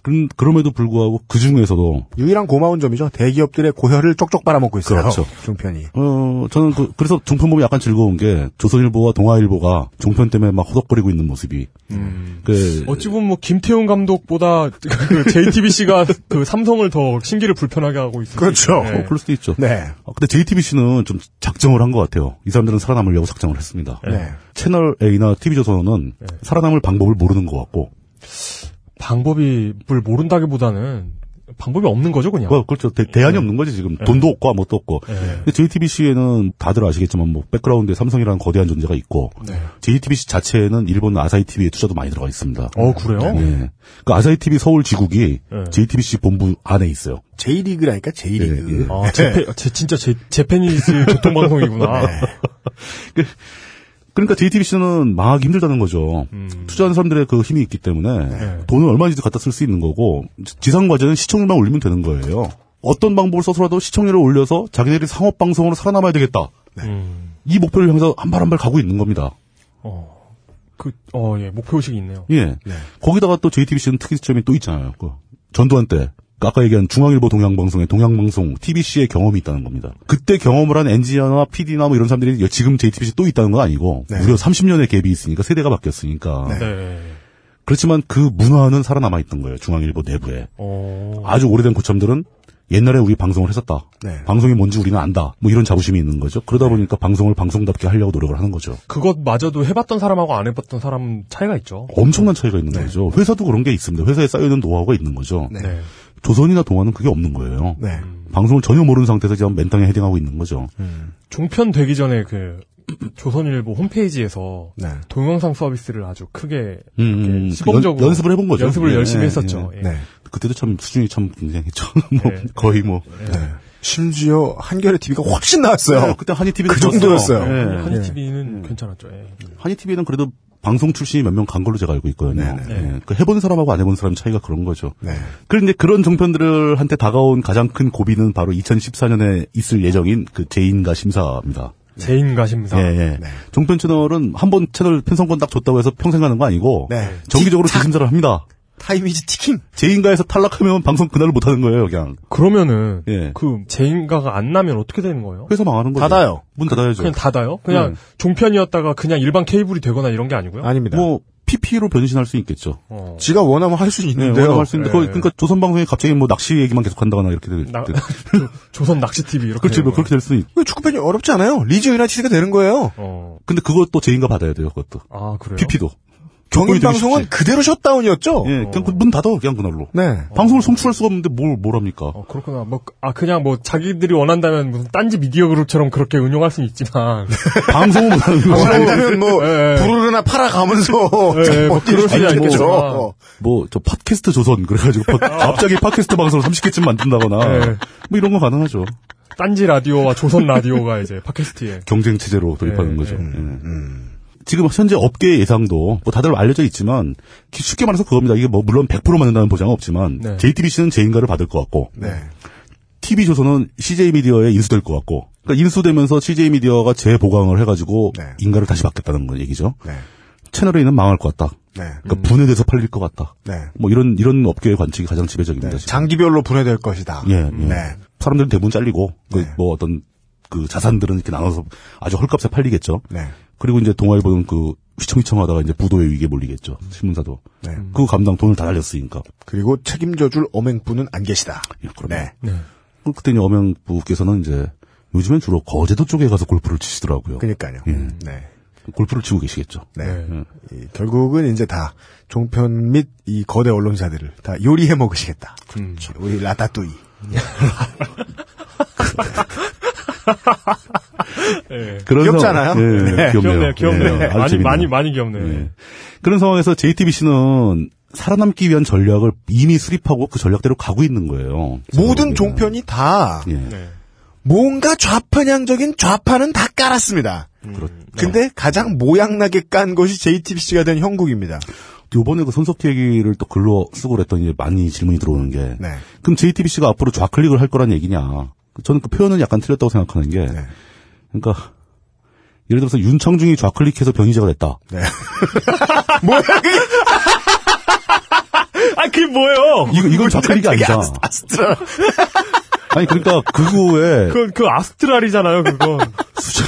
S5: 그런, 그럼에도 불구하고 그 중에서도
S3: 유일한 고마운 점이죠. 대기업들의 고혈을 쪽쪽 빨아먹고 있어요.
S5: 그렇죠.
S3: 종편이.
S5: 어, 저는 그, 그래서 종편 보면 약간 즐거운 게 조선일보와 동아일보가 종편 때문에 막 호덕거리고 있는 모습이
S3: 음.
S5: 그
S2: 어찌 보면 뭐 김태훈 감독보다 그 JTBC가 그 삼성을 더 심기를 불편하게 하고 있어요.
S3: 그렇죠.
S5: 어, 그럴 수도 있죠.
S3: 네.
S5: 아, 근데 JTBC는 좀 작정을 한 것 같아요. 이 사람들은 살아남으려고 작정을 했습니다.
S3: 네.
S5: 채널 A나 TV조선은 살아남을 방법을 모르는 것 같고,
S2: 방법이 뭘 모른다기보다는 방법이 없는 거죠, 그냥.
S5: 어, 그렇죠. 대, 안이
S3: 네.
S5: 없는 거지 지금 돈도 없고 아무것도 없고. 근데 JTBC에는 다들 아시겠지만 뭐 백그라운드에 삼성이라는 거대한 존재가 있고,
S3: 네.
S5: JTBC 자체에는 일본 아사히 TV에 투자도 많이 들어가 있습니다.
S2: 어 그래요?
S5: 예. 그 아사히 TV 서울 지국이
S2: 네.
S5: JTBC 본부 안에 있어요.
S3: 예. J리그라니까 J리그.
S5: 예, 예.
S2: 아, 제페, 제, 진짜 제, 제페니스 교통방송이구나.
S5: 그러니까 JTBC는 망하기 힘들다는 거죠.
S3: 음.
S2: 음,
S5: 투자하는 사람들의 그 힘이 있기 때문에
S3: 네.
S5: 돈을 얼마든지 갖다 쓸 수 있는 거고 지상 과제는 시청률만 올리면 되는 거예요. 어떤 방법을 써서라도 시청률을 올려서 자기들이 상업 방송으로 살아남아야 되겠다.
S2: 음.
S5: 이 목표를 향해서 한 발 한 발 가고 있는 겁니다.
S2: 어. 그, 어, 예, 목표의식이 있네요.
S5: 예. 거기다가 또 JTBC는 특이점이 또 있잖아요. 그 전두환 때. 그 아까 얘기한 중앙일보 동양방송의 동양방송 TBC의 경험이 있다는 겁니다. 그때 경험을 한 엔지니어나 PD나 뭐 이런 사람들이 여- 지금 JTBC 또 있다는 건 아니고 무려 30년의 갭이 있으니까 세대가 바뀌었으니까
S2: 네.
S5: 그렇지만 그 문화는 살아남아 있던 거예요. 중앙일보 내부에
S2: 어.
S5: 아주 오래된 고참들은 옛날에 우리 방송을 했었다.
S3: 네.
S5: 방송이 뭔지 우리는 안다. 뭐 이런 자부심이 있는 거죠.
S2: 네.
S5: 그러다 보니까 방송을 방송답게 하려고 노력을 하는 거죠.
S2: 그것마저도 해봤던 사람하고 안 해봤던 사람은 차이가 있죠.
S5: 엄청난 차이가 있는 거죠. 회사도 그런 게 있습니다. 회사에 쌓여있는 노하우가 있는 거죠.
S2: 네.
S5: 조선이나 동아는 그게 없는 거예요.
S3: 네.
S5: 방송을 전혀 모르는 상태에서 지금 맨땅에 헤딩하고 있는 거죠.
S2: 음, 종편 되기 전에 그, 조선일보 홈페이지에서
S3: 네.
S2: 동영상 서비스를 아주 크게
S5: 음, 음,
S2: 시범적으로
S5: 연, 습을 해본 거죠.
S2: 연습을
S5: 예,
S2: 열심히
S5: 예,
S2: 했었죠.
S5: 예.
S2: 예.
S3: 네.
S5: 그때도 참 수준이 참 굉장했죠. 뭐
S2: 예.
S5: 거의 뭐
S3: 심지어 한겨레 TV가 훨씬 나왔어요.
S5: 네, 그때 한이 TV도
S3: 그 정도였어요.
S2: 한이 TV는 괜찮았죠. 예.
S5: 네. 한이 TV는 그래도 방송 출신이 몇 명 간 걸로 제가 알고 있거든요.
S3: 네네.
S5: 예, 그 해본 사람하고 안 해본 사람 차이가 그런 거죠.
S3: 네.
S5: 그런데 그런 종편들한테 다가온 가장 큰 고비는 바로 2014년에 있을 예정인 그 제인가 심사입니다.
S2: 제인가 심사.
S5: 예, 예. 종편 채널은 한 번 채널 편성권 딱 줬다고 해서 평생 가는 거 아니고
S3: 네.
S5: 정기적으로 재심사를 합니다.
S3: 타임이즈 티킹.
S5: 제인가에서 탈락하면 방송 그날을 못 하는 거예요, 그냥.
S2: 그러면은
S5: 예.
S2: 그 제인가가 안 나면 어떻게 되는 거예요?
S5: 회사 망하는 거죠.
S3: 닫아요.
S5: 문 닫아야죠.
S2: 그냥 닫아요? 그냥
S5: 음.
S2: 종편이었다가 그냥 일반 케이블이 되거나 이런 게 아니고요?
S3: 아닙니다.
S5: 뭐 PP로 변신할 수 있겠죠.
S2: 어.
S3: 지가 원하면 할 수는
S5: 네,
S3: 있는데요.
S5: 워낙 할수 있는데
S2: 네.
S5: 거의 그러니까 조선 방송이 갑자기 뭐 낚시 얘기만 계속 한다거나 이렇게 될
S2: 나-
S5: 때-
S2: 조- 조선 낚시 TV 이렇게.
S5: 그렇죠.
S2: 되는
S5: 뭐 그렇게 될 수는 있.
S3: 왜 축구팬이 어렵지 않아요? 리즈 유나이티드가 되는 거예요.
S2: 거예요. 어.
S5: 근데 그것도 제인가 받아야 돼요, 그것도.
S2: 아 그래요?
S5: PP도.
S3: 경인 방송은 그대로 셧다운이었죠.
S5: 예, 그냥 그문 닫아 그냥 그날로.
S3: 네.
S5: 방송을 송출할 수가 없는데 뭘, 뭘 합니까?
S2: 어 그렇구나. 뭐 아 그냥 뭐 자기들이 원한다면 무슨 딴지 미디어 그룹처럼 그렇게 운영할 수는 있지만
S5: 방송을 못 하는
S3: 뭐
S5: 거죠.
S3: 아니면 뭐
S2: 예, 예.
S3: 부르르나 팔아가면서 네,
S2: 예, 뭐 그럴 수는
S3: 아니,
S2: 있겠죠.
S3: 뭐,
S5: 뭐, 저 팟캐스트 조선, 그래가지고 팟-
S3: 아.
S5: 갑자기 팟캐스트 방송을 30개쯤
S2: 네.
S5: 만든다거나, 뭐 이런 건 가능하죠.
S2: 딴지 라디오와 조선 라디오가 이제 팟캐스트에.
S5: 경쟁 체제로 돌입하는
S2: 네,
S5: 거죠.
S3: 음,
S5: 예. 지금 현재 업계 예상도 뭐 다들 알려져 있지만 기- 쉽게 말해서 그겁니다. 이게 뭐 물론 100% 맞는다는 보장은 없지만
S2: 네.
S5: JTBC는 제인가를 받을 것 같고
S3: 네.
S5: TV 조선은 CJ 미디어에 인수될 것 같고 그러니까 인수되면서 CJ 미디어가 재보강을 해가지고
S3: 네.
S5: 인가를 다시 받겠다는 건 얘기죠.
S3: 네.
S5: 채널 A는 망할 것 같다.
S3: 네.
S5: 그러니까 분해돼서 팔릴 것 같다.
S3: 네.
S5: 뭐 이런 이런 업계의 관측이 가장 지배적입니다.
S3: 네.
S5: 지금.
S3: 장기별로 분해될 것이다.
S5: 예, 예.
S3: 네.
S5: 사람들은 대부분 잘리고 그
S3: 네.
S5: 뭐 어떤 그 자산들은 이렇게 나눠서 아주 헐값에 팔리겠죠.
S3: 네.
S5: 그리고 이제 동아일보는 그 휘청휘청하다가 이제 부도의 위기에 몰리겠죠. 신문사도.
S3: 네.
S5: 그 감당 돈을 다 날렸으니까.
S3: 그리고 책임져줄 어맹부는 안 계시다.
S5: 예, 그럼요.
S3: 네.
S5: 그- 그때 이제 엄영부께서는 이제 요즘엔 주로 거제도 쪽에 가서 골프를 치시더라고요.
S3: 그니까요.
S5: 예.
S3: 네.
S5: 골프를 치고 계시겠죠.
S3: 네. 이, 결국은 이제 다 그렇죠. 종편 및 이 거대 언론사들을 다 요리해 먹으시겠다. 우리 라따뚜이.
S2: 예.
S5: 그런
S3: 귀엽잖아요.
S5: 상황- 예,
S2: 네.
S5: 귀엽네요.
S2: 귀엽네요. 귀엽네요.
S5: 예, 아주
S2: 많이,
S5: 재밌네요.
S2: 많이, 많이 귀엽네요.
S5: 예. 그런 상황에서 JTBC는 살아남기 위한 전략을 이미 수립하고 그 전략대로 가고 있는 거예요.
S3: 모든
S5: 제가 보기에는.
S3: 종편이 다
S5: 예.
S2: 네.
S3: 뭔가 좌편향적인 좌파는 다 깔았습니다.
S5: 음.
S3: 근데 가장 모양나게 깐 것이 JTBC가 된 형국입니다.
S5: 요번에 그 손석희 얘기를 또 글로 쓰고 그랬더니 많이 질문이 들어오는 게
S3: 네.
S5: 그럼 JTBC가 앞으로 좌클릭을 할 거란 얘기냐? 저는 그 표현은 약간 틀렸다고 생각하는 게
S3: 네.
S5: 그러니까 예를 들어서 윤청중이 좌클릭해서 변희재가 됐다.
S3: 네. 뭐야 그게
S2: 아, 그게 뭐예요?
S5: 이거 이건 좌클릭이
S3: 갑자기
S5: 아니다.
S3: 아스- 아스트라
S5: 아니 그러니까 극우의
S2: 그건 그 아스트랄이잖아요, 그거.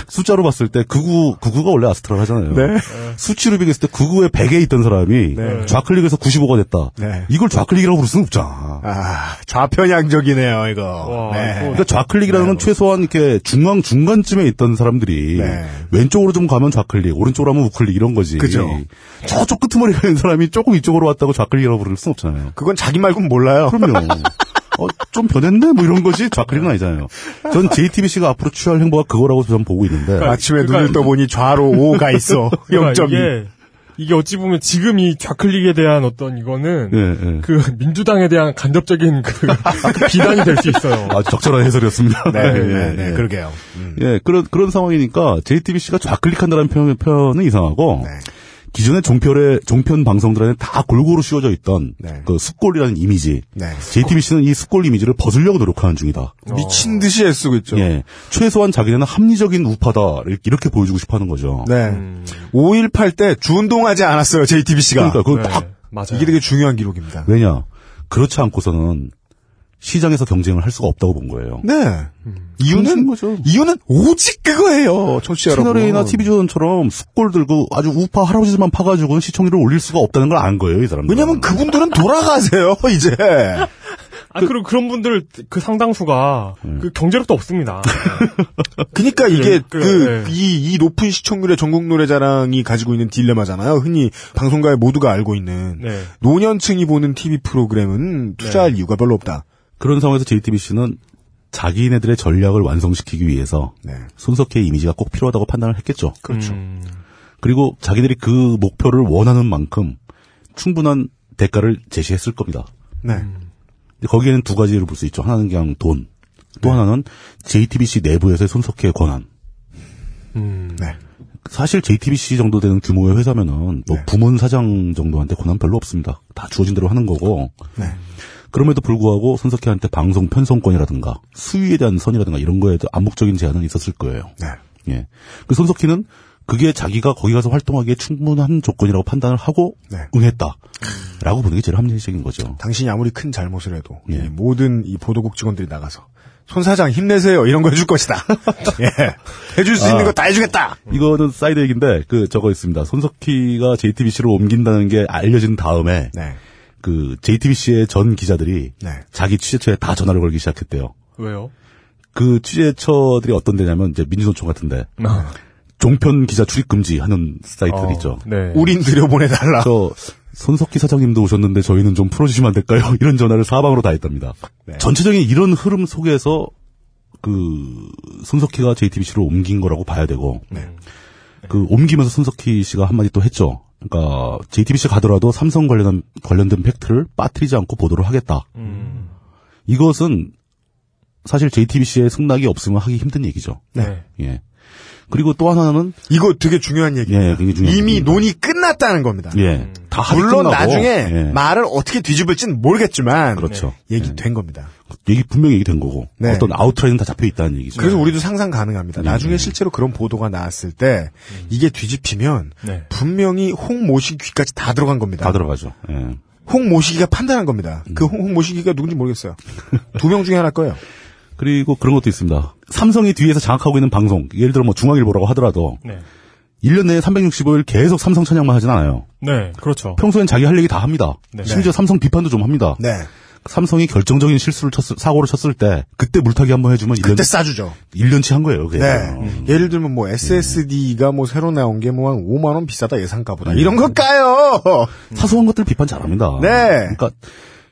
S5: 숫자, 로 봤을 때 극우 극우가 원래 아스트랄 하잖아요.
S3: 네.
S5: 수치로 비교했을 때 극우의 100에 있던 사람이 좌클릭에서 95가 됐다.
S3: 네.
S5: 이걸 좌클릭이라고 부를 수는 없잖아.
S3: 아 좌편향적이네요 이거.
S2: 와,
S3: 네.
S2: 이거
S5: 그러니까 좌클릭이라는 건 최소한 이렇게 중앙 중간쯤에 있던 사람들이
S3: 네.
S5: 왼쪽으로 좀 가면 좌클릭, 오른쪽으로 하면 우클릭 이런 거지.
S3: 그죠.
S5: 저쪽 끄트머리 가는 사람이 조금 이쪽으로 왔다고 좌클릭이라고 부를 수는 없잖아요.
S3: 그건 자기 말고는 몰라요.
S5: 그럼요. 어, 좀 변했네? 뭐 이런 거지? 좌클릭은 아니잖아요. 전 JTBC가 앞으로 취할 행보가 그거라고 저는 보고 있는데.
S3: 아침에 눈을 떠보니 좌로 5가 있어.
S2: 그러니까
S3: 0.2.
S2: 이게, 이게 어찌 보면 지금 이 좌클릭에 대한 어떤 이거는
S5: 예, 예.
S2: 그 민주당에 대한 간접적인 그, 그 비난이 될 수 있어요.
S5: 아주 적절한 해설이었습니다.
S3: 네, 네, 네, 음.
S5: 예, 예.
S3: 그러게요.
S5: 예, 그런, 그런 상황이니까 JTBC가 좌클릭한다는 표현, 표현은 이상하고,
S3: 네.
S5: 기존의 종편의, 종편 방송들 안에 다 골고루 씌워져 있던,
S3: 네.
S5: 그 숯골이라는 이미지.
S3: 네.
S5: JTBC는 이 숯골 이미지를 벗으려고 노력하는 중이다.
S3: 미친 듯이 애쓰고 있죠.
S5: 예. 최소한 자기네는 합리적인 우파다. 이렇게- 이렇게 보여주고 싶어 하는 거죠.
S3: 네. 5.18 때 준동하지 않았어요, JTBC가.
S5: 그러니까, 그건
S2: 네,
S5: 딱,
S2: 맞아요.
S3: 이게 되게 중요한 기록입니다.
S5: 왜냐. 그렇지 않고서는 시장에서 경쟁을 할 수가 없다고 본 거예요.
S3: 네.
S5: 그런
S3: 이유는,
S5: 음. 거죠.
S3: 이유는 오직 그거예요, 청취자 여러분.
S5: 채널A나 TV조선처럼 숯골 들고 아주 우파 할아버지들만 파가지고는 시청률을 올릴 수가 없다는 걸 안 거예요, 이 사람들.
S3: 왜냐면 그분들은 돌아가세요, 이제.
S2: 아, 그리고 그런 분들 그 상당수가
S3: 음.
S2: 그 경제력도 없습니다.
S3: 그니까 그러니까
S5: 그러니까,
S3: 이게
S2: 그,
S3: 그,
S5: 예.
S2: 네.
S3: 이, 이 높은 시청률의 전국 노래자랑이 가지고 있는 딜레마잖아요. 흔히 방송가의 모두가 알고 있는.
S2: 네.
S3: 노년층이 보는 TV
S5: 네.
S3: 프로그램은 투자할 이유가 별로 없다.
S5: 그런 상황에서 JTBC는 자기네들의 전략을 완성시키기 위해서
S3: 네.
S5: 손석희의 이미지가 꼭 필요하다고 판단을 했겠죠.
S3: 그렇죠.
S2: 음,
S5: 그리고 자기들이 그 목표를 원하는 만큼 충분한 대가를 제시했을 겁니다.
S3: 네.
S5: 근데 거기에는 두 가지를 볼 수 있죠. 하나는 그냥 돈,
S3: 네.
S5: 또 하나는 JTBC 내부에서의 손석희의 권한.
S2: 음.
S3: 네.
S5: 사실 JTBC 정도 되는 규모의 회사면은 뭐
S3: 네.
S5: 부문 사장 정도한테 권한 별로 없습니다. 다 주어진 대로 하는 거고.
S3: 네.
S5: 그럼에도 불구하고 손석희한테 방송 편성권이라든가 수위에 대한 선이라든가 이런 거에도 암묵적인 제한은 있었을 거예요.
S3: 네.
S5: 예. 그 손석희는 그게 자기가 거기 가서 활동하기에 충분한 조건이라고 판단을 하고
S3: 네.
S5: 응했다라고 보는 게 제일 합리적인 거죠.
S3: 당신이 아무리 큰 잘못을 해도
S5: 예.
S3: 이 모든 이 보도국 직원들이 나가서 손 사장 힘내세요 이런 거 해줄 것이다. 예. 해줄 수
S5: 아.
S3: 있는 거 다 해주겠다.
S5: 이거는 사이드 얘기인데 그 저거 있습니다. 손석희가 JTBC로 옮긴다는 게 알려진 다음에
S3: 네.
S5: 그 JTBC의 전 기자들이
S3: 네.
S5: 자기 취재처에 다 전화를 걸기 시작했대요.
S2: 왜요?
S5: 그 취재처들이 어떤 데냐면 이제 민주노총 같은데 종편 기자 출입 금지 하는 사이트들
S2: 아. 어,
S5: 있죠.
S2: 네.
S3: 우린 들여보내달라.
S5: 저 손석희 사장님도 오셨는데 저희는 좀 풀어주시면 안 될까요? 이런 전화를 사방으로 다 했답니다.
S3: 네.
S5: 전체적인 이런 흐름 속에서 그 손석희가 JTBC로 옮긴 거라고 봐야 되고
S3: 네.
S5: 그 옮기면서 손석희 씨가 한마디 또 했죠. 그러니까 JTBC 가더라도 삼성 관련한 관련된 팩트를 빠뜨리지 않고 보도를 하겠다.
S2: 음.
S5: 이것은 사실 JTBC의 승낙이 없으면 하기 힘든 얘기죠.
S3: 네.
S5: 예. 그리고 또 하나는
S3: 이거 되게 중요한 얘기예요.
S5: 예, 굉장히 중요한
S3: 이미
S5: 얘기입니다.
S3: 논의 끝났다는 겁니다.
S5: 예. 다 합의
S3: 물론
S5: 끝나고,
S3: 나중에
S5: 예.
S3: 말을 어떻게 뒤집을지는 모르겠지만
S5: 그렇죠. 예.
S3: 얘기 된 겁니다.
S5: 얘기 분명히 얘기된 거고
S3: 네.
S5: 어떤 아웃라인은 다 잡혀 있다는 얘기죠.
S3: 그래서 우리도 상상 가능합니다.
S5: 네,
S3: 나중에
S5: 네.
S3: 실제로 그런 보도가 나왔을 때
S5: 음.
S3: 이게 뒤집히면
S2: 네.
S3: 분명히 홍 모시기까지 다 들어간 겁니다.
S5: 다 들어가죠. 음. 예.
S3: 홍 모시기가 판단한 겁니다. 그 홍 모시기가 누군지 모르겠어요. 두 명 중에 하나일 거예요.
S5: 그리고 그런 것도 있습니다. 삼성이 뒤에서 장악하고 있는 방송, 예를 들어 뭐 중앙일보라고 하더라도
S2: 네.
S5: 1년 내에 365일 계속 삼성 찬양만 하진 않아요.
S2: 네, 그렇죠.
S5: 평소엔 자기 할 얘기 다 합니다.
S2: 네.
S5: 심지어 삼성 비판도 좀 합니다.
S3: 네.
S5: 삼성이 결정적인 실수를 쳤을, 사고를 쳤을 때 그때 물타기 한번 해주면
S3: 그때
S5: 1년,
S3: 싸주죠.
S5: 치한 거예요. 그게. 어.
S3: 네.
S5: 음.
S3: 예를 들면 뭐 SSD가 뭐 새로 나온 게 뭐 한 5만 원 비싸다 예상가보다 이런 거 까요.
S5: 음. 사소한 것들 비판 잘합니다.
S3: 네.
S5: 그러니까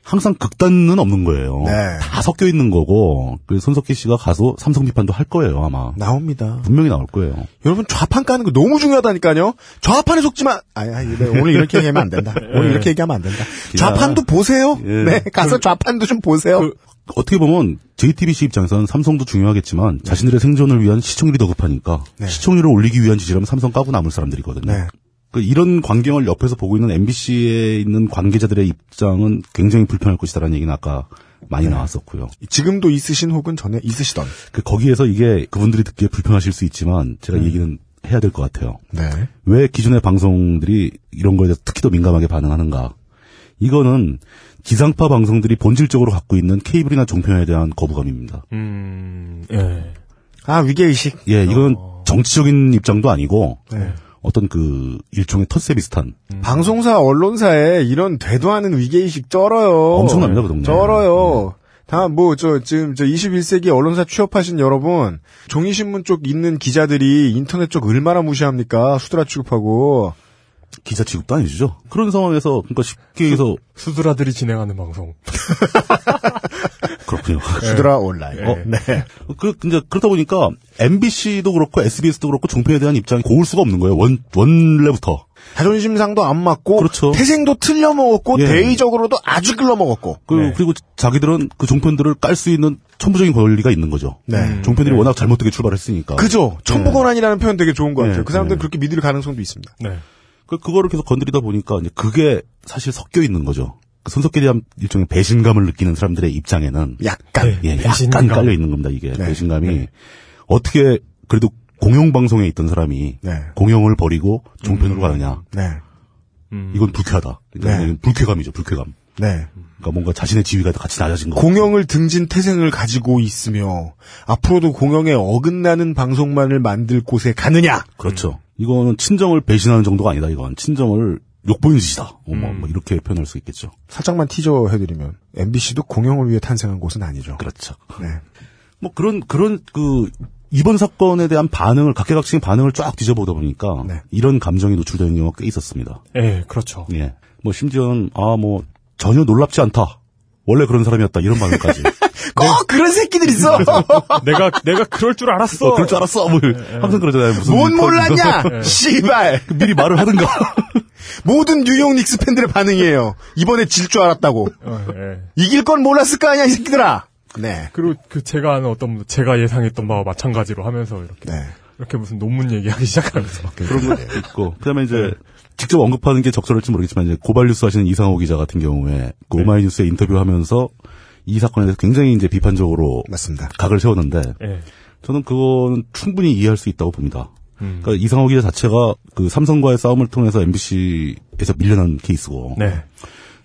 S5: 항상 극단은 없는 거예요. 다 섞여 있는 거고 그 손석희 씨가 가서 삼성 비판도 할 거예요 아마.
S3: 나옵니다.
S5: 분명히 나올 거예요.
S3: 여러분 좌판 까는 거 너무 중요하다니까요. 좌판에 속지만 아니, 아니 네, 오늘 이렇게 얘기하면 안 된다. 오늘
S5: 예.
S3: 이렇게 얘기하면 네. 안 된다. 좌판도 보세요.
S5: 예.
S3: 네, 가서 좌판도 좀 보세요.
S5: 어떻게 보면 JTBC 입장에서는 삼성도 중요하겠지만 자신들의 생존을 위한 시청률이 더 급하니까
S3: 네.
S5: 시청률을 올리기 위한 지지라면 삼성 까고 남을 사람들이거든요. 그 이런 광경을 옆에서 보고 있는 MBC에 있는 관계자들의 입장은 굉장히 불편할 것이다라는 얘기는 아까 많이
S3: 네.
S5: 나왔었고요.
S3: 지금도 있으신 혹은 전에 있으시던.
S5: 그 거기에서 이게 그분들이 듣기에 불편하실 수 있지만 제가 이 얘기는 해야 될 것 같아요.
S3: 네.
S5: 왜 기존의 방송들이 이런 거에 대해서 특히 더 민감하게 반응하는가. 이거는 기상파 방송들이 본질적으로 갖고 있는 케이블이나 종편에 대한 거부감입니다.
S2: 음, 예.
S3: 아 위계의식.
S5: 예, 이건 정치적인 입장도 아니고
S3: 네.
S5: 어떤 그 일종의 텃세 비슷한
S3: 음. 방송사 언론사에 이런 되도 않은 위계의식 쩔어요.
S5: 엄청납니다, 그 동네.
S3: 쩔어요. 다 뭐 저 지금 저 21세기 언론사 취업하신 여러분 종이신문 쪽 있는 기자들이 인터넷 쪽 얼마나 무시합니까 수드라 취급하고
S5: 기자 취급도 안 해주죠. 그런 상황에서 그러니까 쉽게 해서
S2: 수드라들이 진행하는 방송.
S5: 그렇군요.
S3: 수드라 온라인. 네.
S5: 어, 그 이제 그렇다 보니까 MBC도 그렇고 SBS도 그렇고 종편에 대한 입장이 고울 수가 없는 거예요. 원 원래부터.
S3: 자존심상도 안 맞고
S5: 그렇죠.
S3: 태생도 틀려 먹었고
S5: 예.
S3: 대의적으로도 아주 글러 먹었고
S5: 그, 리고 자기들은 그 종편들을 깔 수 있는 천부적인 권리가 있는 거죠. 음.
S3: 네.
S5: 종편들이 워낙 잘못되게 출발했으니까.
S3: 그죠 천부권한이라는 표현 되게 좋은 것 같아요
S5: 네,
S3: 그 사람들은
S5: 네.
S3: 그렇게 믿을 가능성도 있습니다
S2: 네.
S5: 그, 그거를 계속 건드리다 보니까 이제 그게 사실 섞여 있는 거죠. 그 손석희에 대한 일종의 배신감을 느끼는 사람들의 입장에는
S3: 약간
S5: 예,
S2: 배신감.
S5: 약간 깔려 있는 겁니다. 이게
S3: 네.
S5: 배신감이 어떻게 그래도 공영 방송에 있던 사람이
S3: 네.
S5: 공영을 버리고 종편으로 가느냐.
S3: 네.
S5: 음. 이건 불쾌하다. 그러니까
S3: 네.
S5: 이건 불쾌감이죠. 불쾌감.
S3: 네.
S5: 그러니까 뭔가 자신의 지위가 같이 낮아진 거.
S3: 공영을 등진 태생을 가지고 있으며 앞으로도 공영에 어긋나는 방송만을 만들 곳에 가느냐
S5: 그렇죠. 이거는 친정을 배신하는 정도가 아니다. 이건 친정을 욕보인 짓이다. 어, 뭐,
S3: 음.
S5: 뭐 이렇게 표현할 수 있겠죠.
S3: 살짝만 티저 해드리면 MBC도 공영을 위해 탄생한 곳은 아니죠
S5: 그렇죠.
S3: 네.
S5: 뭐 그런 그런 그 이번 사건에 대한 반응을 각계각층의 반응을 쫙 뒤져보다 보니까
S3: 네.
S5: 이런 감정이 노출되는 경우가 꽤 있었습니다.
S2: 예, 그렇죠.
S5: 예. 뭐 심지어는 아 뭐 전혀 놀랍지 않다. 원래 그런 사람이었다 이런 반응까지.
S3: 꼭 어,
S5: 네.
S3: 그런 새끼들 있어
S5: 그렇죠.
S2: 내가, 내가 그럴 줄 알았어.
S5: 어, 그럴 줄 알았어. 뭐 항상 그러잖아요. 무슨
S3: 네, 뭔
S5: 뭐
S3: 몰랐냐 씨발
S5: 미리 말을 하든가.
S3: 모든 뉴욕 닉스 팬들의 반응이에요. 이번에 질 줄 알았다고.
S2: 어, 예.
S3: 이길 건 몰랐을 거 아니야, 이 새끼들아. 네.
S2: 그리고 그 제가 아는 어떤 분, 제가 예상했던 바와 마찬가지로 하면서 이렇게
S3: 네.
S2: 이렇게 무슨 논문 얘기하기 시작하면서
S5: 그런 것도 있고. 그다음에 이제 직접 언급하는 게 적절할지 모르겠지만 이제 고발뉴스 하시는 이상호 기자 같은 경우에 그
S3: 네.
S5: 오마이뉴스에 인터뷰하면서 이 사건에 대해서 굉장히 이제 비판적으로
S3: 맞습니다.
S5: 각을 세웠는데
S2: 예.
S5: 저는 그거는 충분히 이해할 수 있다고 봅니다.
S3: 음.
S5: 그러니까 이상호 기자 자체가 그 삼성과의 싸움을 통해서 MBC에서 밀려난 케이스고
S2: 네.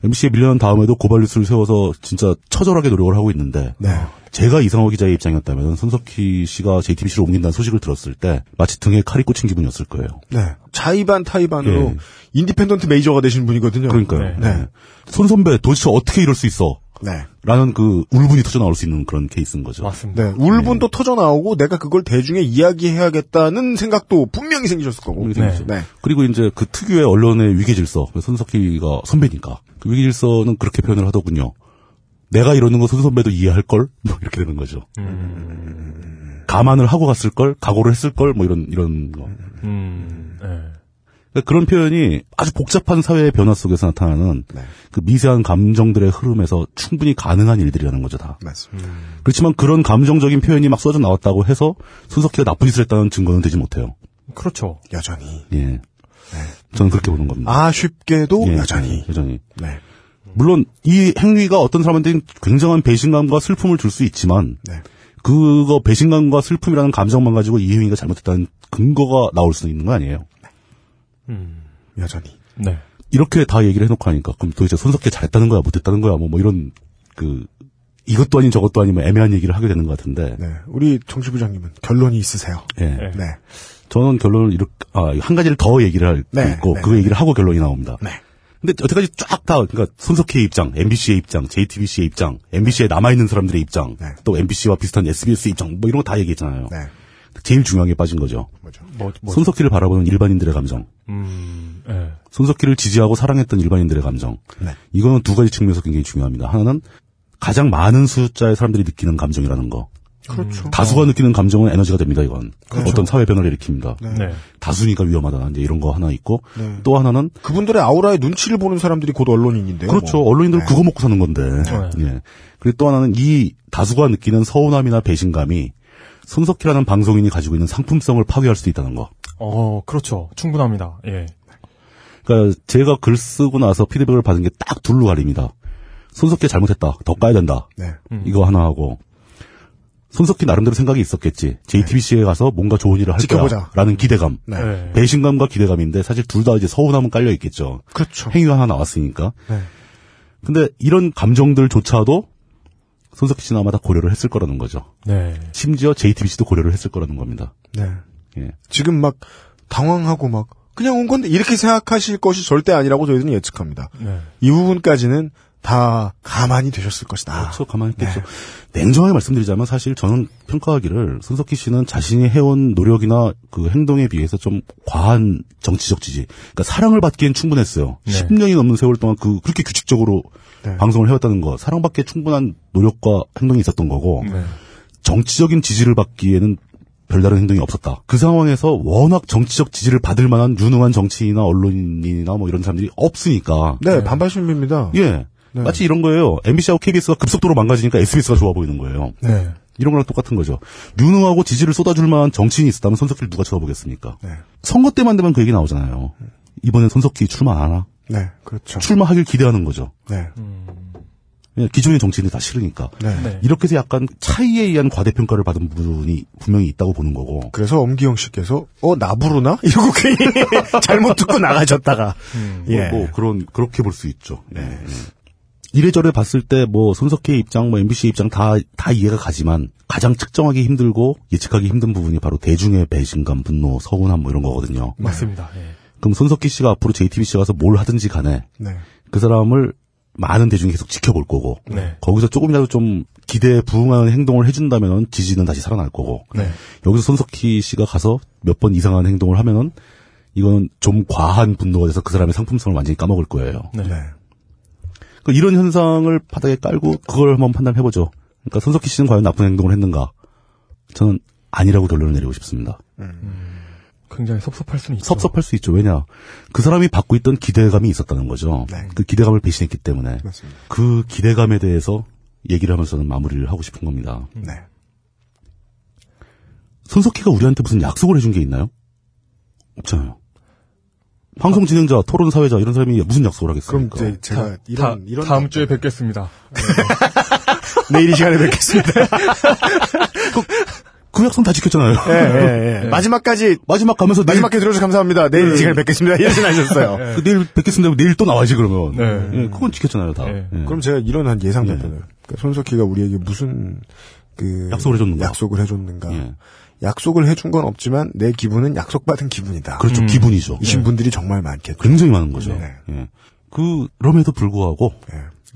S5: MBC에 밀려난 다음에도 고발뉴스를 세워서 진짜 처절하게 노력을 하고 있는데
S3: 네.
S5: 제가 이상호 기자의 입장이었다면 손석희 씨가 JTBC로 옮긴다는 소식을 들었을 때 마치 등에 칼이 꽂힌 기분이었을 거예요.
S3: 네. 자의반 타의반으로
S5: 예.
S3: 인디펜던트 메이저가 되신 분이거든요.
S5: 그러니까요.
S3: 네.
S5: 네. 손 선배 도대체 어떻게 이럴 수 있어?
S3: 네.
S5: 라는 그 울분이 터져 나올 수 있는 그런 케이스인 거죠.
S2: 맞습니다.
S3: 네. 울분도 터져 나오고 내가 그걸 대중에 이야기해야겠다는 생각도 분명히 생기셨을 거고.
S5: 분명히 생기죠.
S3: 네.
S5: 그리고 이제 그 특유의 언론의 위계 질서, 그 손석희가 선배니까 그 위계 질서는 그렇게 표현을 하더군요. 내가 이러는 거손 선배도 이해할 걸, 뭐 이렇게 되는 거죠. 감안을 하고 갔을 걸, 각오를 했을 걸, 뭐 이런 이런 거.
S2: 음. 예.
S5: 그러니까 그런 표현이 아주 복잡한 사회의 변화 속에서 나타나는 그 미세한 감정들의 흐름에서 충분히 가능한 일들이라는 거죠 다.
S3: 맞습니다.
S5: 그렇지만 그런 감정적인 표현이 막 쏟아 나왔다고 해서 손석희가 나쁜 짓을 했다는 증거는 되지 못해요.
S2: 그렇죠.
S3: 여전히.
S5: 예. 저는 그렇게 보는 겁니다.
S3: 아쉽게도
S5: 예,
S3: 여전히.
S5: 여전히.
S3: 네.
S5: 물론 이 행위가 어떤 사람한테는 굉장한 배신감과 슬픔을 줄 수 있지만
S3: 네.
S5: 그거 배신감과 슬픔이라는 감정만 가지고 이 행위가 잘못됐다는 근거가 나올 수 있는 거 아니에요.
S3: 여전히.
S2: 네.
S5: 이렇게 다 얘기를 해놓고 하니까 그럼 도대체 손석희 잘했다는 거야 못했다는 거야 뭐, 뭐 이런 그 이것도 아닌 저것도 아닌 뭐 애매한 얘기를 하게 되는 것 같은데
S3: 네. 우리 정치부장님은 결론이 있으세요.
S5: 예.
S3: 네.
S5: 저는 결론을 이렇게 아, 한 가지를 더 얘기를 할
S3: 네,
S5: 있고
S3: 네,
S5: 그 얘기를 하고 결론이 나옵니다.
S3: 네.
S5: 근데 여태까지 쫙 다 그러니까 손석희의 입장, MBC의 입장, JTBC의 입장, MBC에 남아 있는 사람들의 입장,
S3: 네.
S5: 또 MBC와 비슷한 SBS 입장 뭐 이런 거 다 얘기했잖아요.
S3: 네.
S5: 제일 중요한 게 빠진 거죠.
S2: 뭐, 뭐,
S5: 손석희를 바라보는 일반인들의 감정.
S2: 음.
S5: 손석희를 지지하고 사랑했던 일반인들의 감정.
S3: 네.
S5: 이거는 두 가지 측면에서 굉장히 중요합니다. 하나는 가장 많은 숫자의 사람들이 느끼는 감정이라는 거.
S11: 그렇죠.
S5: 다수가 느끼는 감정은 에너지가 됩니다, 이건.
S11: 그렇죠.
S5: 어떤 사회 변화를 일으킵니다.
S11: 네.
S5: 다수니까 위험하다. 이제 이런 거 하나 있고.
S3: 네.
S5: 또 하나는.
S3: 그분들의 아우라의 눈치를 보는 사람들이 곧 언론인인데요.
S5: 그렇죠.
S3: 뭐.
S5: 언론인들은 그거 먹고 사는 건데.
S3: 네.
S5: 예. 그리고 또 하나는 이 다수가 느끼는 서운함이나 배신감이 손석희라는 방송인이 가지고 있는 상품성을 파괴할 수도 있다는 거.
S2: 어, 그렇죠. 충분합니다. 예.
S5: 그러니까 제가 글 쓰고 나서 피드백을 받은 게 딱 둘로 갈립니다. 손석희 잘못했다. 더 까야 된다.
S3: 네.
S5: 이거 하나 하고 손석희 나름대로 생각이 있었겠지. JTBC에 가서 뭔가 좋은 일을 할
S3: 네. 지켜보자.
S5: 거야라는 기대감,
S3: 네.
S2: 네.
S5: 배신감과 기대감인데 사실 둘 다 이제 서운함은 깔려 있겠죠.
S3: 그렇죠.
S5: 행위가 하나 나왔으니까.
S3: 네.
S5: 근데 이런 감정들조차도 손석희 씨는 아마 다 고려를 했을 거라는 거죠.
S2: 네.
S5: 심지어 JTBC도 고려를 했을 거라는 겁니다.
S3: 네.
S5: 예.
S3: 지금 막 당황하고 막 그냥 온 건데 이렇게 생각하실 것이 절대 아니라고 저희들은 예측합니다.
S2: 네.
S3: 이 부분까지는 다 가만히 되셨을 것이다.
S5: 그렇죠. 가만히 있겠죠. 냉정하게 말씀드리자면 사실 저는 평가하기를 손석희 씨는 자신이 해온 노력이나 그 행동에 비해서 좀 과한 정치적 지지. 그러니까 사랑을 받기엔 충분했어요.
S11: 네.
S5: 10년이 넘는 세월 동안 그 그렇게 규칙적으로 방송을 해왔다는 거 사랑받기에 충분한 노력과 행동이 있었던 거고 정치적인 지지를 받기에는 별다른 행동이 없었다. 그 상황에서 워낙 정치적 지지를 받을 만한 유능한 정치인이나 언론인이나 뭐 이런 사람들이 없으니까.
S3: 네, 반발 신비입니다.
S5: 예.
S3: 네.
S5: 마치 이런 거예요. MBC하고 KBS가 급속도로 망가지니까 SBS가 좋아 보이는 거예요.
S3: 네.
S5: 이런 거랑 똑같은 거죠. 유능하고 지지를 쏟아줄 만한 정치인이 있었다면 손석희를 누가 쳐다보겠습니까?
S3: 네.
S5: 선거 때만 되면 그 얘기 나오잖아요. 이번엔 손석희 출마 안 하나?
S3: 네, 그렇죠.
S5: 출마하길 기대하는 거죠.
S3: 네.
S5: 왜냐, 기존의 정치인들 다 싫으니까.
S3: 네. 네.
S5: 이렇게 해서 약간 차이에 의한 과대평가를 받은 부분이 분명히 있다고 보는 거고.
S3: 그래서 엄기영 씨께서 어 나부르나 이러고 괜히 잘못 듣고 나가셨다가 예.
S5: 뭐, 뭐 그런 그렇게 볼 수 있죠. 예. 예. 이래저래 봤을 때 뭐 손석희 입장, 뭐 MBC 입장 다 다 이해가 가지만 가장 측정하기 힘들고 예측하기 힘든 부분이 바로 대중의 배신감, 분노, 서운함 뭐 이런 거거든요.
S3: 네.
S2: 맞습니다. 예.
S5: 그럼 손석희 씨가 앞으로 JTBC 가서 뭘 하든지 간에
S3: 네.
S5: 그 사람을 많은 대중이 계속 지켜볼 거고
S2: 네.
S5: 거기서 조금이라도 좀 기대에 부응하는 행동을 해준다면 지지는 다시 살아날 거고
S2: 네.
S5: 여기서 손석희 씨가 가서 몇 번 이상한 행동을 하면은 이건 좀 과한 분노가 돼서 그 사람의 상품성을 완전히 까먹을 거예요.
S2: 네.
S5: 그 이런 현상을 바닥에 깔고 그걸 한번 판단해보죠. 그러니까 손석희 씨는 과연 나쁜 행동을 했는가? 저는 아니라고 결론을 내리고 싶습니다.
S2: 굉장히 섭섭할 수는 있죠.
S5: 섭섭할 수 있죠. 왜냐 그 사람이 받고 있던 기대감이 있었다는 거죠.
S3: 네.
S5: 그 기대감을 배신했기 때문에 그 기대감에 대해서 얘기를 하면서는 마무리를 하고 싶은 겁니다.
S3: 네.
S5: 손석희가 우리한테 무슨 약속을 해준 게 있나요? 없잖아요. 방송 진행자, 토론 사회자 이런 사람이 무슨 약속을 하겠습니까?
S3: 그럼 이제 제가
S2: 다- 다-
S3: 네.
S2: 다음 주에 뵙겠습니다.
S3: 내일 이 시간에 뵙겠습니다.
S5: 그 약속 다 지켰잖아요.
S3: 예, 예,
S5: 네.
S3: 예. 마지막까지
S5: 마지막 가면서 내일-
S3: 마지막에 들어주셔서 감사합니다. 내일
S5: 네.
S3: 이 시간에 뵙겠습니다. 이러진 않으셨어요.
S5: 그 내일 뵙겠습니다. 내일 또 나와야지 그러면.
S2: 네.
S5: 예, 그건 지켰잖아요 다. 예.
S3: 네. 그럼 제가 이런 한 예상
S5: 네.
S3: 답변을. 그러니까 손석희가 우리에게 무슨 그
S5: 약속을 해줬는가?
S3: 약속을 해줬는가?
S5: 예.
S3: 약속을 해준 건 없지만 내 기분은 약속받은 기분이다.
S5: 그렇죠. 기분이죠.
S3: 음. 이신 분들이 정말 많겠죠.
S5: 굉장히 많은 거죠.
S3: 네.
S5: 예. 그럼에도 불구하고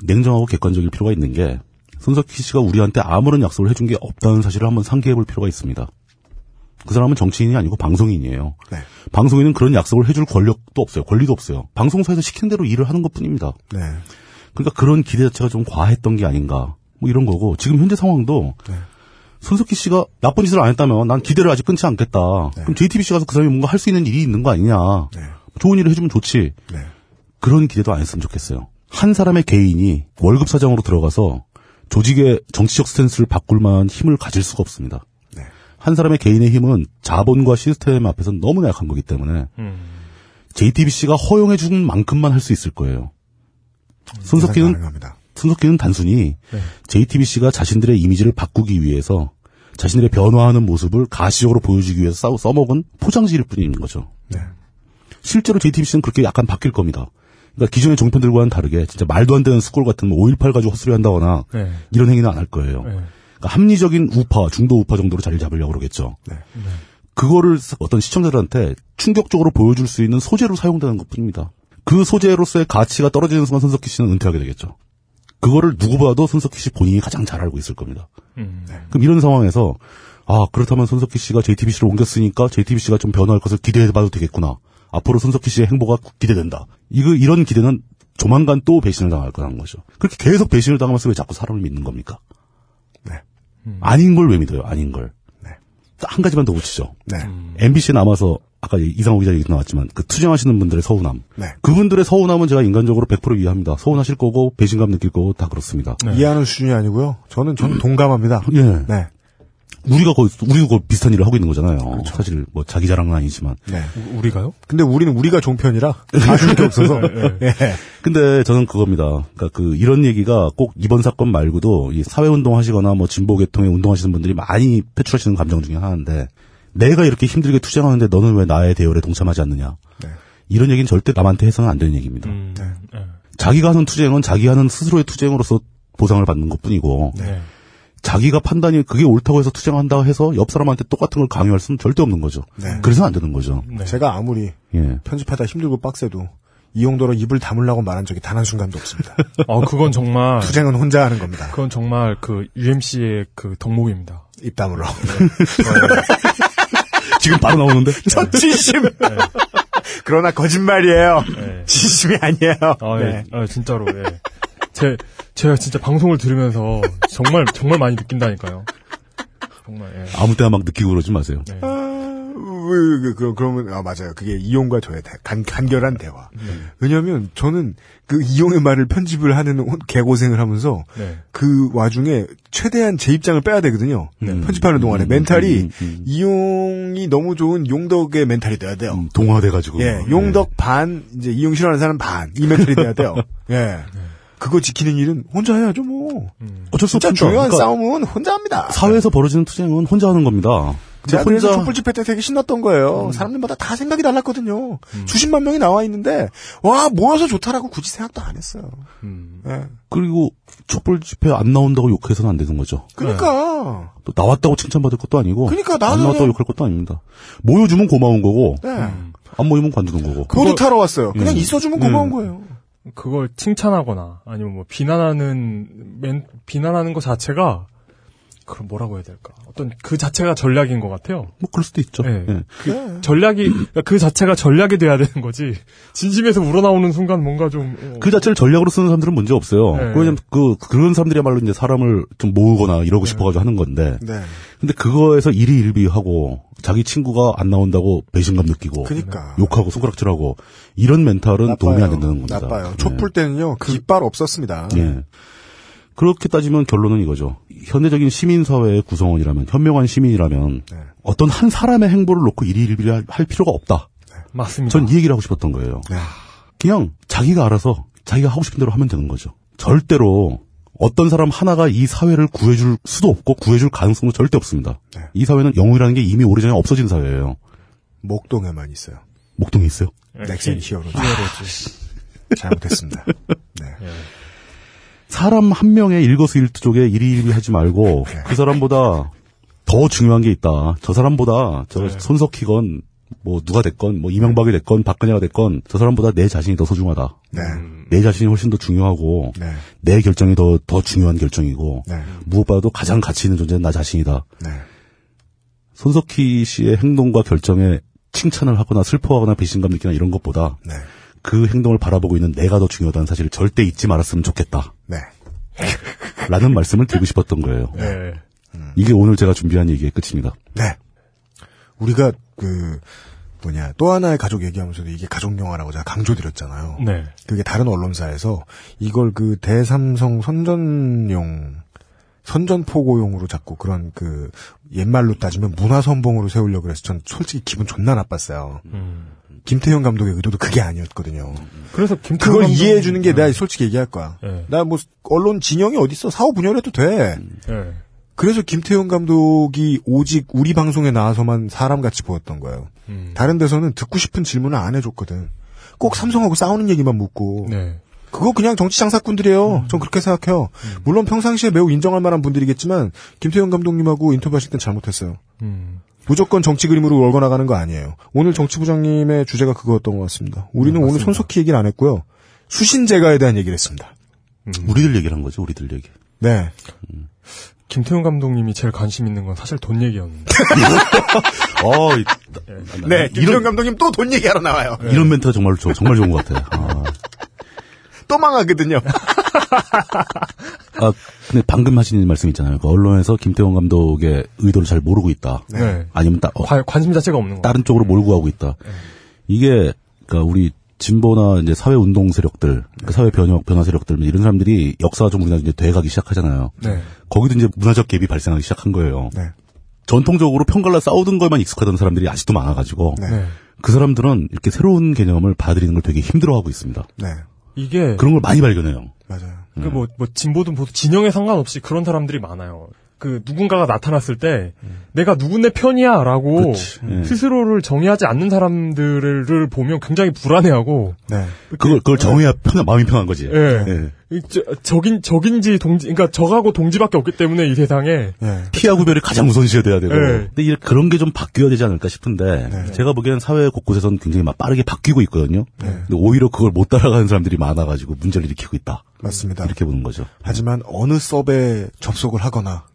S5: 냉정하고 객관적일 필요가 있는 게 손석희 씨가 우리한테 아무런 약속을 해준 게 없다는 사실을 한번 상기해 볼 필요가 있습니다. 그 사람은 정치인이 아니고 방송인이에요.
S3: 네.
S5: 방송인은 그런 약속을 해줄 권력도 없어요. 권리도 없어요. 방송사에서 시킨 대로 일을 하는 것 뿐입니다.
S3: 네.
S5: 그러니까 그런 기대 자체가 좀 과했던 게 아닌가. 뭐 이런 거고 지금 현재 상황도 손석희 씨가 나쁜 짓을 안 했다면 난 기대를 아직 끊지 않겠다. 그럼 JTBC 가서 그 사람이 뭔가 할 수 있는 일이 있는 거 아니냐. 좋은 일을 해주면 좋지. 그런 기대도 안 했으면 좋겠어요. 한 사람의 개인이 월급 사정으로 들어가서 조직의 정치적 스탠스를 바꿀 만한 힘을 가질 수가 없습니다. 한 사람의 개인의 힘은 자본과 시스템 앞에서 너무나 약한 거기 때문에 JTBC가 허용해 준 만큼만 할 수 있을 거예요. 손석희는 손석희는 단순히 JTBC가 자신들의 이미지를 바꾸기 위해서 자신들의 변화하는 모습을 가시적으로 보여주기 위해서 싸우, 써먹은 포장지일 뿐인 거죠. 실제로 JTBC는 그렇게 약간 바뀔 겁니다. 그러니까 기존의 종편들과는 다르게 진짜 말도 안 되는 수골 같은 뭐 5.18 가지고 헛소리 한다거나
S2: 네.
S5: 이런 행위는 안 할 거예요.
S3: 네.
S5: 그러니까 합리적인 우파, 중도 우파 정도로 자리를 잡으려고 그러겠죠. 그거를 어떤 시청자들한테 충격적으로 보여줄 수 있는 소재로 사용되는 것 뿐입니다. 그 소재로서의 가치가 떨어지는 순간 손석희 씨는 은퇴하게 되겠죠. 그거를 누구보다도 손석희 씨 본인이 가장 잘 알고 있을 겁니다. 그럼 이런 상황에서 아 그렇다면 손석희 씨가 JTBC로 옮겼으니까 JTBC가 좀 변화할 것을 기대해봐도 되겠구나. 앞으로 손석희 씨의 행보가 기대된다. 이거 이런 기대는 조만간 또 배신을 당할 거라는 거죠. 그렇게 계속 배신을 당하면서 왜 자꾸 사람을 믿는 겁니까? 아닌 걸 왜 믿어요? 아닌 걸.
S3: 네.
S5: 딱한 가지만 더 붙이죠. MBC 남아서 아까 이상호 기자 얘기 나왔지만 그 투쟁하시는 분들의 서운함.
S3: 네.
S5: 그분들의 서운함은 제가 인간적으로 100% 이해합니다. 서운하실 거고 배신감 느낄 거고 다 그렇습니다.
S3: 이해하는 수준이 아니고요. 저는 저는 동감합니다.
S5: 예.
S3: 네.
S5: 우리가 거의 우리도 거의 비슷한 일을 하고 있는 거잖아요.
S3: 그렇죠.
S5: 사실 뭐 자기 자랑은 아니지만.
S3: 네.
S2: 우리가요?
S3: 근데 우리는 우리가 종편이라 아쉬울 게 없어서. 예.
S5: 근데 저는 그겁니다. 그러니까 그 이런 얘기가 꼭 이번 사건 말고도 이 사회 운동하시거나 뭐 진보 계통에 운동하시는 분들이 많이 표출하시는 감정 중에 하나인데 내가 이렇게 힘들게 투쟁하는데 너는 왜 나의 대열에 동참하지 않느냐. 이런 얘기는 절대 남한테 해서는 안 되는 얘기입니다. 자기가 하는 투쟁은 자기 하는 스스로의 투쟁으로서 보상을 받는 것 뿐이고 자기가 판단이 그게 옳다고 해서 투쟁한다 해서 옆 사람한테 똑같은 걸 강요할 수는 절대 없는 거죠. 그래서 안 되는 거죠.
S3: 제가 아무리
S5: 예.
S3: 편집하다 힘들고 빡세도 이 용도로 입을 다물라고 말한 적이 단 한 순간도 없습니다.
S2: 아, 그건 정말
S3: 투쟁은 혼자 하는 겁니다.
S2: 그건 정말 그 UMC의 그 덕목입니다.
S3: 입 다물어.
S5: 지금 바로 나오는데
S3: 저 진심. 그러나 거짓말이에요.
S2: 네.
S3: 진심이 아니에요.
S2: 아,
S3: 네.
S2: 예, 아, 진짜로. 예. 제 제가 진짜 방송을 들으면서 정말 정말 많이 느낀다니까요. 정말 예.
S5: 아무 때나 막 느끼고 그러지 마세요.
S3: 그, 그, 러면 아, 맞아요. 그게 이용과 저의 대- 간, 간결한 대화.
S5: 네.
S3: 왜냐면, 저는 그 이용의 말을 편집을 하는 혼- 개고생을 하면서,
S2: 네.
S3: 그 와중에 최대한 제 입장을 빼야 되거든요.
S5: 네. 음,
S3: 편집하는 동안에. 멘탈이, 이용이 너무 좋은 용덕의 멘탈이 돼야 돼요.
S5: 음, 네. 동화돼가지고.
S3: 예, 용덕 반, 이제 이용 싫어하는 사람 반, 이 멘탈이 돼야 돼요.
S5: 네.
S3: 예. 그거 지키는 일은 혼자 해야죠, 뭐.
S5: 어쩔 수
S3: 진짜
S5: 없죠.
S3: 중요한
S5: 음. 그러니까
S3: 싸움은 혼자 합니다.
S5: 사회에서 벌어지는 투쟁은 혼자 하는 겁니다.
S3: 제가
S5: 그러니까
S3: 그래서
S5: 혼자
S3: 촛불 집회 때 되게 신났던 거예요. 사람들마다 다 생각이 달랐거든요. 수십만 명이 나와 있는데 와 모여서 좋다라고 굳이 생각도 안 했어요. 예.
S5: 그리고 촛불 집회 안 나온다고 욕해서는 안 되는 거죠.
S3: 그러니까
S5: 또 나왔다고 칭찬받을 것도 아니고
S3: 그러니까
S5: 안
S3: 나는-
S5: 나왔다고 욕할 것도 아닙니다. 모여주면 고마운 거고
S3: 네.
S5: 안 모이면 관두는 거고.
S3: 그것도 타러 왔어요. 그냥
S5: 음.
S3: 있어주면 고마운 거예요.
S2: 그걸 칭찬하거나 아니면 뭐 비난하는 맨 비난하는 것 자체가 그럼 뭐라고 해야 될까? 어떤 그 자체가 전략인 것 같아요.
S5: 뭐 그럴 수도 있죠.
S2: 네.
S5: 예.
S2: 전략이 그러니까 그 자체가 전략이 돼야 되는 거지. 진심에서 우러나오는 순간 뭔가 좀 어,
S5: 그 자체를 전략으로 쓰는 사람들은 문제 없어요.
S3: 예.
S2: 네.
S5: 왜냐면 그 그런 사람들이야말로 이제 사람을 좀 모으거나 이러고
S3: 예.
S5: 싶어가지고 하는 건데.
S3: 네.
S5: 근데 그거에서 일이 일비하고 자기 친구가 안 나온다고 배신감 느끼고
S3: 그러니까.
S5: 욕하고 손가락질하고 이런 멘탈은 도움이 안 된다는 겁니다.
S3: 나빠요.
S5: 예.
S3: 촛불 때는요 깃발 없었습니다.
S5: 예. 그렇게 따지면 결론은 이거죠. 현대적인 시민사회의 구성원이라면, 현명한 시민이라면,
S3: 네.
S5: 어떤 한 사람의 행보를 놓고 일일비를 할- 할 필요가 없다.
S2: 맞습니다.
S5: 전 이 얘기를 하고 싶었던 거예요. 그냥 자기가 알아서 자기가 하고 싶은 대로 하면 되는 거죠. 절대로 어떤 사람 하나가 이 사회를 구해줄 수도 없고 구해줄 가능성도 절대 없습니다. 이 사회는 영웅이라는 게 이미 오래전에 없어진 사회예요.
S3: 목동에만 있어요.
S5: 목동에 있어요.
S3: 넥센 히어로즈. 아, 잘못했습니다. 네.
S5: 사람 한 명의 일거수일투족에 일희일비하지 말고
S3: 네.
S5: 그 사람보다 더 중요한 게 있다. 저 사람보다 저
S3: 네.
S5: 손석희건 뭐 누가 됐건 뭐 이명박이 됐건 박근혜가 됐건 저 사람보다 내 자신이 더 소중하다. 음.
S3: 네.
S5: 내 자신이 훨씬 더 중요하고
S3: 네.
S5: 내 결정이 더 더 중요한 결정이고
S3: 네.
S5: 무엇보다도 가장 가치 있는 존재는 나 자신이다.
S3: 네.
S5: 손석희 씨의 행동과 결정에 칭찬을 하거나 슬퍼하거나 배신감 느끼나 이런 것보다
S3: 네.
S5: 그 행동을 바라보고 있는 내가 더 중요하다는 사실을 절대 잊지 말았으면 좋겠다.
S3: 네.
S5: 라는 말씀을 드리고 싶었던 거예요.
S2: 예.
S3: 음.
S5: 이게 오늘 제가 준비한 얘기의 끝입니다.
S3: 네. 우리가 그 뭐냐 또 하나의 가족 얘기하면서도 이게 가족 영화라고 제가 강조드렸잖아요.
S2: 네.
S3: 그게 다른 언론사에서 이걸 그 대삼성 선전용 선전포고용으로 자꾸 그런 그 옛말로 따지면 문화선봉으로 세우려고 그래서 전 솔직히 기분 존나 나빴어요. 김태형 감독의 의도도 그게 아니었거든요.
S2: 음. 그래서 네. 김태형
S3: 그걸
S2: 감독-
S3: 이해해 주는 게 내가 솔직히 얘기할 거야.
S2: 네.
S3: 나 뭐 언론 진영이 어딨어? 사후 분열해도 돼.
S2: 예.
S3: 그래서 김태형 감독이 오직 우리 방송에 나와서만 사람같이 보였던 거예요.
S2: 음.
S3: 다른 데서는 듣고 싶은 질문을 안 해줬거든. 꼭 삼성하고 싸우는 얘기만 묻고.
S2: 네.
S3: 그거 그냥 정치 장사꾼들이에요. 전 그렇게 생각해요. 물론 평상시에 매우 인정할 만한 분들이겠지만 김태형 감독님하고 인터뷰하실 땐 잘못했어요.
S2: 음.
S3: 무조건 정치 그림으로 월거 나가는 거 아니에요. 오늘 정치부장님의 주제가 그거였던 것 같습니다. 우리는 오늘 손석희 얘기를 안 했고요. 수신제가에 대한 얘기를 했습니다.
S5: 우리들 얘기를 한 거죠, 우리들 얘기.
S3: 네.
S2: 김태훈 감독님이 제일 관심 있는 건 사실 돈 얘기였는데.
S5: 어, 이-
S3: 네, 김태훈
S5: 이런-
S3: 감독님 또 돈 얘기하러 나와요.
S5: 이런 멘트가 정말 좋, 정말 좋은 것 같아요. 아.
S3: 또 망하거든요.
S5: 아, 근데 방금 하신 말씀 있잖아요. 그 언론에서 김태원 감독의 의도를 잘 모르고 있다.
S2: 네.
S5: 아니면 따, 어,
S2: 관, 관심 자체가 없는 거.
S5: 다른 쪽으로 몰고 가고 있다. 이게 그러니까 우리 진보나 이제 사회 운동 세력들, 그러니까 사회 변혁 변화 세력들 뭐 이런 사람들이 역사 정국이나 이제 돼가기 시작하잖아요.
S2: 네.
S5: 거기도 이제 문화적 갭이 발생하기 시작한 거예요.
S3: 네.
S5: 전통적으로 편갈라 싸우던 것만 익숙하던 사람들이 아직도 많아가지고
S2: 네.
S5: 그 사람들은 이렇게 새로운 개념을 받아들이는 걸 되게 힘들어하고 있습니다.
S3: 네,
S2: 이게
S5: 그런 걸 많이 발견해요.
S3: 맞아요.
S2: 그 뭐, 뭐, 진보든 보수, 진영에 상관없이 그런 사람들이 많아요. 그, 누군가가 나타났을 때, 내가 누군의 편이야, 라고,
S5: 그치. 예.
S2: 스스로를 정의하지 않는 사람들을 보면 굉장히 불안해하고,
S3: 네,
S5: 그걸 그걸 정해야 편한 마음이 편한 거지.
S2: 예. 이 저, 적인, 적인지 동지, 그러니까 적하고 동지밖에 없기 때문에 이 세상에,
S3: 예.
S5: 피하 구별이 가장 우선시해야 되고.
S2: 네.
S5: 근데 이 그런 게 좀 바뀌어야 되지 않을까 싶은데 제가 보기에는 사회 곳곳에서는 굉장히 막 빠르게 바뀌고 있거든요. 근데 오히려 그걸 못 따라가는 사람들이 많아가지고 문제를 일으키고 있다.
S3: 맞습니다.
S5: 이렇게 보는 거죠.
S3: 하지만 어느 섭에 접속을 하거나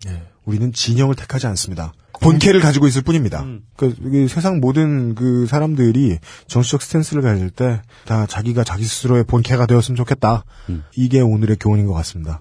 S3: 우리는 진영을 택하지 않습니다. 본캐를 가지고 있을 뿐입니다.
S2: 음.
S3: 그러니까 이게 세상 모든 그 사람들이 정치적 스탠스를 가질 때 다 자기가 자기 스스로의 본캐가 되었으면 좋겠다.
S2: 음.
S3: 이게 오늘의 교훈인 것 같습니다.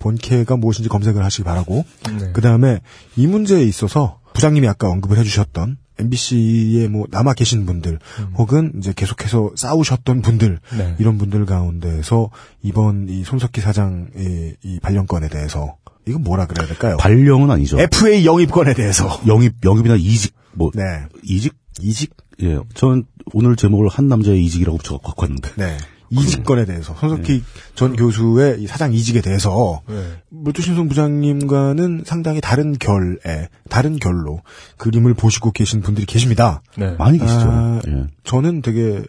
S3: 본캐가 무엇인지 검색을 하시기 바라고
S2: 네.
S3: 그 다음에 이 문제에 있어서 부장님이 아까 언급을 해주셨던 MBC에 뭐 남아 계신 분들 혹은 이제 계속해서 싸우셨던 분들
S2: 음. 네.
S3: 이런 분들 가운데서 이번 이 손석희 사장의 이 발령건에 대해서 이건 뭐라 그래야 될까요?
S5: 발령은 아니죠.
S2: 그렇죠.
S3: FA 영입건에 대해서
S5: 영입 영입이나 이직 뭐
S3: 네,
S5: 이직 이직 예. 전 오늘 제목을 한 남자의 이직이라고 붙여 갖고 왔는데.
S3: 네. 이직건에 대해서 손석희
S2: 음.
S3: 전 교수의 이 사장 이직에 대해서
S2: 네.
S3: 물주신송 부장님과는 상당히 다른 결에 다른 결로 그림을 보시고 계신 분들이 계십니다.
S2: 네.
S5: 많이 계시죠.
S3: 아,
S5: 예.
S3: 저는 되게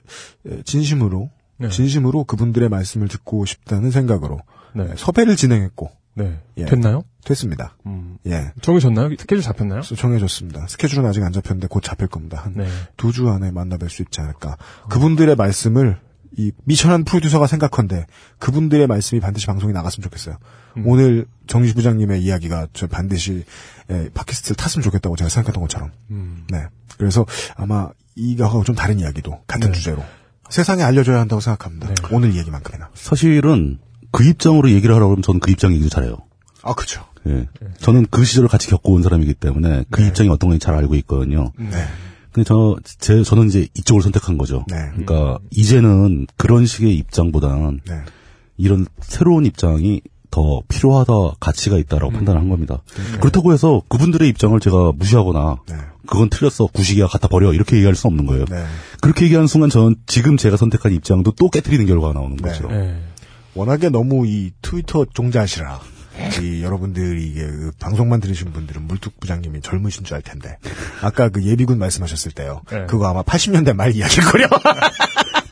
S3: 진심으로
S2: 네.
S3: 진심으로 그분들의 말씀을 듣고 싶다는 생각으로
S2: 네.
S3: 섭외를 진행했고
S2: 네.
S3: 예.
S2: 됐나요?
S3: 됐습니다.
S2: 음.
S3: 예.
S2: 정해졌나요? 스케줄 잡혔나요?
S3: 그래서 정해졌습니다. 스케줄은 아직 안 잡혔는데 곧 잡힐 겁니다.
S2: 네.
S3: 한 두 주 안에 만나뵐 수 있지 않을까. 그분들의 말씀을 이 미천한 프로듀서가 생각한데 그분들의 말씀이 반드시 방송에 나갔으면 좋겠어요. 오늘 정유시 부장님의 이야기가 저 반드시 예, 팟캐스트를 탔으면 좋겠다고 제가 생각했던 것처럼.
S2: 음.
S3: 네. 그래서 아마 이거하고 좀 다른 이야기도 같은 주제로 세상에 알려줘야 한다고 생각합니다. 오늘 얘기만큼이나.
S5: 사실은 그 입장으로 얘기를 하라고 하면 저는 그 입장 얘기를 잘해요.
S3: 아 그렇죠.
S5: 예. 저는 그 시절을 같이 겪어온 사람이기 때문에 그 입장이 어떤 건지 잘 알고 있거든요.
S3: 네.
S5: 근데 저, 제, 저는 이제 이쪽을 선택한 거죠.
S3: 네.
S5: 그러니까 이제는 그런 식의 입장보다는
S3: 네.
S5: 이런 새로운 입장이 더 필요하다, 가치가
S3: 음.
S5: 있다라고 판단을 한 겁니다. 그렇다고 해서 그분들의 입장을 제가 무시하거나
S3: 네.
S5: 그건 틀렸어, 구식이야, 갖다 버려 이렇게 얘기할 수 없는 거예요.
S3: 네.
S5: 그렇게 얘기하는 순간 저는 지금 제가 선택한 입장도 또 깨뜨리는 결과가 나오는
S3: 네.
S5: 거죠.
S2: 네.
S3: 워낙에 너무 이 트위터 종자시라. 이 여러분들이 이게 그 방송만 들으신 분들은 물뚝 부장님이 젊으신 줄 알 텐데 아까 그 예비군 말씀하셨을 때요.
S2: 네.
S3: 그거 아마 80년대 말 이야기일 거요.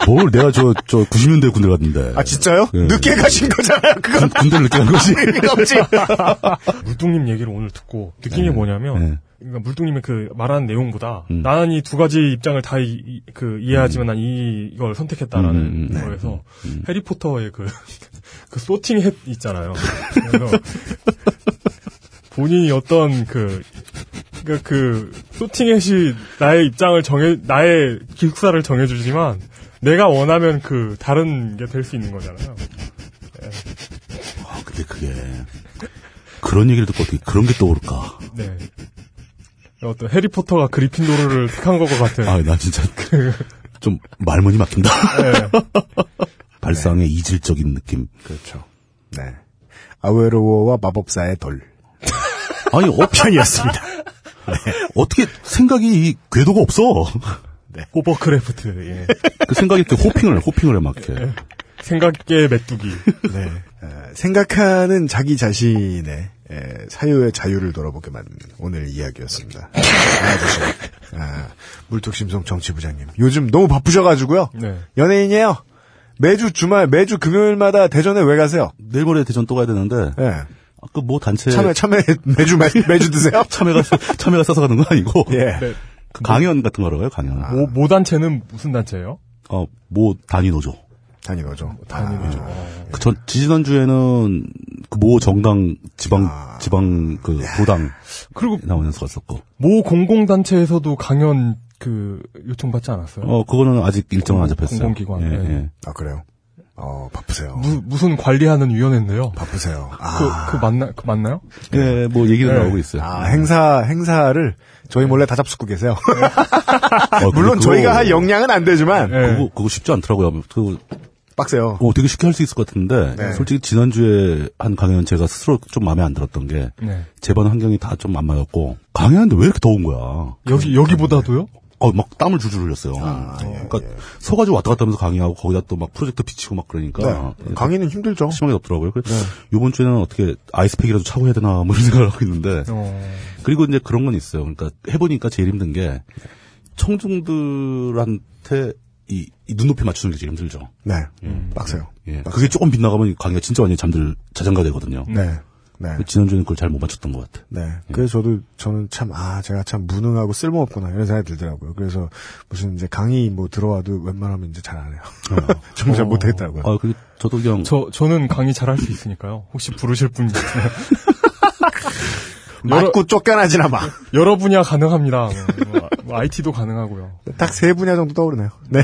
S5: 뭘 내가 저, 저 90년대 군대 갔는데.
S3: 아 진짜요?
S5: 네.
S3: 늦게 가신 거잖아요. 그건
S5: 군대를 늦게 간 거지.
S3: 의미가 없지. 네.
S2: 물뚱님 얘기를 오늘 듣고 느낀 게 뭐냐면
S5: 네.
S2: 그러니까 물뚱님의 그 말하는 내용보다
S5: 음.
S2: 나는 이 두 가지 입장을 다 이, 이- 그 이해하지만 난 이, 이걸 선택했다라는
S5: 음, 음, 음.
S2: 거에서 해리포터의 그, 그 소팅 햇 있잖아요. 그래서 본인이 어떤 그, 그러니까 그 소팅 햇이 나의 입장을 정해, 나의 기숙사를 정해주지만 내가 원하면 그 다른 게 될 수 있는 거잖아요.
S5: 아, 근데 그게 그런 얘기를 듣고 어떻게 그런 게 떠오를까?
S2: 네. 어떤 해리포터가 그리핀도르를 택한 것 같은.
S5: 아, 나 진짜 좀 말문이 막힌다. 발상의 이질적인 느낌.
S3: 그렇죠. 네. 아웨로워와 마법사의 돌.
S5: 아니, 어편이었습니다. 어떻게 생각이 이 궤도가 없어?
S3: 네.
S2: 호버크래프트, 예.
S5: 그 생각이 이렇게 호핑을 호핑을 해 막혀.
S2: 생각계 메뚜기.
S3: 네. 어, 생각하는 자기 자신의 에, 사유의 자유를 돌아보게 만든 오늘 이야기였습니다. 알아주신 아, 물뚝심성 정치부장님. 요즘 너무 바쁘셔가지고요.
S2: 네.
S3: 연예인이에요. 매주 주말, 매주 금요일마다 대전에 왜 가세요?
S5: 내일 모레 대전 또 가야 되는데
S3: 예.
S5: 그 뭐 단체
S3: 참외, 참외 매주 매, 주 드세요?
S5: 참여가 참여가 싸서 가는 건 아니고
S3: 예.
S2: 네.
S5: 강연 같은 거라고요 강연.
S2: 모, 모 단체는 무슨 단체예요?
S5: 어, 모 단위 노조.
S3: 단일화죠. 단일화죠.
S5: 그 전, 지난주에는 그 모 정당 지방,
S3: 아.
S5: 지방 그 도당.
S2: 그리고.
S5: 나오는 수가 있었고.
S2: 모 공공단체에서도 강연 그 요청받지 않았어요?
S5: 어, 그거는 아직 일정은 안 잡혔어요.
S2: 공공기관.
S5: 예,
S2: 네.
S5: 예.
S3: 아 그래요. 어 바쁘세요.
S2: 무, 무슨 관리하는 위원회인데요.
S3: 바쁘세요. 아,
S2: 그, 그 맞나, 그 맞나요?
S5: 예, 뭐 얘기는
S3: 네.
S5: 나오고 있어요.
S3: 아, 행사, 행사를 저희 몰래 다 잡수고 계세요.
S5: 어, 근데
S3: 물론
S5: 그거-
S3: 저희가 할 네. 역량은 안 되지만,
S2: 예.
S5: 그거, 그거 쉽지 않더라고요. 그,
S3: 빡세요.
S5: 어, 되게 쉽게 할 수 있을 것 같은데,
S3: 네.
S5: 솔직히 지난주에 한 강연 제가 스스로 좀 마음에 안 들었던 게,
S2: 네.
S5: 제반 환경이 다 좀 안 맞았고, 강연인데 왜 이렇게 더운 거야?
S3: 그
S2: 여기, 여기보다도요?
S5: 어, 막 땀을 줄줄 흘렸어요.
S3: 아,
S5: 그러니까
S3: 예,
S5: 서가지고 왔다 갔다 하면서 강의하고 거기다 또 막 프로젝터 비치고 막 그러니까
S3: 네. 강의는 힘들죠.
S5: 심하게 덥더라고요. 그래서
S3: 네.
S5: 이번 주에는 어떻게 아이스팩이라도 차고 해야 되나 뭐 이런 생각을 하고 있는데
S2: 어,
S5: 그리고 이제 그런 건 있어요. 그러니까 해보니까 제일 힘든 게 청중들한테 이, 이 눈높이 맞추는 게 제일 힘들죠.
S3: 네. 빡세요.
S5: 예. 그게 조금 빗나가면 강의가 진짜 완전히 잠들 자장가 되거든요.
S3: 네. 네.
S5: 지난주에는 그걸 잘 못 맞췄던 것 같아.
S3: 네. 그래서 저도, 저는 참, 아, 제가 참 무능하고 쓸모없구나, 이런 생각이 들더라고요. 그래서, 무슨 이제 강의 뭐 들어와도 웬만하면 이제 잘 안 해요.
S2: 아.
S3: 정말
S2: 어.
S3: 잘 못하겠더라고요.
S5: 아, 그 저도 그냥
S2: 저, 저는 강의 잘 할 수 있으니까요. 혹시 부르실 분 있으면 여러-
S3: 맞고 쫓겨나지나 마.
S2: 여러 분야 가능합니다. 뭐, 뭐, 뭐, IT도 가능하고요.
S3: 딱 세 분야 정도 떠오르네요. 네.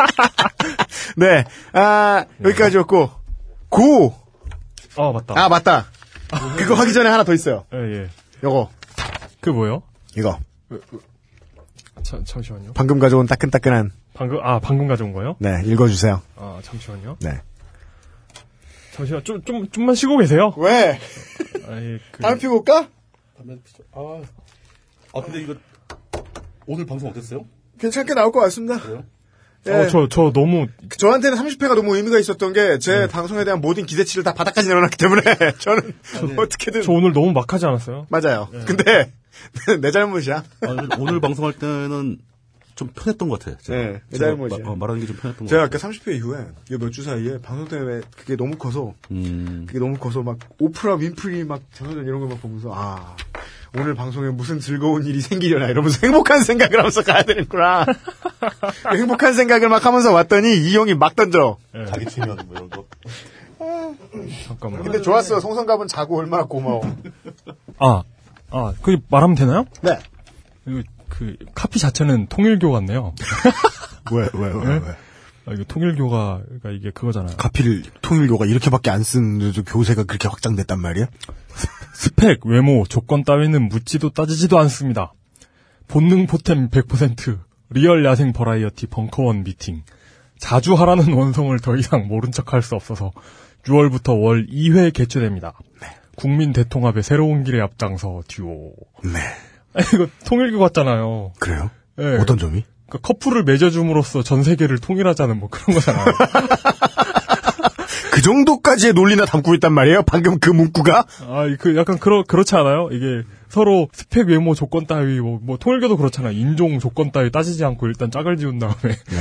S3: 네. 아, 여기까지였고, 고!
S2: 아, 맞다.
S3: 아, 맞다. 그거 하기 전에 하나 더 있어요.
S2: 예, 예.
S3: 요거.
S2: 그 뭐요?
S3: 이거.
S2: 자, 잠시만요.
S3: 방금 가져온 따끈따끈한,
S2: 방금, 아, 방금 가져온 거요?
S3: 네, 읽어주세요.
S2: 아, 잠시만요.
S3: 네.
S2: 잠시만, 좀, 좀, 좀만 쉬고 계세요.
S3: 왜?
S2: 아, 예, 그,
S3: 담배 피고 올까?
S5: 아 근데 이거 오늘 방송 어땠어요?
S3: 괜찮게 나올 것 같습니다. 예.
S2: 어, 저, 저 너무,
S3: 그 저한테는 30회가 너무 의미가 있었던 게 제 방송에 대한 모든 기대치를 다 바닥까지 내려놨기 때문에 저는 어떻게든
S2: 저 오늘 너무 막하지 않았어요?
S3: 맞아요. 근데 내 잘못이야.
S5: 아, 오늘 방송할 때는 좀 편했던 것 같아. 제가.
S3: 네, 내
S5: 제가
S3: 잘못이야.
S5: 마- 어, 말하는 게 좀 편했던 것
S3: 제가
S5: 같아.
S3: 아까 30회 이후에 몇 주 사이에 방송 때문에 그게 너무 커서
S5: 음,
S3: 그게 너무 커서 막 오프라 윈프리 막 장사전 이런 걸 막 보면서 아 오늘 방송에 무슨 즐거운 일이 생기려나 이러면서 행복한 생각을 하면서 가야 되는구나. 그 행복한 생각을 막 하면서 왔더니 이 형이 막 던져.
S5: 자기 체면 뭐 이런 거.
S2: 잠깐만.
S3: 근데 좋았어. 송성갑은 자고 얼마나 고마워.
S2: 아, 아, 그 말하면 되나요?
S3: 네.
S2: 이거 그, 카피 자체는 통일교 같네요.
S3: 왜, 왜, 왜, 왜?
S2: 아, 이거 통일교가, 그러니까 이게 그거잖아요.
S3: 가필 통일교가 이렇게밖에 안 쓰는데도 교세가 그렇게 확장됐단 말이야?
S2: 스펙, 외모, 조건 따위는 묻지도 따지지도 않습니다. 본능 포템 100%, 리얼 야생 버라이어티 벙커원 미팅. 자주 하라는 원성을 더 이상 모른 척 할 수 없어서 6월부터 월 2회 개최됩니다. 국민 대통합의 새로운 길에 앞장서 듀오.
S3: 네.
S2: 아, 이거 통일교 같잖아요.
S3: 그래요?
S2: 예.
S3: 네. 어떤 점이?
S2: 그러니까 커플을 맺어줌으로써 전 세계를 통일하자는 뭐 그런 거잖아요.
S3: 그 정도까지의 논리나 담고 있단 말이에요? 방금 그 문구가?
S2: 아, 그 약간 그러 그렇지 않아요? 이게 서로 스펙 외모 조건 따위 뭐, 뭐 통일교도 그렇잖아. 요 인종 조건 따위 따지지 않고 일단 짝을 지운 다음에
S3: 네.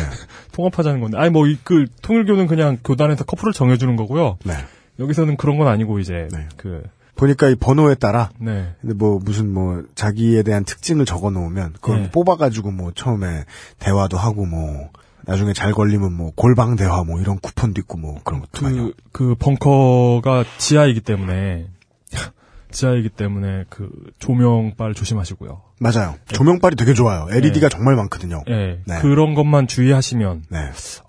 S2: 통합하자는 건데. 아니 뭐 그 통일교는 그냥 교단에서 커플을 정해 주는 거고요.
S3: 네.
S2: 여기서는 그런 건 아니고 이제
S3: 네.
S2: 그
S3: 보니까 이 번호에 따라,
S2: 네.
S3: 근데 뭐 무슨 뭐 자기에 대한 특징을 적어 놓으면 그걸
S2: 네.
S3: 뽑아가지고 뭐 처음에 대화도 하고 뭐 나중에 잘 걸리면 뭐 골방 대화 뭐 이런 쿠폰도 있고 뭐 그런 것도 많이.
S2: 그, 그 벙커가 지하이기 때문에 지하이기 때문에 그 조명빨 조심하시고요.
S3: 맞아요. 조명빨이 되게 좋아요. LED가 정말 많거든요.
S2: 예.
S3: 네.
S2: 그런 것만 주의하시면
S3: 네.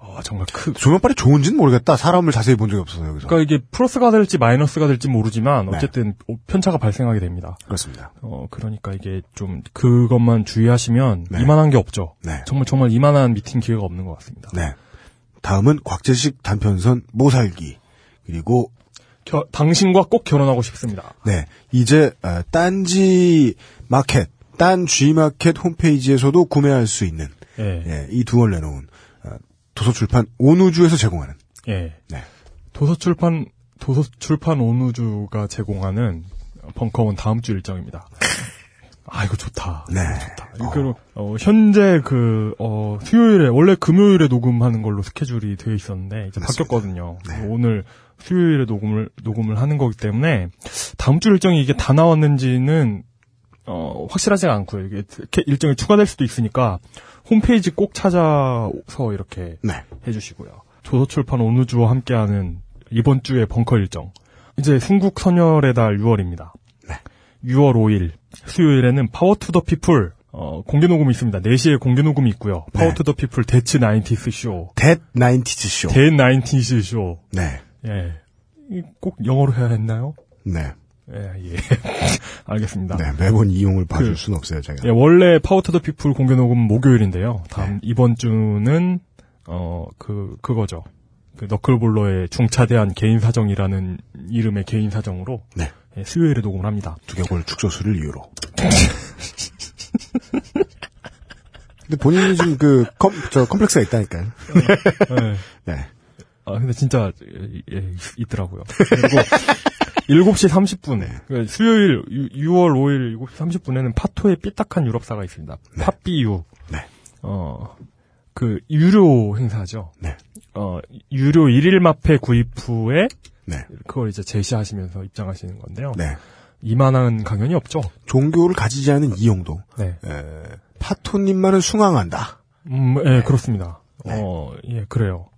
S2: 아, 정말 크
S3: 조명빨이 좋은지는 모르겠다. 사람을 자세히 본 적이 없어서 여기서.
S2: 그러니까 이게 플러스가 될지 마이너스가 될지 모르지만
S3: 네.
S2: 어쨌든 편차가 발생하게 됩니다.
S3: 그렇습니다.
S2: 어 그러니까 이게 좀 그것만 주의하시면
S3: 네.
S2: 이만한 게 없죠.
S3: 네.
S2: 정말 정말 이만한 미팅 기회가 없는 것 같습니다.
S3: 네. 다음은 곽재식 단편선 모살기. 그리고
S2: 겨- 당신과 꼭 결혼하고 싶습니다.
S3: 네 이제 어, 딴지 마켓, 딴지 마켓 홈페이지에서도 구매할 수 있는
S2: 예, 예.
S3: 예, 이 두 월 내놓은 어, 도서출판 온우주에서 제공하는 네.
S2: 예. 도서출판 도서출판 온우주가 제공하는 벙커원 다음 주 일정입니다. 아 이거 좋다.
S3: 네
S2: 그리고 어, 현재 그 어, 수요일에 원래 금요일에 녹음하는 걸로 스케줄이 되어 있었는데 이제 바뀌었거든요. 그래서 오늘 수요일에 녹음을 녹음을 하는 거기 때문에 다음 주 일정이 이게 다 나왔는지는 어, 확실하지가 않고요. 이게 이렇게 일정이 추가될 수도 있으니까 홈페이지 꼭 찾아서 이렇게
S3: 네.
S2: 해주시고요. 도서출판 어느 주와 함께하는 이번 주의 벙커 일정. 이제 순국 선열의 달 6월입니다. 6월 5일 수요일에는 파워 투 더 피플 어, 공개 녹음이 있습니다. 4시에 공개 녹음이 있고요. 파워 투 더 피플 데츠 나인티스 쇼.
S3: 댓 나인티즈 쇼.
S2: 데 나인티스 쇼.
S3: 네.
S2: 예. 이꼭 영어로 해야 했나요?
S3: 네.
S2: 예, 예. 알겠습니다.
S3: 네, 매번 이용을 봐줄
S2: 그-
S3: 수는 없어요, 제가.
S2: 예, 원래 파워 투 더 피플 공개 녹음은 목요일인데요. 다음
S3: 네.
S2: 이번 주는 어, 그 그거죠. 그 너클볼러의 중차대한 개인 사정이라는 이름의 개인 사정으로
S3: 네.
S2: 예, 수요일에 녹음을 합니다.
S3: 두개골 축소수를 이유로. 근데 본인이 좀 그, 컴, 저, 컴플렉스가 있다니까요.
S2: 예.
S3: 네.
S2: 아, 근데 진짜, 예, 예, 있더라고요. 그리고 7시
S3: 네.
S2: 30분에, 그 수요일 6월 5일 7시 30분에는 파토의 삐딱한 유럽사가 있습니다. 팟비유.
S3: 네.
S2: 어, 그, 유료 행사죠.
S3: 네.
S2: 어, 유료 1일 마페 구입 후에,
S3: 네.
S2: 그걸 이제 제시하시면서 입장하시는 건데요.
S3: 네.
S2: 이만한 강연이 없죠.
S3: 종교를 가지지 않은 이용도.
S2: 네.
S3: 에, 파토님만은 숭앙한다.
S2: 음,
S3: 네.
S2: 예, 그렇습니다. 어, 예, 그래요.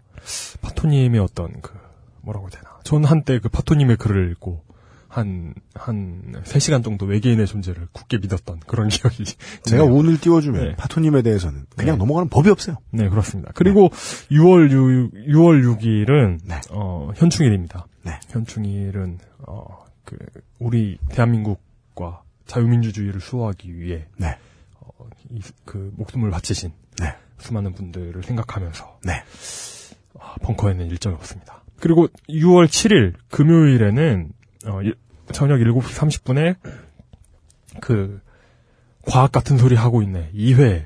S2: 파토님의 어떤 그, 뭐라고 해야 되나. 전 한때 그 파토님의 글을 읽고, 한, 한, 3시간 정도 외계인의 존재를 굳게 믿었던 그런 기억이.
S3: 제가
S2: 있네요.
S3: 운을 띄워주면
S2: 네.
S3: 파토님에 대해서는 그냥 넘어가는 법이 없어요.
S2: 네, 그렇습니다. 그리고 6월 6, 6월 6일은,
S3: 네.
S2: 어, 현충일입니다.
S3: 네.
S2: 현충일은, 어, 그, 우리 대한민국과 자유민주주의를 수호하기 위해,
S3: 네.
S2: 어, 이, 그, 목숨을 바치신,
S3: 네.
S2: 수많은 분들을 생각하면서,
S3: 네.
S2: 아, 벙커에는 일정이 없습니다. 그리고 6월 7일 금요일에는 어, 일- 저녁 7시 30분에 그 과학 같은 소리 하고 있네 2회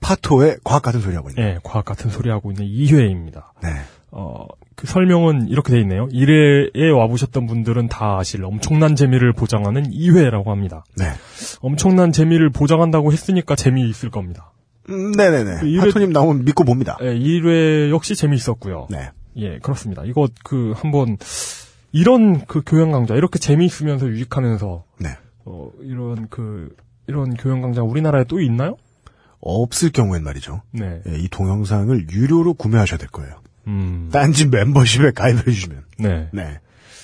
S3: 파토의 과학 같은 소리 하고 있네.
S2: 예 과학 같은 소리 하고 있네 2회입니다.
S3: 네.
S2: 어 그 설명은 이렇게 돼 있네요. 1회에 와보셨던 분들은 다 아실 엄청난 재미를 보장하는 2회라고 합니다.
S3: 네.
S2: 엄청난 재미를 보장한다고 했으니까 재미있을 겁니다.
S3: 음, 네네네.
S2: 그 이래-
S3: 파토님 나오면 믿고 봅니다.
S2: 예, 1회 역시 재미있었고요.
S3: 네.
S2: 예, 그렇습니다. 이거 그 한번 이런 그 교양 강좌 이렇게 재미있으면서 유익하면서
S3: 네.
S2: 어 이런 그 이런 교양 강좌 우리나라에 또 있나요?
S3: 없을 경우엔 말이죠.
S2: 네.
S3: 예, 이 동영상을 유료로 구매하셔야 될 거예요.
S2: 음.
S3: 딴지 멤버십에 가입해 주시면.
S2: 네.
S3: 네.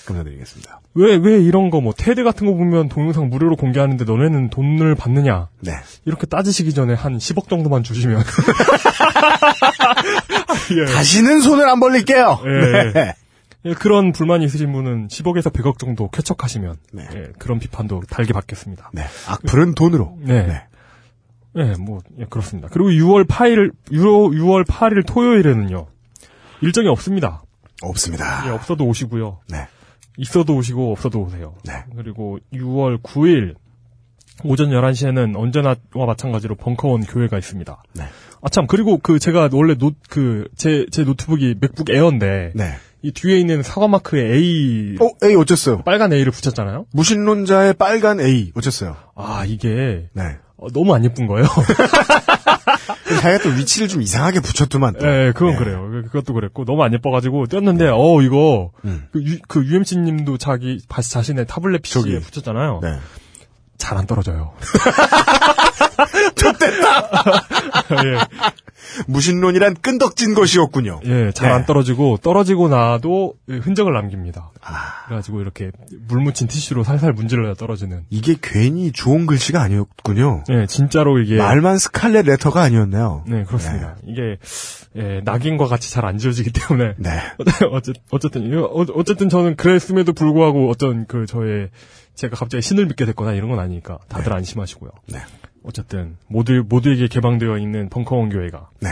S3: 감사드리겠습니다.
S2: 왜 왜 이런 거 뭐 테드 같은 거 보면 동영상 무료로 공개하는데 너네는 돈을 받느냐?
S3: 네.
S2: 이렇게 따지시기 전에 한 10억 정도만 주시면 예.
S3: 다시는 손을 안 벌릴게요.
S2: 예.
S3: 네.
S2: 예, 그런 불만이 있으신 분은 10억에서 100억 정도 쾌척하시면
S3: 네.
S2: 예, 그런 비판도 달게 받겠습니다.
S3: 네. 악플은 돈으로.
S2: 네.
S3: 네.
S2: 네, 뭐, 예, 그렇습니다. 그리고 6월 8일, 유로, 6월 8일 토요일에는요, 일정이 없습니다.
S3: 없습니다.
S2: 예, 없어도 오시고요.
S3: 아. 네.
S2: 있어도 오시고, 없어도 오세요.
S3: 네.
S2: 그리고 6월 9일, 오전 11시에는 언제나와 마찬가지로 벙커원 교회가 있습니다.
S3: 네.
S2: 아, 참, 그리고 그 제가 원래 노, 그, 제, 제 노트북이 맥북 에어인데,
S3: 네.
S2: 이 뒤에 있는 사과마크에 A,
S3: 어, A 어쨌어요?
S2: 빨간 A를 붙였잖아요?
S3: 무신론자의 빨간 A 어쨌어요?
S2: 아, 이게,
S3: 네. 그렇죠.
S2: 어, 너무 안 예쁜 거예요.
S3: 자기가 또 위치를 좀 이상하게 붙였더만. 또.
S2: 예, 그건
S3: 네.
S2: 그래요. 그- 그것도 그랬고 너무 안 예뻐가지고 떴는데 어 이거
S3: 음.
S2: 그, 유, 그 UMC님도 자기 바- 자신의 타블렛 PC에
S3: 저기.
S2: 붙였잖아요.
S3: 네.
S2: 잘 안 떨어져요. 좋됐다.
S3: 무신론이란 끈덕진 것이었군요.
S2: 예, 예, 잘 안
S3: 네.
S2: 떨어지고 떨어지고 나도 예, 흔적을 남깁니다.
S3: 아.
S2: 그래가지고 이렇게 물 묻힌 티슈로 살살 문질러야 떨어지는.
S3: 이게 괜히 좋은 글씨가 아니었군요.
S2: 예, 진짜로 이게
S3: 말만 스칼렛 레터가 아니었네요.
S2: 네 그렇습니다. 이게 예, 낙인과 같이 잘 안 지워지기 때문에
S3: 네.
S2: 어쨌, 어쨌든, 이거 어- 어쨌든 저는 그랬음에도 불구하고 어떤 그 저의, 제가 갑자기 신을 믿게 됐거나 이런 건 아니니까 다들 안심하시고요.
S3: 네.
S2: 어쨌든, 모두, 모두에게 개방되어 있는 벙커원 교회가
S3: 네.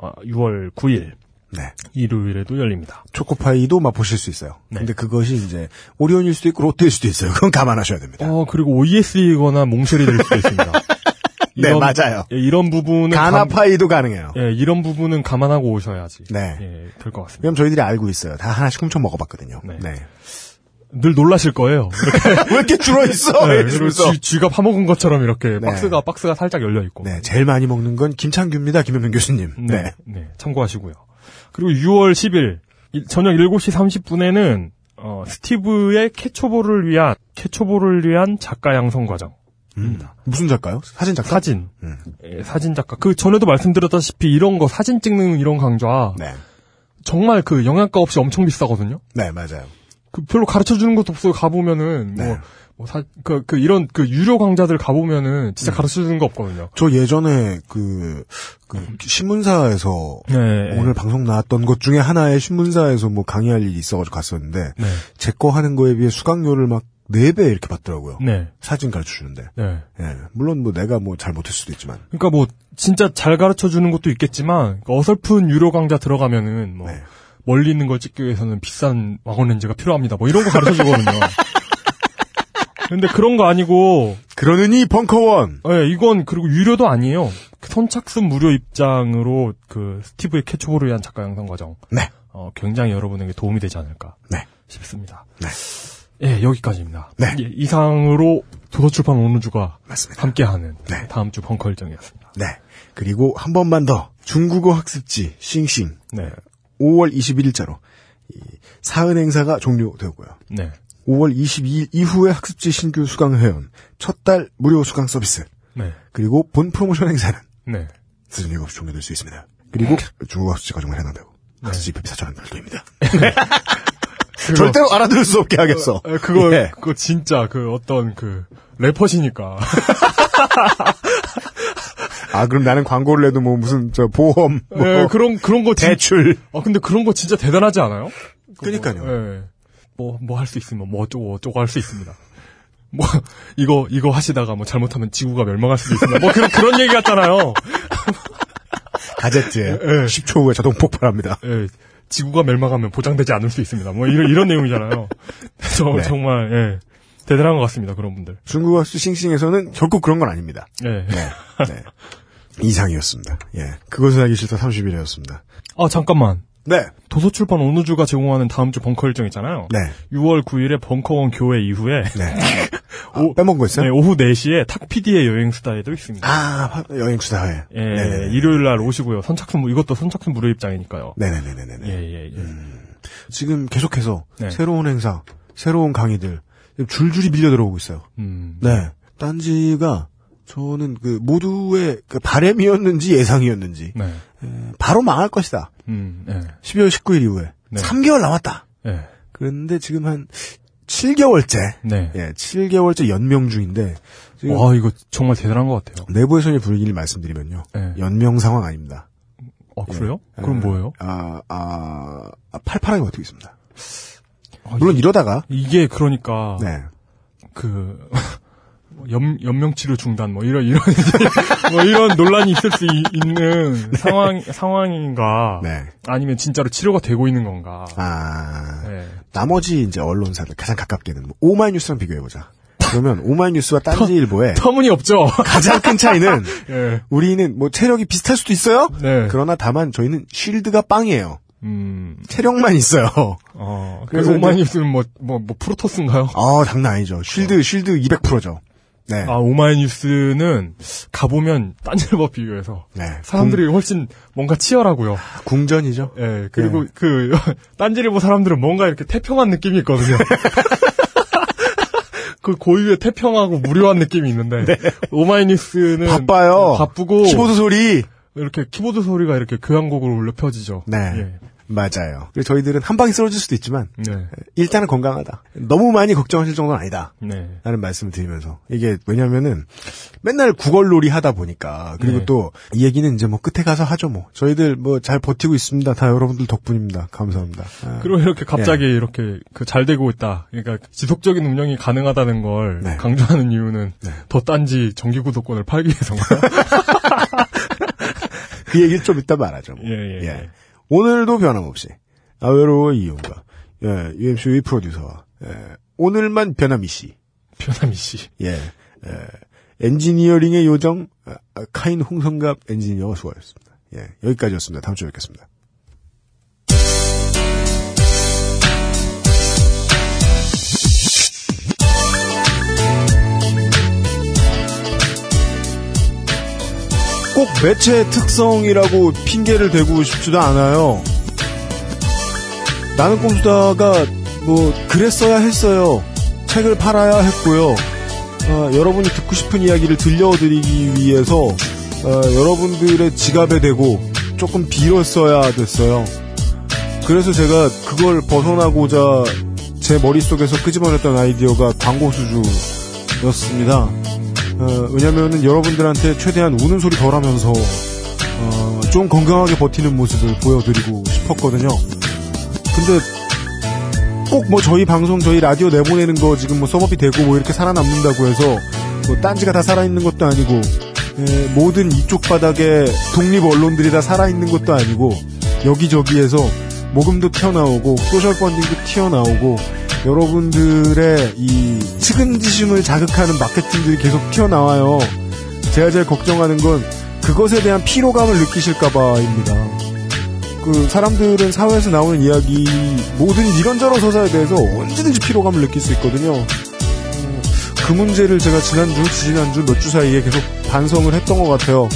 S2: 아, 6월 9일,
S3: 네.
S2: 일요일에도 열립니다.
S3: 초코파이도 맛보실 수 있어요.
S2: 네.
S3: 근데 그것이 이제 오리온일 수도 있고 롯데일 수도 있어요. 그건 감안하셔야 됩니다.
S2: 어, 그리고 OES이거나 몽쉘이 될 수도 있습니다.
S3: 네, 맞아요.
S2: 예, 이런 부분은. 감-
S3: 가나파이도 가능해요.
S2: 예, 이런 부분은 감안하고 오셔야지.
S3: 네.
S2: 예, 될 것 같습니다.
S3: 왜냐면 저희들이 알고 있어요. 다 하나씩 훔쳐 먹어봤거든요.
S2: 네.
S3: 네.
S2: 늘 놀라실 거예요.
S3: 왜 이렇게 줄어 있어?
S2: 네, 그리고
S3: 이러면서.
S2: 쥐, 쥐가 파먹은 것처럼 이렇게
S3: 네.
S2: 박스가, 박스가 살짝 열려있고.
S3: 네, 제일 많이 먹는 건 김창규입니다. 김현민 교수님.
S2: 네.
S3: 네.
S2: 네, 참고하시고요. 그리고 6월 10일 일- 저녁 7시 30분에는 어, 스티브의 캐초보를 위한 캐초보를 위한 작가 양성 과정.
S3: 음. 무슨 작가요? 사진 작가?
S2: 사진.
S3: 음.
S2: 예, 사진 작가. 그 전에도 말씀드렸다시피 이런 거 사진 찍는 이런 강좌
S3: 네.
S2: 정말 그 영양가 없이 엄청 비싸거든요.
S3: 네, 맞아요.
S2: 그 별로 가르쳐 주는 것도 없어요. 가보면은
S3: 네.
S2: 뭐, 뭐 사, 그, 그 이런 그 유료 강좌들 가보면은
S3: 음.
S2: 진짜 가르쳐 주는 거 없거든요.
S3: 저 예전에 그, 그
S2: 음.
S3: 신문사에서 네,
S2: 네,
S3: 오늘 방송 나왔던 것 중에 하나에 신문사에서 뭐 강의할 일이 있어가지고 갔었는데
S2: 네.
S3: 제 거 하는 거에 비해 수강료를 막 4배 이렇게 받더라고요.
S2: 네.
S3: 사진 가르쳐 주는데.
S2: 네.
S3: 예. 물론 뭐 내가 뭐 잘 못할 수도 있지만.
S2: 그러니까 뭐 진짜 잘 가르쳐 주는 것도 있겠지만 그 어설픈 유료 강좌 들어가면은 뭐
S3: 예. 네.
S2: 멀리 있는 걸 찍기 위해서는 비싼 와건 렌즈가 필요합니다. 뭐 이런 거 가르쳐 주거든요. 근데 그런 거 아니고
S3: 그러느니 벙커원.
S2: 예, 이건 그리고 유료도 아니에요. 그 선착순 무료 입장으로 그 스티브의 캐치볼을 위한 작가 양성 과정.
S3: 네.
S2: 어, 굉장히 여러분에게 도움이 되지 않을까
S3: 네.
S2: 싶습니다.
S3: 네.
S2: 예, 여기까지입니다.
S3: 네.
S2: 예, 이상으로 도서출판 오는 주가
S3: 맞습니다.
S2: 함께하는
S3: 네.
S2: 다음 주 벙커 일정이었습니다.
S3: 네. 그리고 한 번만 더 중국어 학습지 싱싱
S2: 네.
S3: 5월 21일자로 사은 행사가 종료되었고요.
S2: 네.
S3: 5월 22일 이후에 학습지 신규 수강 회원 첫 달 무료 수강 서비스
S2: 네.
S3: 그리고 본 프로모션 행사는
S2: 네.
S3: 수준 7시 종료될 수 있습니다. 그리고 중국어 학습지 과정을 해놔되고 학습지 입법이 사천 별도입니다. 절대로 알아들을 수 없게 네. 하겠어.
S2: 에, 그거
S3: 예.
S2: 그거 진짜 그 어떤 그 래퍼시니까
S3: 아 그럼 나는 광고를 해도 뭐 무슨 저 보험 뭐
S2: 예, 그런 그런 거 진-
S3: 대출
S2: 아 근데 그런 거 진짜 대단하지 않아요? 뭐, 예.
S3: 그러니까요.
S2: 뭐뭐 할 수 있으면 뭐 어쩌고 어쩌고 할 수 있습니다. 뭐 이거 이거 하시다가 뭐 잘못하면 지구가 멸망할 수도 있습니다. 뭐 그런 그런 얘기 같잖아요.
S3: 가제트에
S2: 예.
S3: 10초 후에 자동 폭발합니다.
S2: 예, 지구가 멸망하면 보장되지 않을 수 있습니다. 뭐 이런 이런 내용이잖아요. 그래서
S3: 네.
S2: 정말 예, 대단한 것 같습니다. 그런 분들.
S3: 중국어 학습 싱싱에서는 결코 그런 건 아닙니다.
S2: 예.
S3: 네. 네. 이상이었습니다. 예. 그것은 알기 싫다 30일이었습니다.
S2: 아 잠깐만.
S3: 네.
S2: 도서출판 오누주가 제공하는 다음 주 벙커 일정 있잖아요.
S3: 네.
S2: 6월 9일에 벙커원 교회 이후에
S3: 네. 아,
S2: 오-
S3: 빼먹은 거 있어요?
S2: 네, 오후 4시에 탁피디의 여행 스타에도 있습니다.
S3: 아, 여행 수다회.
S2: 예,
S3: 네네네.
S2: 일요일 날 오시고요. 선착순 무- 이것도 선착순 무료 입장이니까요.
S3: 네네네네네. 음.
S2: 예, 예, 예.
S3: 지금 계속해서
S2: 네.
S3: 새로운 행사, 새로운 강의들 줄줄이 밀려 들어오고 있어요.
S2: 음.
S3: 네. 딴지가 저는 그 모두의 그 바램이었는지 예상이었는지
S2: 네.
S3: 바로 망할 것이다.
S2: 음. 예.
S3: 12월 19일 이후에
S2: 네.
S3: 3개월 남았다.
S2: 예.
S3: 그런데 지금 한 7개월째
S2: 네.
S3: 예, 7개월째 연명 중인데 지금
S2: 와, 이거 정말 대단한 것 같아요.
S3: 내부에서의 분위기를 말씀드리면요.
S2: 예.
S3: 연명 상황 아닙니다.
S2: 아, 그래요?
S3: 예.
S2: 그럼 뭐예요?
S3: 아, 아, 아, 팔팔하게 버티고 있습니다.
S2: 아,
S3: 물론 이러다가
S2: 이게 그러니까
S3: 네.
S2: 그 연, 연명치료 중단 뭐 이런 이런 뭐 이런 논란이 있을 수 이- 있는 상황 상황인가
S3: 네.
S2: 아니면 진짜로 치료가 되고 있는 건가
S3: 아,
S2: 네.
S3: 나머지 이제 언론사들 가장 가깝게는 뭐 오마이뉴스랑 비교해보자. 그러면 오마이뉴스와 딴지일보의
S2: 터무니 없죠.
S3: 가장 큰 차이는
S2: 예.
S3: 우리는 뭐 체력이 비슷할 수도 있어요.
S2: 네.
S3: 그러나 다만 저희는 쉴드가 빵이에요.
S2: 음.
S3: 체력만 있어요.
S2: 어.
S3: 그래서
S2: 그래서 오마이뉴스는 뭐 뭐 뭐 프로토스인가요?
S3: 아, 장난 아니죠. 쉴드 쉴드 200%죠. 네.
S2: 아 오마이뉴스는 가보면 딴일법 비교해서
S3: 네. 아.
S2: 사람들이 훨씬 뭔가 치열하고요.
S3: 궁, 전이죠
S2: 예, 그리고
S3: 네.
S2: 그 딴지일보 사람들은 뭔가 이렇게 태평한 느낌이 있거든요. 그 고유의 태평하고 무료한 느낌이 있는데 오마이뉴스는
S3: 네. 바빠요.
S2: 네. 바쁘고
S3: 키보드 소리.
S2: 이렇게 키보드 소리가 이렇게 교향곡으로 울려 펴지죠.
S3: 네.
S2: 예.
S3: 맞아요. 그리고 저희들은 한 방에 쓰러질 수도 있지만
S2: 네.
S3: 일단은 건강하다. 너무 많이 걱정하실 정도는 아니다.
S2: 네.
S3: 라는 말씀을 드리면서 이게 왜냐면은 맨날 구걸놀이 하다 보니까 그리고
S2: 네.
S3: 또 이 얘기는 이제 뭐 끝에 가서 하죠 뭐 저희들 뭐 잘 버티고 있습니다 다 여러분들 덕분입니다 감사합니다 아,
S2: 그리고 이렇게 갑자기 이렇게 그 잘 되고 있다. 그러니까 지속적인 운영이 가능하다는 걸
S3: 네.
S2: 강조하는 이유는 더 딴지 정기 구독권을 팔기 위해서인가요?
S3: 그 얘기를 좀 이따 말하죠 뭐.
S2: 예, 예,
S3: 예.
S2: 예.
S3: 오늘도 변함없이 아외로 이용과 예, UMC의 프로듀서와 예, 오늘만 변함이 씨
S2: 변함이 씨.
S3: 예, 예, 엔지니어링의 요정 아, 아, 카인 홍성갑 엔지니어가 수고하셨습니다. 예, 여기까지였습니다. 다음 주에 뵙겠습니다. 꼭 매체의 특성이라고 핑계를 대고 싶지도 않아요. 나는 꼼수다가 뭐 그랬어야 했어요. 책을 팔아야 했고요. 어, 여러분이 듣고 싶은 이야기를 들려드리기 위해서 어, 여러분들의 지갑에 대고 조금 빌었어야 됐어요. 그래서 제가 그걸 벗어나고자 제 머릿속에서 끄집어냈던 아이디어가 광고 수주였습니다. 어, 왜냐면은 여러분들한테 최대한 우는 소리 덜 하면서, 어, 좀 건강하게 버티는 모습을 보여드리고 싶었거든요. 근데 꼭 뭐 저희 방송, 저희 라디오 내보내는 거 지금 뭐 서버비 되고 뭐 이렇게 살아남는다고 해서 뭐 딴지가 다 살아있는 것도 아니고 에, 모든 이쪽 바닥에 독립 언론들이 다 살아있는 것도 아니고 여기저기에서 모금도 튀어나오고 소셜 펀딩도 튀어나오고 여러분들의 이 측은지심을 자극하는 마케팅들이 계속 튀어나와요. 제가 제일 걱정하는 건 그것에 대한 피로감을 느끼실까봐입니다. 그 사람들은 사회에서 나오는 이야기 모든 이런저런 서사에 대해서 언제든지 피로감을 느낄 수 있거든요. 음, 그 문제를 제가 지난주, 지난주 몇 주 사이에 계속 반성을 했던 것 같아요.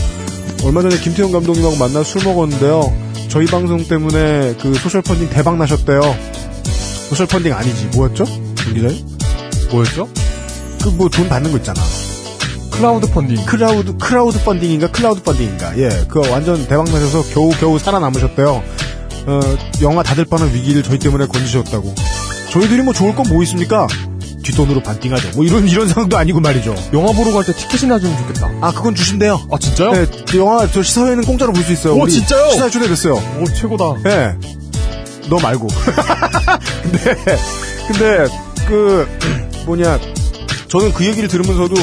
S3: 얼마 전에 김태형 감독님하고 만나 술 먹었는데요. 저희 방송 때문에 그 소셜 펀딩 대박 나셨대요. 소셜 펀딩 아니지 뭐였죠? 김기자님? 뭐였죠? 그 뭐 돈 받는 거 있잖아.
S2: 클라우드 펀딩.
S3: 크라우드 크라우드 펀딩인가 클라우드 펀딩인가 예 그거 완전 대박 나셔서 겨우 겨우 살아남으셨대요 어, 영화 다들 뻔한 위기를 저희 때문에 건지셨다고 저희들이 뭐 좋을 건 뭐 있습니까 뒷돈으로 반띵하죠 뭐 이런 이런 상황도 아니고 말이죠
S2: 영화 보러 갈 때 티켓이나 주면 좋겠다.
S3: 아 그건 주신대요
S2: 아, 진짜요?
S3: 네 영화 저 시사회는 공짜로 볼 수 있어요
S2: 오,
S3: 우리
S2: 진짜요?
S3: 시사회 초대됐어요
S2: 오, 최고다.
S3: 예. 너 말고. 근데, 근데, 그, 뭐냐. 저는 그 얘기를 들으면서도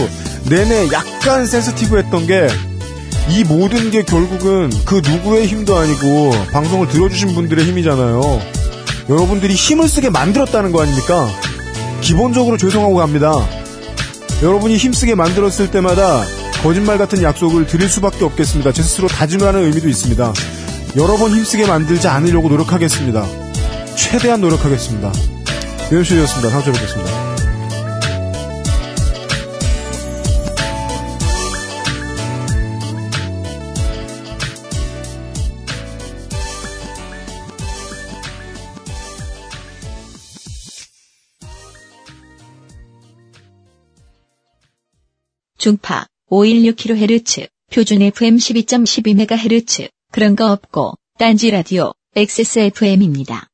S3: 내내 약간 센스티브 했던 게, 이 모든 게 결국은 그 누구의 힘도 아니고, 방송을 들어주신 분들의 힘이잖아요. 여러분들이 힘을 쓰게 만들었다는 거 아닙니까? 기본적으로 죄송하고 갑니다. 여러분이 힘쓰게 만들었을 때마다 거짓말 같은 약속을 드릴 수밖에 없겠습니다. 제 스스로 다짐하는 의미도 있습니다. 여러 번 힘쓰게 만들지 않으려고 노력하겠습니다. 최대한 노력하겠습니다. 유현실이었습니다. 상처 뵙겠습니다.
S8: 중파 516kHz 표준 FM 12.12MHz 그런 거 없고 딴지 라디오 XSFM입니다.